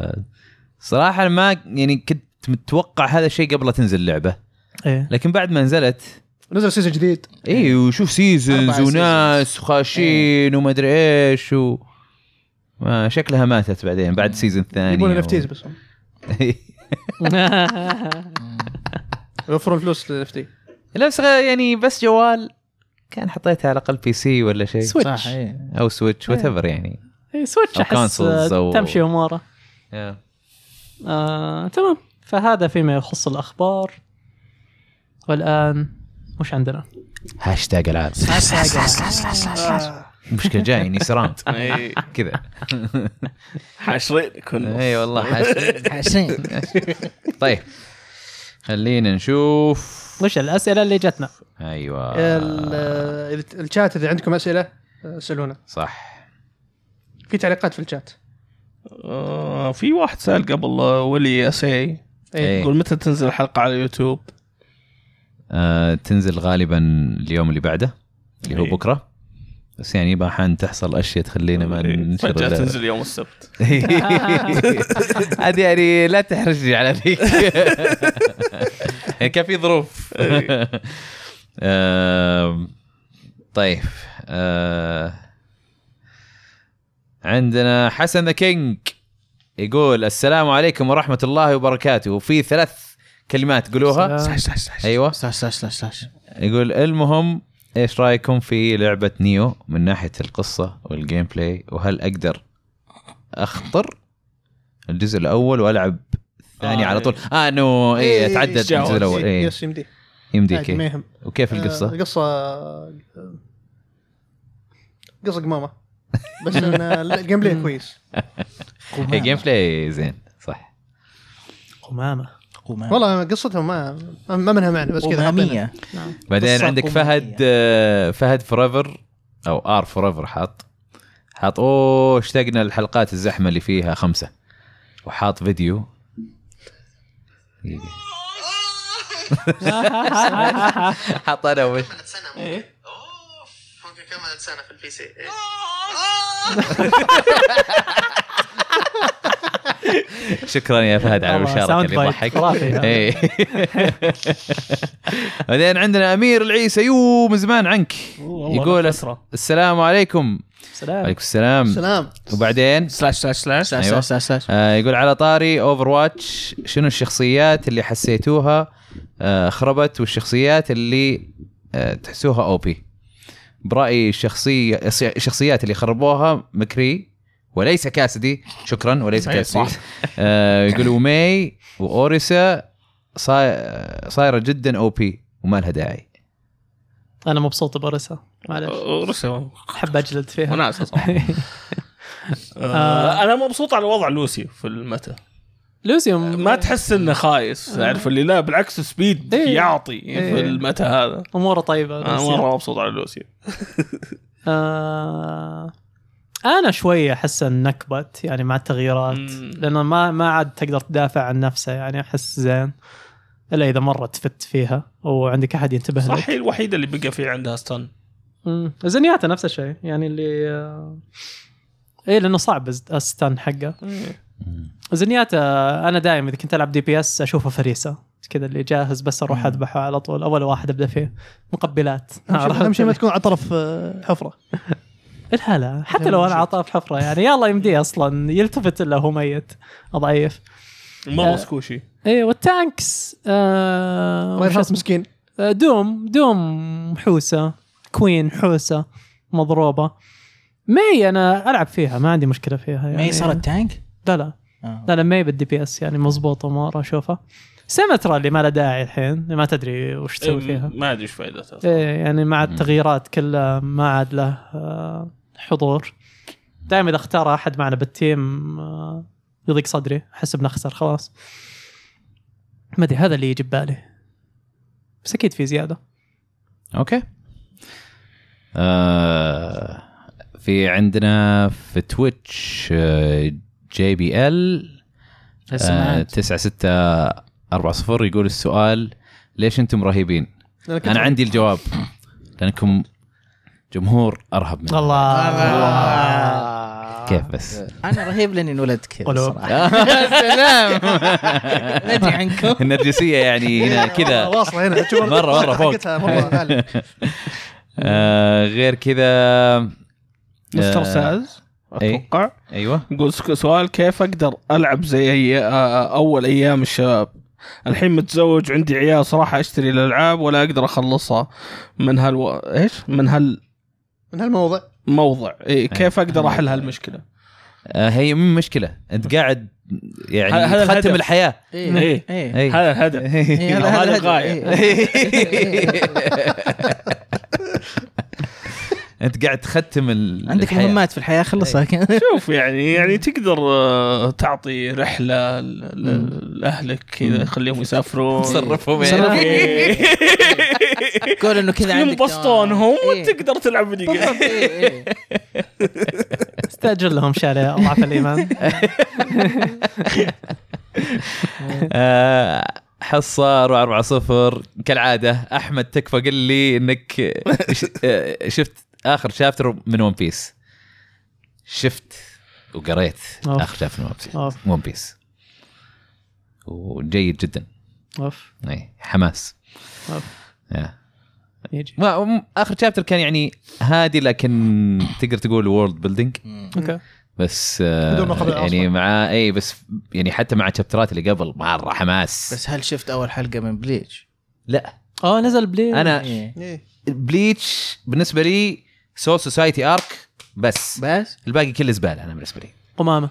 F: صراحة ما يعني كنت متوقع هذا الشيء قبل لا تنزل اللعبة
B: ايه
F: لكن بعد ما نزلت
E: نزل سيزون جديد
F: اي وشوف
C: أربعة
F: سيزونز
C: إيه. seasons. إيه.
F: وناس وخاشين وما ادري ايش و ما شكلها ماتت بعدين بعد
C: إيه.
F: سيزون ثاني
E: يبون
F: و-
E: NFTs بس هم. يوفرون فلوس لل NFT
F: [laughs] لا بس غ- يعني بس جوال كان حطيتها على الاقل بي سي ولا شيء
C: صح
B: سويتش
C: إيه.
F: او سويتش وات ايفر يعني
B: [laughs] إيه، سويتش
F: أو
B: احس
F: consoles
B: آه،
F: أو-
B: تمشي اموره
F: يا.
B: آه تمام فهذا فيما يخص الاخبار والان وش عندنا؟
F: هاشتاج العاب مشكلة جايني سرانت
A: [laughs]
F: كذا
A: حاشرين كنا
F: اي والله حاشد
C: حسين [laughs]
F: طيب خلينا نشوف
B: وش الاسئله اللي جتنا؟
E: ال-
F: ايوه
E: آه، إذا- الشات اذا عندكم اسئله آه، اسالونا
F: صح
E: في تعليقات في الشات
A: آه، في واحد سال قبل آه، ولي اسي
F: إيه.
A: يقول متى تنزل الحلقه على يوتيوب؟
F: آه تنزل غالبا اليوم اللي بعده اللي هو
A: إيه.
F: بكره بس يعني بحان تحصل اشياء تخلينا ما ننشر
A: فجاه
F: ال-
A: إيه، تنزل يوم السبت
F: [laughs] هذه يعني لا تحرجني على ذيك [laughs] كان في ظروف [laughs] آم، طيب آه، عندنا حسن ذا كينج يقول السلام عليكم ورحمه الله وبركاته وفي ثلاث كلمات قولوها
B: سلام.
F: ايوه
C: سلاش سلاش سلاش سلاش
F: يقول المهم ايش رايكم في لعبه نيو من ناحيه القصه والجيم بلاي وهل اقدر اخطر الجزء الاول والعب الثاني
A: آه،
F: على طول اه انه اي اتعدد
E: إيه،
F: الجزء الاول اي
E: يس يمدي
F: يمديك
E: عادي ما
F: إيه.
E: يهم
F: وكيف
E: آه،
F: القصه؟
E: القصه آه، قصه قمامه بس انا الجيم بلاي
F: [laughs]
E: كويس
F: إيه، جيم بلاي زين صح
B: قمامه
C: قمامة.
E: والله قصتها ما ما منها معنى بس كذا حاطينها.
C: قمامية
F: بعدين
C: قصة
F: عندك
C: قمرية.
F: فهد آه، فهد فوريفر او ار فوريفر حاط حاط اوه اشتقنا للحلقات الزحمه اللي فيها خمسه وحاط فيديو [laughs] دقيقة. حاط انا وش
G: كملت سنه ممكن اوه ممكن كملت سنه في البي سي إيه.
F: شكرا يا فهد على
B: والله
F: المشاركه
B: sound
F: اللي
B: bite
F: ضحك
B: خرافي.
F: [laughs] إيه. بعدين عندنا امير العيسى يو من زمان عنك
A: والله
F: يقول
A: أنا
F: الس-
A: فترة.
F: السلام عليكم
B: سلام
F: عليكم السلام
E: [laughs] سلام
F: وبعدين
A: سلاش سلاش سلاش
C: سلاش
F: أيوة.
C: سلاش سلاش سلاش
F: آه، يقول على طاري اوفر واتش شنو الشخصيات اللي حسيتوها آه، خربت والشخصيات اللي آه، تحسوها او بي برايي الشخصيه الشخصيات اللي خربوها مكري وليس كاسدي شكرا وليس
A: أيوة،
F: كاسدي
A: صح.
F: آه، يقول ومي واوريسا صا- صايره جدا او بي وما لها داعي
B: انا مبسوط بارسا معلش
A: آه، رسم
B: احب اجلد فيها
A: وناسه صراحه
B: [laughs]
A: آه، انا مبسوط على وضع لوسي في المتى
B: لوسيوم
A: ما تحس انه خايس عارف اللي لا بالعكس سبيد
B: إيه.
A: يعطي
B: إيه.
A: في المتى هذا
B: اموره طيبه
A: انا
B: لوسيوم.
A: مره مبسوط على لوسي
B: آه انا شويه احس إن نكبت يعني مع التغييرات
A: مم.
B: لانه ما ما عاد تقدر تدافع عن نفسها يعني احس زين الا اذا مره تفت فيها وعندك احد ينتبه
A: صح
B: لك
A: هي الوحيده اللي بقى في عندها ستان
B: مم. إيه، زنياتا نفس الشيء يعني اللي آه... ايه لانه صعب الز- الستان حقه زنيات آه، انا دائما اذا كنت العب دي بي اس اشوفه فريسه كذا اللي جاهز بس اروح اذبحه على طول اول واحد ابدا فيه
E: [laughs]
B: مقبلات عرفت؟
E: اهم شيء ما تكون على طرف آه، حفره
B: لا لا حتى لو انا عطاه في حفره يعني يلا يمديه اصلا يلتفت الا هو ميت ضعيف
A: مره سكوشي
B: ايه والتانكس آه
E: الله
B: وش
E: يرحمه
B: اسمه؟
E: مسكين
B: آه، دوم دوم حوسه كوين حوسه مضروبه مي انا العب فيها ما عندي مشكله فيها يعني
C: ما هي صارت تانك؟
B: لا لا
C: إيه. آه.
B: لا لا مي بالدي بي اس يعني مضبوطه مره اشوفها سيمترا اللي ما لها داعي الحين ما تدري وش تسوي فيها
A: ما ادري ايش فائدتها
B: ايه يعني مع التغييرات كلها ما عاد له آه، حضور دائما اذا اختار احد معنا بالتيم آه، يضيق صدري احس بنخسر خلاص ما ادري هذا اللي يجي ببالي بس اكيد في زياده
F: اوكي آه في عندنا في تويتش آه، جي بي ال
C: السماعات.
F: 9640 يقول السؤال ليش انتم رهيبين؟
E: لأنك
F: انا عندي الجواب لانكم جمهور ارهب
C: آه،
F: مني
B: الله
F: كيف بس؟
C: انا رهيب لاني انولدت كذا
B: ولو.
C: [laughs]
F: [laughs]
C: صراحه سلام ندري عنكم
F: النرجسيه يعني [laughs] هنا
E: [laughs]
F: كذا
E: واصله هنا شوف،
F: مرة- مرة فوق.
E: حقتها
F: [laughs]
E: مرة عالية.
F: آه غير كذا
A: مستر
F: آه،
A: ساز
F: إيه.
A: اتوقع
F: ايوه
A: يقول سك- سؤال كيف اقدر العب زي أي آه، اول ايام الشباب الحين متزوج عندي عيال صراحه اشتري الالعاب ولا اقدر اخلصها من هالو ايش من
E: من هالموضع
A: هالموضع إيه كيف اقدر احل هالمشكله
F: آه هي مم مشكله انت قاعد
A: هذا-
F: يعني
A: هذا
F: تختم
A: الهدف.
F: الحياه
A: إيه.
C: ايه
F: أي.
A: هذا الهدف
C: إيه،
A: هذا
C: الهدف.
A: الغاية.
C: إيه.
F: انت قاعد تختم ال...
C: عندك
F: الحياة.
C: مهمات في الحياه خلصها كذا
A: [laughs] شوف يعني يعني تقدر آه، تعطي رحله ل- ل- لاهلك كذا خليهم يسافرون
F: تصرفهم يعني
C: تصرفهم.
A: إيه.
C: [laughs] قول انه كذا عندك
A: ينبسطون
C: دوام.
A: هم
C: إيه.
A: وتقدر تلعب فيديو جيم.
C: إيه، إيه.
B: استاجر لهم شارع الله في
C: [laughs]
B: الايمان
F: آه حصار 4 0 كالعاده احمد تكفى قل لي انك ش- آه، شفت اخر شابتر من ون بيس شفت وقريت
B: أوف.
F: اخر شابتر من ون بيس
B: أوف.
F: ون بيس وجيد جدا
B: اوف
F: اي حماس
B: أوف.
F: يا.
B: يجي
F: ما م- اخر شابتر كان يعني هادي لكن تقدر تقول وورلد بيلدينج
B: اوكي
F: بس آه،
E: بدون ما قبل
F: يعني
E: أصلاً.
F: مع اي بس يعني حتى مع الشابترات اللي قبل مره حماس
C: بس هل شفت اول حلقه من بليتش؟
F: لا
B: اه نزل بلي
F: انا
C: إيه.
E: إيه.
F: بليتش بالنسبه لي سول سوسايتي ارك بس
C: بس
F: الباقي كله زباله انا بالنسبه لي
B: قمامه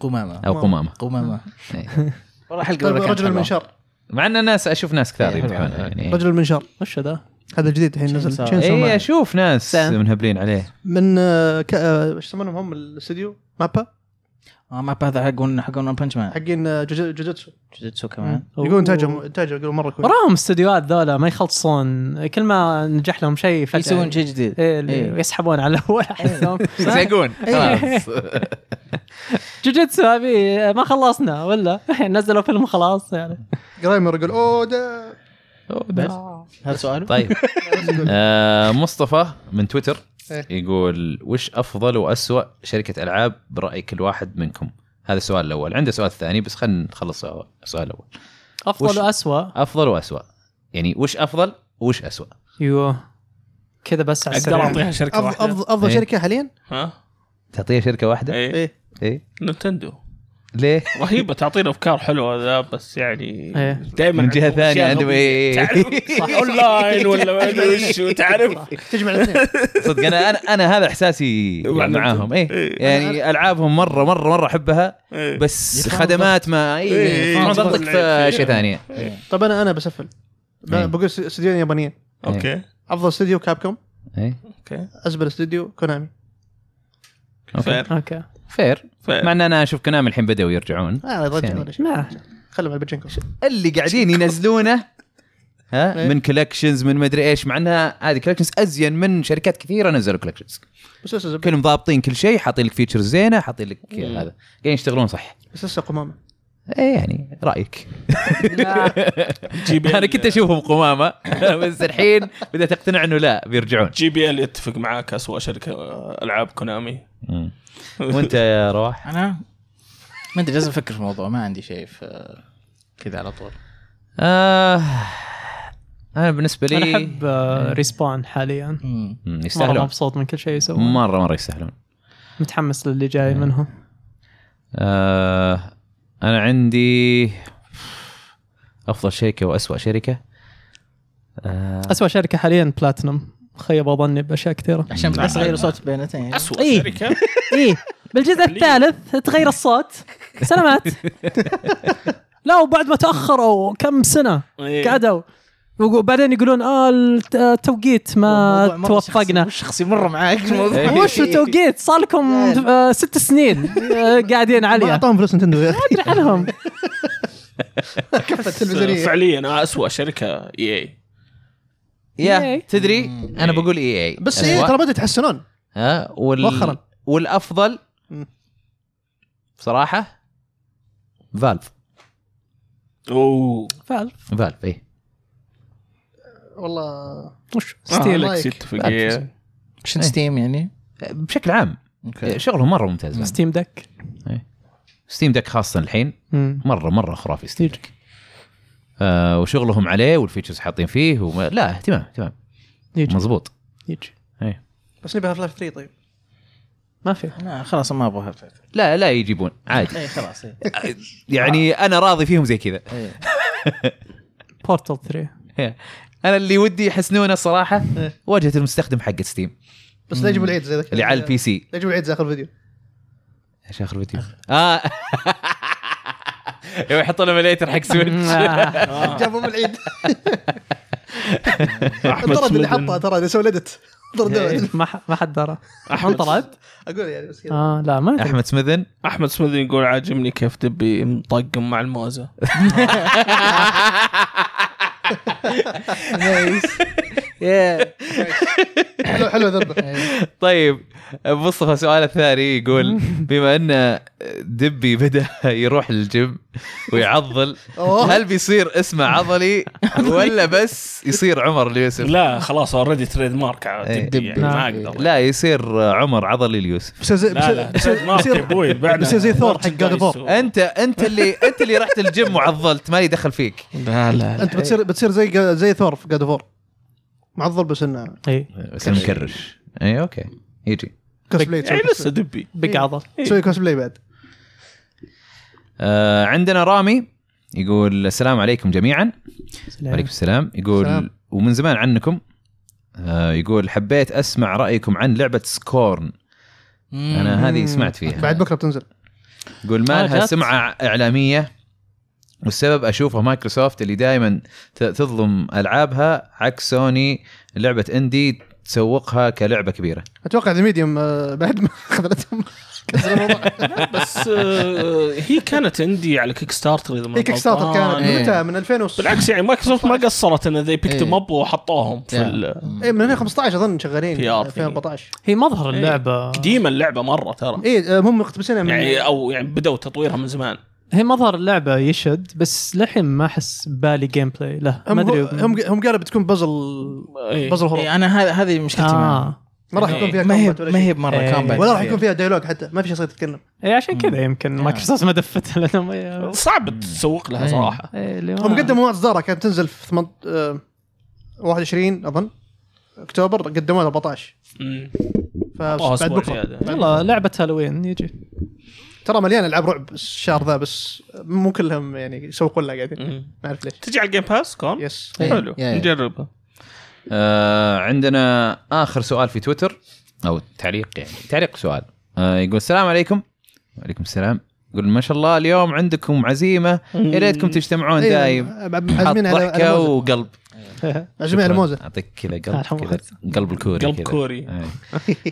C: قمامه
F: او قمامه
C: قمامه
F: إيه.
C: والله حلقه مرة كانت
E: طيب، رجل
C: حلوة.
E: المنشار
F: مع ان الناس اشوف ناس كثار
C: إيه،
F: يمدحونه
C: حلو.
F: يعني
E: رجل المنشار
B: وش ذا؟
E: هذا الجديد الحين نزل
C: Chainsaw.
E: Chainsaw
F: اي
E: Man.
F: اشوف ناس
B: سام.
F: منهبلين عليه
E: من آه، ك- آه، ايش يسمونهم هم الاستوديو مابا
C: اه ما هذا حقون حقون ون بنش مان
E: حقين آه، جوجو- جوجوتسو
C: جوجيتسو كمان
E: يقولون انتاجهم انتاجهم يقولون مره كويس
B: وراهم استديوهات ذولا ما يخلصون كل ما نجح لهم شيء فجاه
C: يسوون شيء جديد
B: إيه اللي
C: إيه.
B: يسحبون على [laughs] الاول احسهم
F: زيقون خلاص
B: جوجيتسو هذه ما خلصنا ولا [laughs] نزلوا فيلم خلاص يعني
E: جرايمر يقول اوه ده
C: هل سؤاله؟
F: طيب آه مصطفى من تويتر
E: إيه.
F: يقول وش افضل واسوأ شركه العاب براي كل واحد منكم هذا السؤال الاول عنده سؤال ثاني بس خلينا نخلص السؤال الاول وش-
B: افضل واسوء
F: افضل واسوأ يعني وش افضل وش اسوأ
B: يوه أيوه. كذا بس على
A: اقدر
C: [laughs]
B: السريع
A: اعطيها شركه
E: أفضل-
A: واحده
E: افضل افضل
F: إيه.
E: شركه حاليا
A: ها
F: تعطيه شركه واحده
A: ايه
E: ايه
F: ايه
A: نينتندو
F: ليه
A: رهيبه تعطينا افكار حلوه ذا بس يعني
B: إيه.
A: دائما
F: من
A: [laughs]
F: جهه ثانيه عندهم ايه
A: اون لاين ولا ما [laughs] ادري وش وتعرف
E: تجمع الاثنين
F: [laughs] صدق انا انا, أنا هذا احساسي
A: مع
F: معاهم ايه
A: إيه.
F: يعني العابهم مره مره مره احبها
A: إيه.
F: بس خدمات ما
A: إيه.
F: اي ضغطك في شيء ثانيه
E: طب انا انا بسفل ب-
F: إيه.
E: بقول استوديو يابانيين
A: اوكي
E: افضل استوديو كابكوم
F: ايه
A: اوكي
E: ازبل استوديو كونامي
F: اوكي
A: فير
B: اوكي
F: فير
A: فير
F: مع ان انا اشوف كلام الحين بداوا يرجعون
E: آه، لا يضجعون ولا شيء
B: ما
E: خلهم على الباتشينكو
F: اللي قاعدين ينزلونه ها [laughs]
E: إيه.
F: من كولكشنز من مدري ايش مع انها هذه كولكشنز ازين من شركات كثيره نزلوا كولكشنز
E: بس لسه زبل
F: كلهم ضابطين كل شيء حاطين لك فيتشرز زينه حاطين لك هذا قاعدين يشتغلون صح
E: بس لسه قمامه
F: ايه يعني [laughs] رايك
A: جيب
F: انا كنت اشوفهم قمامه [laughs] بس الحين بدات اقتنع انه لا بيرجعون
A: جي بي ال يتفق معاك اسوء شركه العاب كونامي
F: وانت يا رواح
C: انا ما ادري لازم افكر في الموضوع ما عندي شيء في كذا على طول
F: آه انا بالنسبه
B: انا
C: إيه.
F: لي
B: احب آه، ريسبون حاليا
C: مم.
F: مم،
B: مره
F: يستاهلون
B: مبسوط من كل شيء يسوون
F: مره مره يستاهلون
B: متحمس للي
C: إيه.
B: جاي منهم
F: آه انا عندي افضل شركه واسوأ شركه آه
B: اسوء شركه حاليا بلاتنم خيب ظني باشياء كثيره
C: عشان بس غير صوت بيانتين
A: اسوء
B: [laughs] إيه.
A: شركه
B: ايه بالجزء الثالث تغير الصوت سلامات [laughs] لا وبعد ما تاخروا كم سنه
A: [laughs] إيه.
B: قعدوا وبعدين يقولون اه الت- التوقيت ما توفقنا
C: شخصي مره معاك
A: إيه.
C: الموضوع [laughs]
B: وش التوقيت صار لكم آه، ست سنين آه، قاعدين
E: ما
B: عليها
E: اعطاهم فلوس نتندو يا
B: ادري عنهم
E: كفت الميزانيه
A: فعليا اسوء شركه اي اي
F: يا
B: إيه.
F: تدري انا بقول اي اي
E: بس ايه ترى بدأوا يتحسنون
F: ها آه، وال...
E: مؤخراً.
F: والافضل
E: مم.
F: بصراحه فالف
A: اوه
B: فالف
F: فالف اي
E: والله
B: وش
A: ستيل
B: ستيل
A: اكسيت فقير
C: عشان ستيم يعني
F: بشكل عام
C: اوكي
F: شغلهم مره ممتاز
B: ستيم دك
F: ستيم دك خاصه الحين
B: مم.
F: مره مره خرافي ستيم دك آه وشغلهم عليه والفيتشرز حاطين فيه وما... لا اهتمام اهتمام
B: يجي
F: مزبوط
B: يجي
E: بس نبي هاف لايف 3 طيب
B: ما في
C: لا خلاص ما ابغى هبل.
F: لا لا يجيبون
E: [laughs]
F: عادي
C: اي إيه، خلاص إي.
F: يعني انا راضي فيهم زي كذا
C: إي.
B: بورتال
A: [laughs]
B: 3
F: انا اللي ودي يحسنونه الصراحه واجهه المستخدم حقت ستيم
E: بس لا يجيبوا العيد زي ذاك
F: اللي على البي سي
E: لا يجيبوا العيد زي اخر فيديو
F: ايش اخر فيديو؟ [laughs] اه يبغى يحطون ايميليتر حق
B: [laughs]
F: [laughs] سويتش
B: آه،
A: آه.
E: جابوا من [laughs] العيد
A: احمد
E: الطرد اللي
A: سمدن
E: حطها ترى اللي سوى الادت
A: إيه.
E: طرد
B: إيه. ما ح- ما حد درى
A: أحمد.
B: طلعت
E: اقول يعني بس كذا
B: اه لا ما أدري.
F: احمد سمذن
A: احمد سمدن يقول عاجبني كيف دبي مطقم مع الموزه [laughs]
E: [laughs] حلو حلو ذبح
F: طيب مصطفى سؤال الثاني يقول بما ان دبي بدا [laughs] يروح للجيم ويعضل
E: [laughs] أوه.
F: هل بيصير اسمه عضلي ولا بس يصير عمر اليوسف؟
A: لا خلاص اوريدي تريد مارك على
F: إيه.
A: دبي يعني ما
B: نعم.
A: اقدر
F: لا يصير عمر عضلي اليوسف
E: بس زي
A: لا لا
E: بس
A: تريد مارك يا ابوي بعد
E: بيصير زي ثور حق God of War.
A: إيه،
F: انت انت اللي انت اللي رحت الجيم وعضلت مالي دخل فيك
A: لا لا
E: انت بتصير بتصير زي زي ثور في جاد فور معضل بس انه
B: اي
F: بس أنا مكرش اي اوكي يجي
E: كوسبلاي
A: يعني لسه دبي
B: بق عضل
A: إيه.
E: تسوي كوسبلاي بعد
F: آه عندنا رامي يقول السلام عليكم جميعا
B: إيه.
F: وعليكم السلام يقول
E: سلام.
F: ومن زمان عنكم آه يقول حبيت اسمع رايكم عن لعبه سكورن
A: آه،
F: انا هذه سمعت فيها
E: بعد بكره بتنزل
F: يقول ما
B: آه،
F: لها
B: جات.
F: سمعه اعلاميه والسبب اشوفه مايكروسوفت اللي دائما ت- تظلم العابها عكس سوني لعبه اندي تسوقها كلعبه كبيره
E: اتوقع ذا ميديوم بعد ما [laughs] خذلتهم كسر الموضوع
A: [laughs] بس آه، هي كانت عندي على كيك ستارتر اذا ما
E: هي كيك ستارتر
A: غلطان. إيه.
E: كانت من إيه، متى من 2000 وس-
A: بالعكس يعني مايكروسوفت ما قصرت ان ذي بيكت
E: إيه.
A: اب وحطوهم في ال-
E: اي إيه، من 2015 اظن شغالين
A: في آر.
E: 2014
B: هي مظهر اللعبه
A: قديمه اللعبه مره ترى
E: اي هم إيه، آه، مقتبسينها من
A: يعني او يعني بدأوا تطويرها من زمان
B: هي مظهر اللعبه يشد بس للحين ما احس بالي جيم بلاي له
E: هم
B: ما ادري
E: هم هم قالوا بتكون بازل
A: إيه.
E: بازل
C: إي،
E: هروب
C: انا هذا هذه مشكلتي معها.
B: اه
E: ما راح يكون فيها
C: يعني ما هي
E: كومبات ولا
C: ما
E: شيء
C: هي بمره
B: إيه.
C: كامبات
E: ولا راح يكون فيها دايلوج حتى ما في شيء صير تتكلم
B: اي إيه، عشان كذا يمكن مايكروسوفت ما دفتها لانهم إيه،
A: صعب تسوق لها
C: إيه.
A: صراحه
B: إيه، اللي ما-
E: هم قدموا اصدارها كانت تنزل في 8 آه، 21 اظن اكتوبر قدموها 14
A: مم. أعطوها
E: فبعد
A: أسبوع
E: بكره
A: زيادة.
E: بعد-
B: يلا لعبه هالوين يجي
E: ترى مليان العاب رعب الشهر ذا بس مو كلهم يعني يسوقون لها قاعدين
A: مم.
E: ما اعرف ليش
A: تجي على الجيم باس كون
E: يس
C: إيه.
A: حلو
C: يا- يا.
A: نجربها
F: آه عندنا اخر سؤال في تويتر او تعليق يعني تعليق سؤال آه يقول السلام عليكم وعليكم السلام يقول ما شاء الله اليوم عندكم عزيمه يا ريتكم تجتمعون
E: إيه،
F: دايم حط
E: عازمين على- على
F: ضحكه
E: موزة.
F: وقلب
E: عازمين على
F: شكراً.
E: موزه
F: اعطيك كذا
B: الحمد
F: قلب كذا قلب الكوري
A: قلب
F: كذا.
A: كوري
E: [laughs]
F: إيه.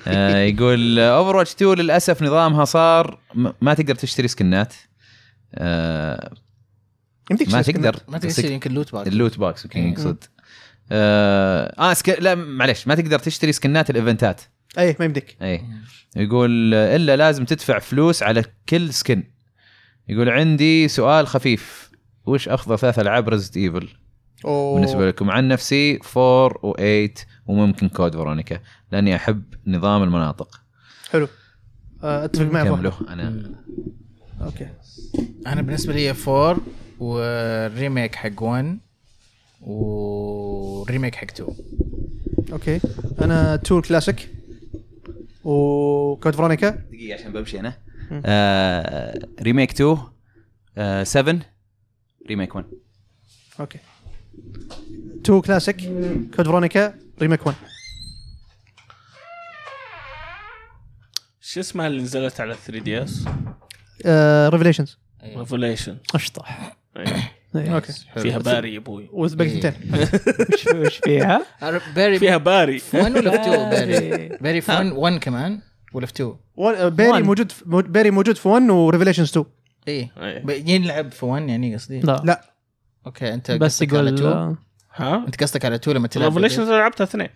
F: آه يقول اوفر واتش 2 للاسف نظامها صار م- ما تقدر تشتري سكنات آه
E: يمديك
F: ما
E: تشتري
F: تقدر
C: ما تقدر
F: تسك-
C: يصير يمكن لوت باكس
F: اللوت باكس يمكن يقصد اه, آه سك... لا معلش ما تقدر تشتري سكنات الايفنتات
E: سكنة. اي إيه، ما يمديك
F: اي يقول آه، الا لازم تدفع فلوس على كل سكن يقول عندي سؤال خفيف وش افضل ثلاث العاب ريزد ايفل
E: أوه.
F: بالنسبه لكم عن نفسي 4 و8 وممكن كود فيرونيكا لاني احب نظام المناطق
E: حلو آه، اتفق معك
F: كملوا انا
E: اوكي
C: انا بالنسبه لي 4 والريميك حق 1 والريميك حق 2
E: اوكي انا تول كلاسيك وكود فرونيكا
H: دقيقه عشان بمشي انا آه ريميك 2 آه 7 ريميك 1
E: اوكي تو كلاسيك كود فرونيكا ريميك 1
A: شو اسمها اللي نزلت على 3 دي اس؟
E: آه، ريفليشنز
A: ريفوليشن
B: اشطح
E: اوكي
A: فيها باري يا ابوي
E: وزبق اثنتين
B: وش وش فيها؟
C: باري
A: فيها باري
C: 1 ولا في 2 [laughs]
B: [laughs]
C: باري باري في 1 1 كمان ولا في 2
E: بيري آه، موجود في- مو- بيري موجود في 1 وريفليشنز 2
C: ايه
A: إيه.
C: ب- ينلعب في 1 يعني قصدي
B: لا,
E: [laughs] لا
C: اوكي انت
B: بس
C: قصدك على
B: يقول
C: 2
B: آه،
A: ها؟
C: انت قصدك على 2 لما تلعب
A: ريفوليشن لعبتها اثنين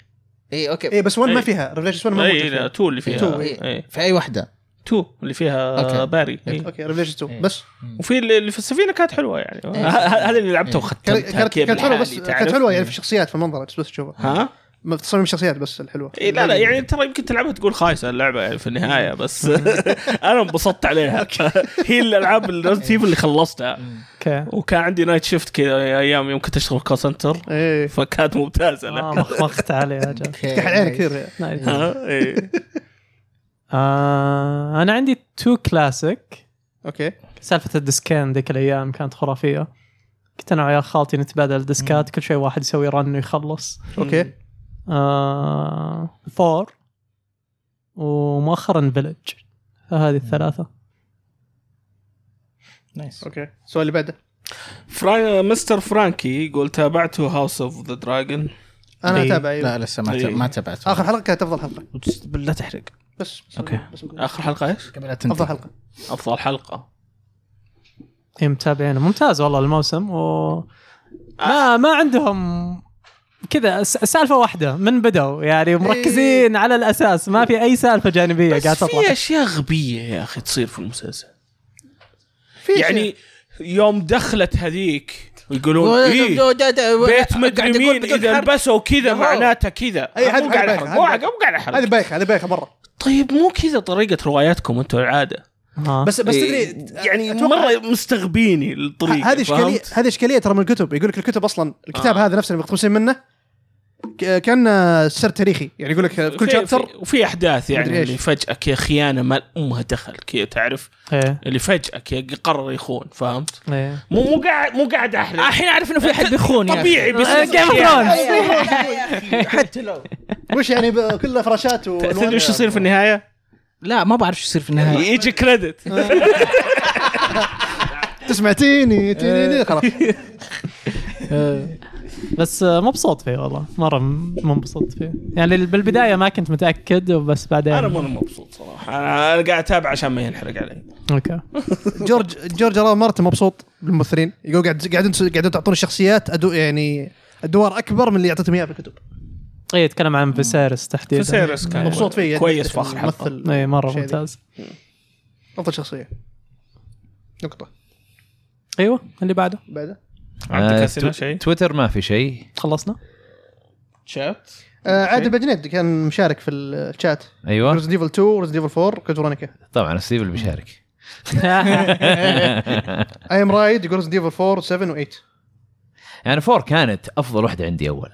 C: اي اوكي
E: اي بس 1 ما
A: إيه.
E: فيها ريفليشنز 1 ما موجود
A: اي لا
E: فيها.
A: 2 اللي فيها
C: تو، إيه.
A: إيه.
C: في اي واحده
A: 2 اللي فيها
C: أوكي.
A: باري إيه.
E: اوكي ريفليشنز 2
C: إيه.
E: بس
A: وفي اللي اللي في السفينه كانت حلوه يعني ه- ه- هذا اللي لعبته
C: إيه.
A: وختمتها
E: كانت- كانت
A: كيف
E: كانت حلوه بس
A: لحالي،
E: كانت
A: تعرف؟
E: حلوه يعني في الشخصيات في المنظر بس تشوفها
A: ها؟
E: ما في تصميم الشخصيات بس الحلوه
A: إيه لا لا يعني ترى يمكن تلعبها تقول خايسه اللعبه يعني في النهايه بس [laughs] انا انبسطت عليها [laughs] هي الالعاب الريزنت اللي خلصتها
B: اوكي
A: وكان عندي نايت شيفت كذا ايام يوم كنت اشتغل كول سنتر
E: ايه
A: فكانت ممتازه
B: آه،
A: لها
B: مخمخت عليها جد [laughs]
E: تفتح العين كثير
B: نايس.
A: [laughs] ها؟ إيه.
B: آه، انا عندي تو كلاسيك
E: اوكي
A: إيه.
B: سالفه الديسكين ذيك الايام كانت خرافيه كنت انا وعيال خالتي نتبادل ديسكات كل شيء واحد يسوي رن ويخلص
E: اوكي
B: آه، فور ومؤخرا فيلج فهذه الثلاثه
C: نايس
E: اوكي السؤال اللي بعده
A: فرا... مستر فرانكي يقول تابعته هاوس اوف ذا دراجون
E: انا
B: إيه.
E: اتابع أيوة.
C: لا لسه ما
A: إيه.
C: تب- ما تبعت
E: اخر حلقه كانت افضل حلقه
A: بالله تحرق
E: بس بس-
A: أوكي.
E: بس- بس-
A: اخر حلقه ايش؟
C: قبل لا تنتهي.
E: افضل حلقه
A: افضل حلقه
B: هي متابعين إيه، ممتاز والله الموسم و
A: آه.
B: ما ما عندهم كذا س- سالفه واحده من بدوا يعني مركزين على الاساس ما في اي سالفه جانبيه قاعده
A: إيه. بس
B: تطلع
A: في اشياء غبيه يا اخي تصير في المسلسل
E: في
A: يعني يوم دخلت هذيك يقولون إيه بيت مدري مين اذا لبسوا كذا معناته كذا
E: أي، هذه
A: مو قاعد
E: بايخة،
A: احرق
E: هذه
A: مو قاعد
E: بايخة.
A: مو قاعد
E: هذه
A: احرق
E: بايخه هذه بايخه مره
A: طيب مو كذا طريقه رواياتكم انتم العاده
B: آه.
E: بس بس
A: إيه،
E: تدري
A: يعني
E: أتوقع-
A: مره مستغبيني الطريقه
E: هذه اشكاليه
A: فهمت؟ آه.
E: هذه اشكاليه ترى من الكتب يقول لك الكتب اصلا الكتاب هذا نفسه اللي مقتبسين منه ك- كان آه، سر تاريخي يعني يقول لك كل
A: في-
E: شابتر
A: في- وفي احداث
E: مدري
A: يعني
E: إيش.
A: اللي فجاه كذا خيانه مال امها دخل كذا تعرف
B: ايه
A: اللي فجاه كذا قرر يخون فهمت؟
B: ايه
A: مو مو قاعد مو قاعد احرق الحين اعرف انه في حد بيخون طبيعي بس
B: جيم
C: أيوة. [laughs]
B: ثرونز
E: وش يعني ب- كله فراشات و
A: تدري وش يصير في النهايه؟
C: لا ما بعرف شو يصير في النهايه
A: يجي كريدت
E: تسمع
A: إيه.
E: تيني
A: [laughs]
E: تيني تيني، خلاص
B: بس آه، مبسوط فيه والله مره م- منبسط فيه يعني لل- بالبدايه ما كنت متاكد بس بعدين
A: انا مو مبسوط صراحه انا انا قاعد اتابع عشان ما ينحرق علي
B: اوكي
E: جورج جورج ارا مارتن مبسوط بالممثلين يقول قاعد قاعدين قاعدين تعطون الشخصيات أدو يعني ادوار اكبر من اللي اعطيتهم اياها في الكتب
B: ايه يتكلم عن فيسيرس تحديدا
A: فيسيريس كان
E: مبسوط فيه يعني
A: كويس في آخر حلقة.
E: ممثل
B: اي مره
E: شيء ذي.
B: إيه، ممتاز
E: افضل شخصيه نقطه
B: ايوه اللي بعده
E: بعده
A: عندك
F: آه،
A: اسئله
F: تو-
A: شيء؟
F: تويتر ما في شيء
B: خلصنا
A: شات
E: آه عادل بجنيد كان مشارك في الشات
F: ايوه
E: ريزد ايفل 2 ريزد ايفل 4 كود فرونيكا
F: طبعا ستيف اللي بيشارك
E: اي ام رايد يقول ريزد ايفل 4 7 و8
F: يعني فور كانت افضل واحده عندي اول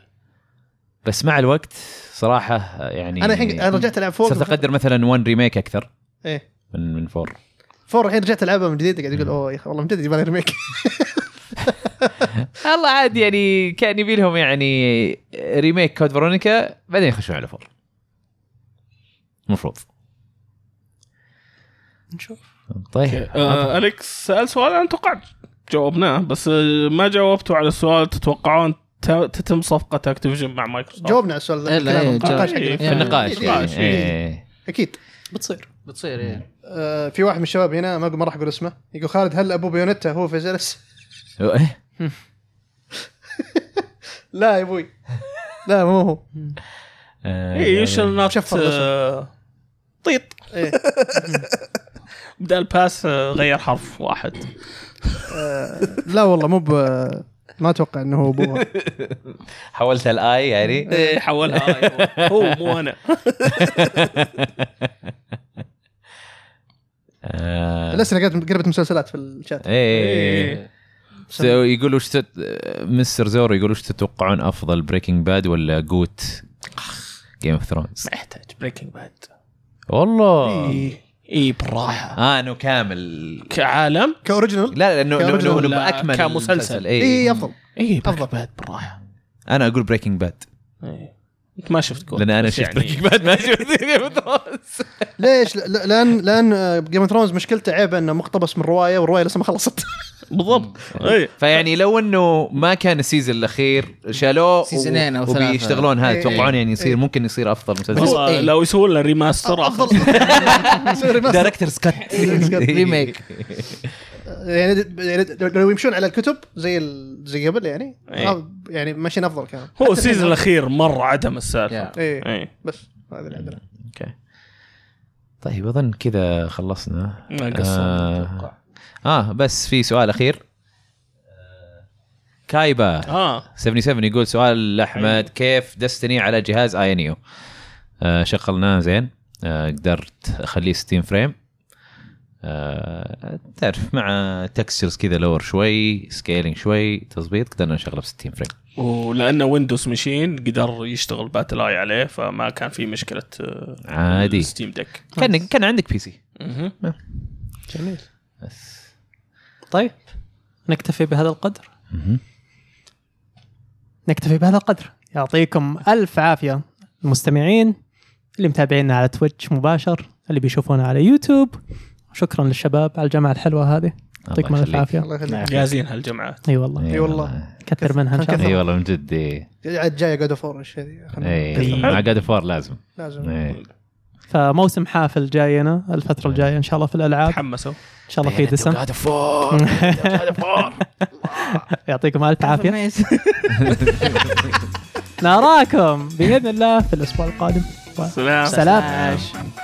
F: بس مع الوقت صراحه آه، يعني
E: انا الحين انا رجعت العب 4
F: صرت اقدر مثلا 1 ريميك اكثر
E: ايه
F: من من فور
E: 4 الحين رجعت العبها من جديد قاعد اقول اوه يا اخي والله من جديد يبغى ريميك
F: الله عاد يعني كان يبي لهم يعني ريميك كود فرونيكا بعدين يخشون على فور المفروض
B: نشوف
F: طيب
A: آه اليكس سال سؤال انا توقعت جاوبناه بس آه، ما جاوبتوا على السؤال تتوقعون ت- تتم صفقه اكتيفيجن مع مايكروسوفت
E: جاوبنا على السؤال ذا
C: إيه، لا،
E: كلام
C: إيه،
A: جاوب.
E: النقاش حقنا.
A: إيه،
F: في النقاش
A: نقاش،
F: يعني.
E: إيه.
F: إيه.
E: اكيد
B: بتصير
C: بتصير ايه
E: آه، في واحد من الشباب هنا ما ما راح اقول اسمه يقول خالد هل ابو بيونتا هو فيزيلس؟
F: إيه.
E: [laughs] لا يا ابوي لا مو هو
F: آه،
A: اي ايش
E: شفر
A: النوت
E: الرسم.
A: آه، طيط
E: إيه.
A: بدال باس آه، غير حرف واحد
E: لا والله مو ب ما اتوقع انه هو ابوها
F: حولت الاي يعني
A: إيه، حولها أيوه. آي، هو هو مو انا
F: آه،
E: الاسئله قاعده قربت مسلسلات في الشات
F: ايه So يقول وش تت... مستر زورو يقول وش تتوقعون افضل بريكنج باد ولا جوت جيم اوف ثرونز
A: محتاج بريكنج باد إيه.
F: والله
A: اي بالراحه
F: اه انه كامل
A: كعالم
E: كاوريجنال
F: لا لانه انه
E: كأوريجنال
F: انه
A: لا،
F: إنه إيه. اكمل
A: كمسلسل.
E: اي
F: اي
E: افضل
A: اي
E: إيه، أفضل.
A: بريكنج باد بالراحه
F: انا اقول بريكنج باد
A: إيه. انت ما شفت جوت
F: لان انا
A: بس
F: شفت بريكنج
A: يعني
F: باد ما شفت Game of Thrones.
E: ليش؟ لا- لا- لان لان جيم اوف ثرونز مشكلته عيبه انه مقتبس من روايه والروايه لسه ما خلصت
A: بالضبط إيه. اي
F: فيعني لو انه ما كان السيزون الاخير شالوه
C: سيزونين أو ثلاثة.
F: وبيشتغلون هذا
E: إيه.
F: يتوقعون يعني يصير ممكن يصير افضل مسلسل
A: هو
C: إيه.
A: لو يسوون لنا ريماستر
E: افضل
A: أخذ.
E: سوري، ما-
F: دايركترز
E: [laughs]
F: كات
C: ريميك
E: يعني يعني لو يمشون على الكتب زي ال- زي قبل يعني
A: إيه.
E: آه، يعني ماشيين افضل كانوا
A: هو السيزون الاخير مره عدم إيه. السالفه
E: اي
A: اي
E: إيه، بس هذا اللي عندنا
F: اوكي طيب اظن كذا خلصنا
A: ما
F: آه.
A: قصرنا اتوقع
F: اه بس في سؤال اخير كايبا
A: اه
F: 77 يقول سؤال لاحمد كيف دستني على جهاز اي ان يو شغلناه زين آه، قدرت اخليه 60 فريم آه، تعرف مع تكستشرز كذا لور شوي سكيلينج شوي تظبيط قدرنا نشغله ب 60 فريم
A: ولانه ويندوز مشين قدر يشتغل باتل اي عليه فما كان في آه، مشكله
F: عادي
A: ستيم ديك
F: كان كان عندك بي سي
B: جميل
F: بس
B: طيب نكتفي بهذا القدر نكتفي بهذا القدر يعطيكم ألف عافية المستمعين اللي متابعينا على تويتش مباشر اللي بيشوفونا على يوتيوب شكرا للشباب على الجامعة الحلوة هذه يعطيكم ألف
F: يخليك.
B: عافية
E: الله يخليك
A: جاهزين هالجمعه
B: اي والله
E: اي والله
B: كثر منها ان شاء الله
F: اي والله من جد إي.
E: عاد جايه جود اوف ايش هذي خلنا-
F: اي مع جاد فور لازم
E: لازم
F: إي.
B: فموسم حافل جاينا الفترة الجاية ان شاء الله في الالعاب ان
A: تحمسوا
B: شاء الله في دسم [laughs] يعطيكم الف عافية نراكم باذن الله في الاسبوع القادم
A: سلام
B: سلام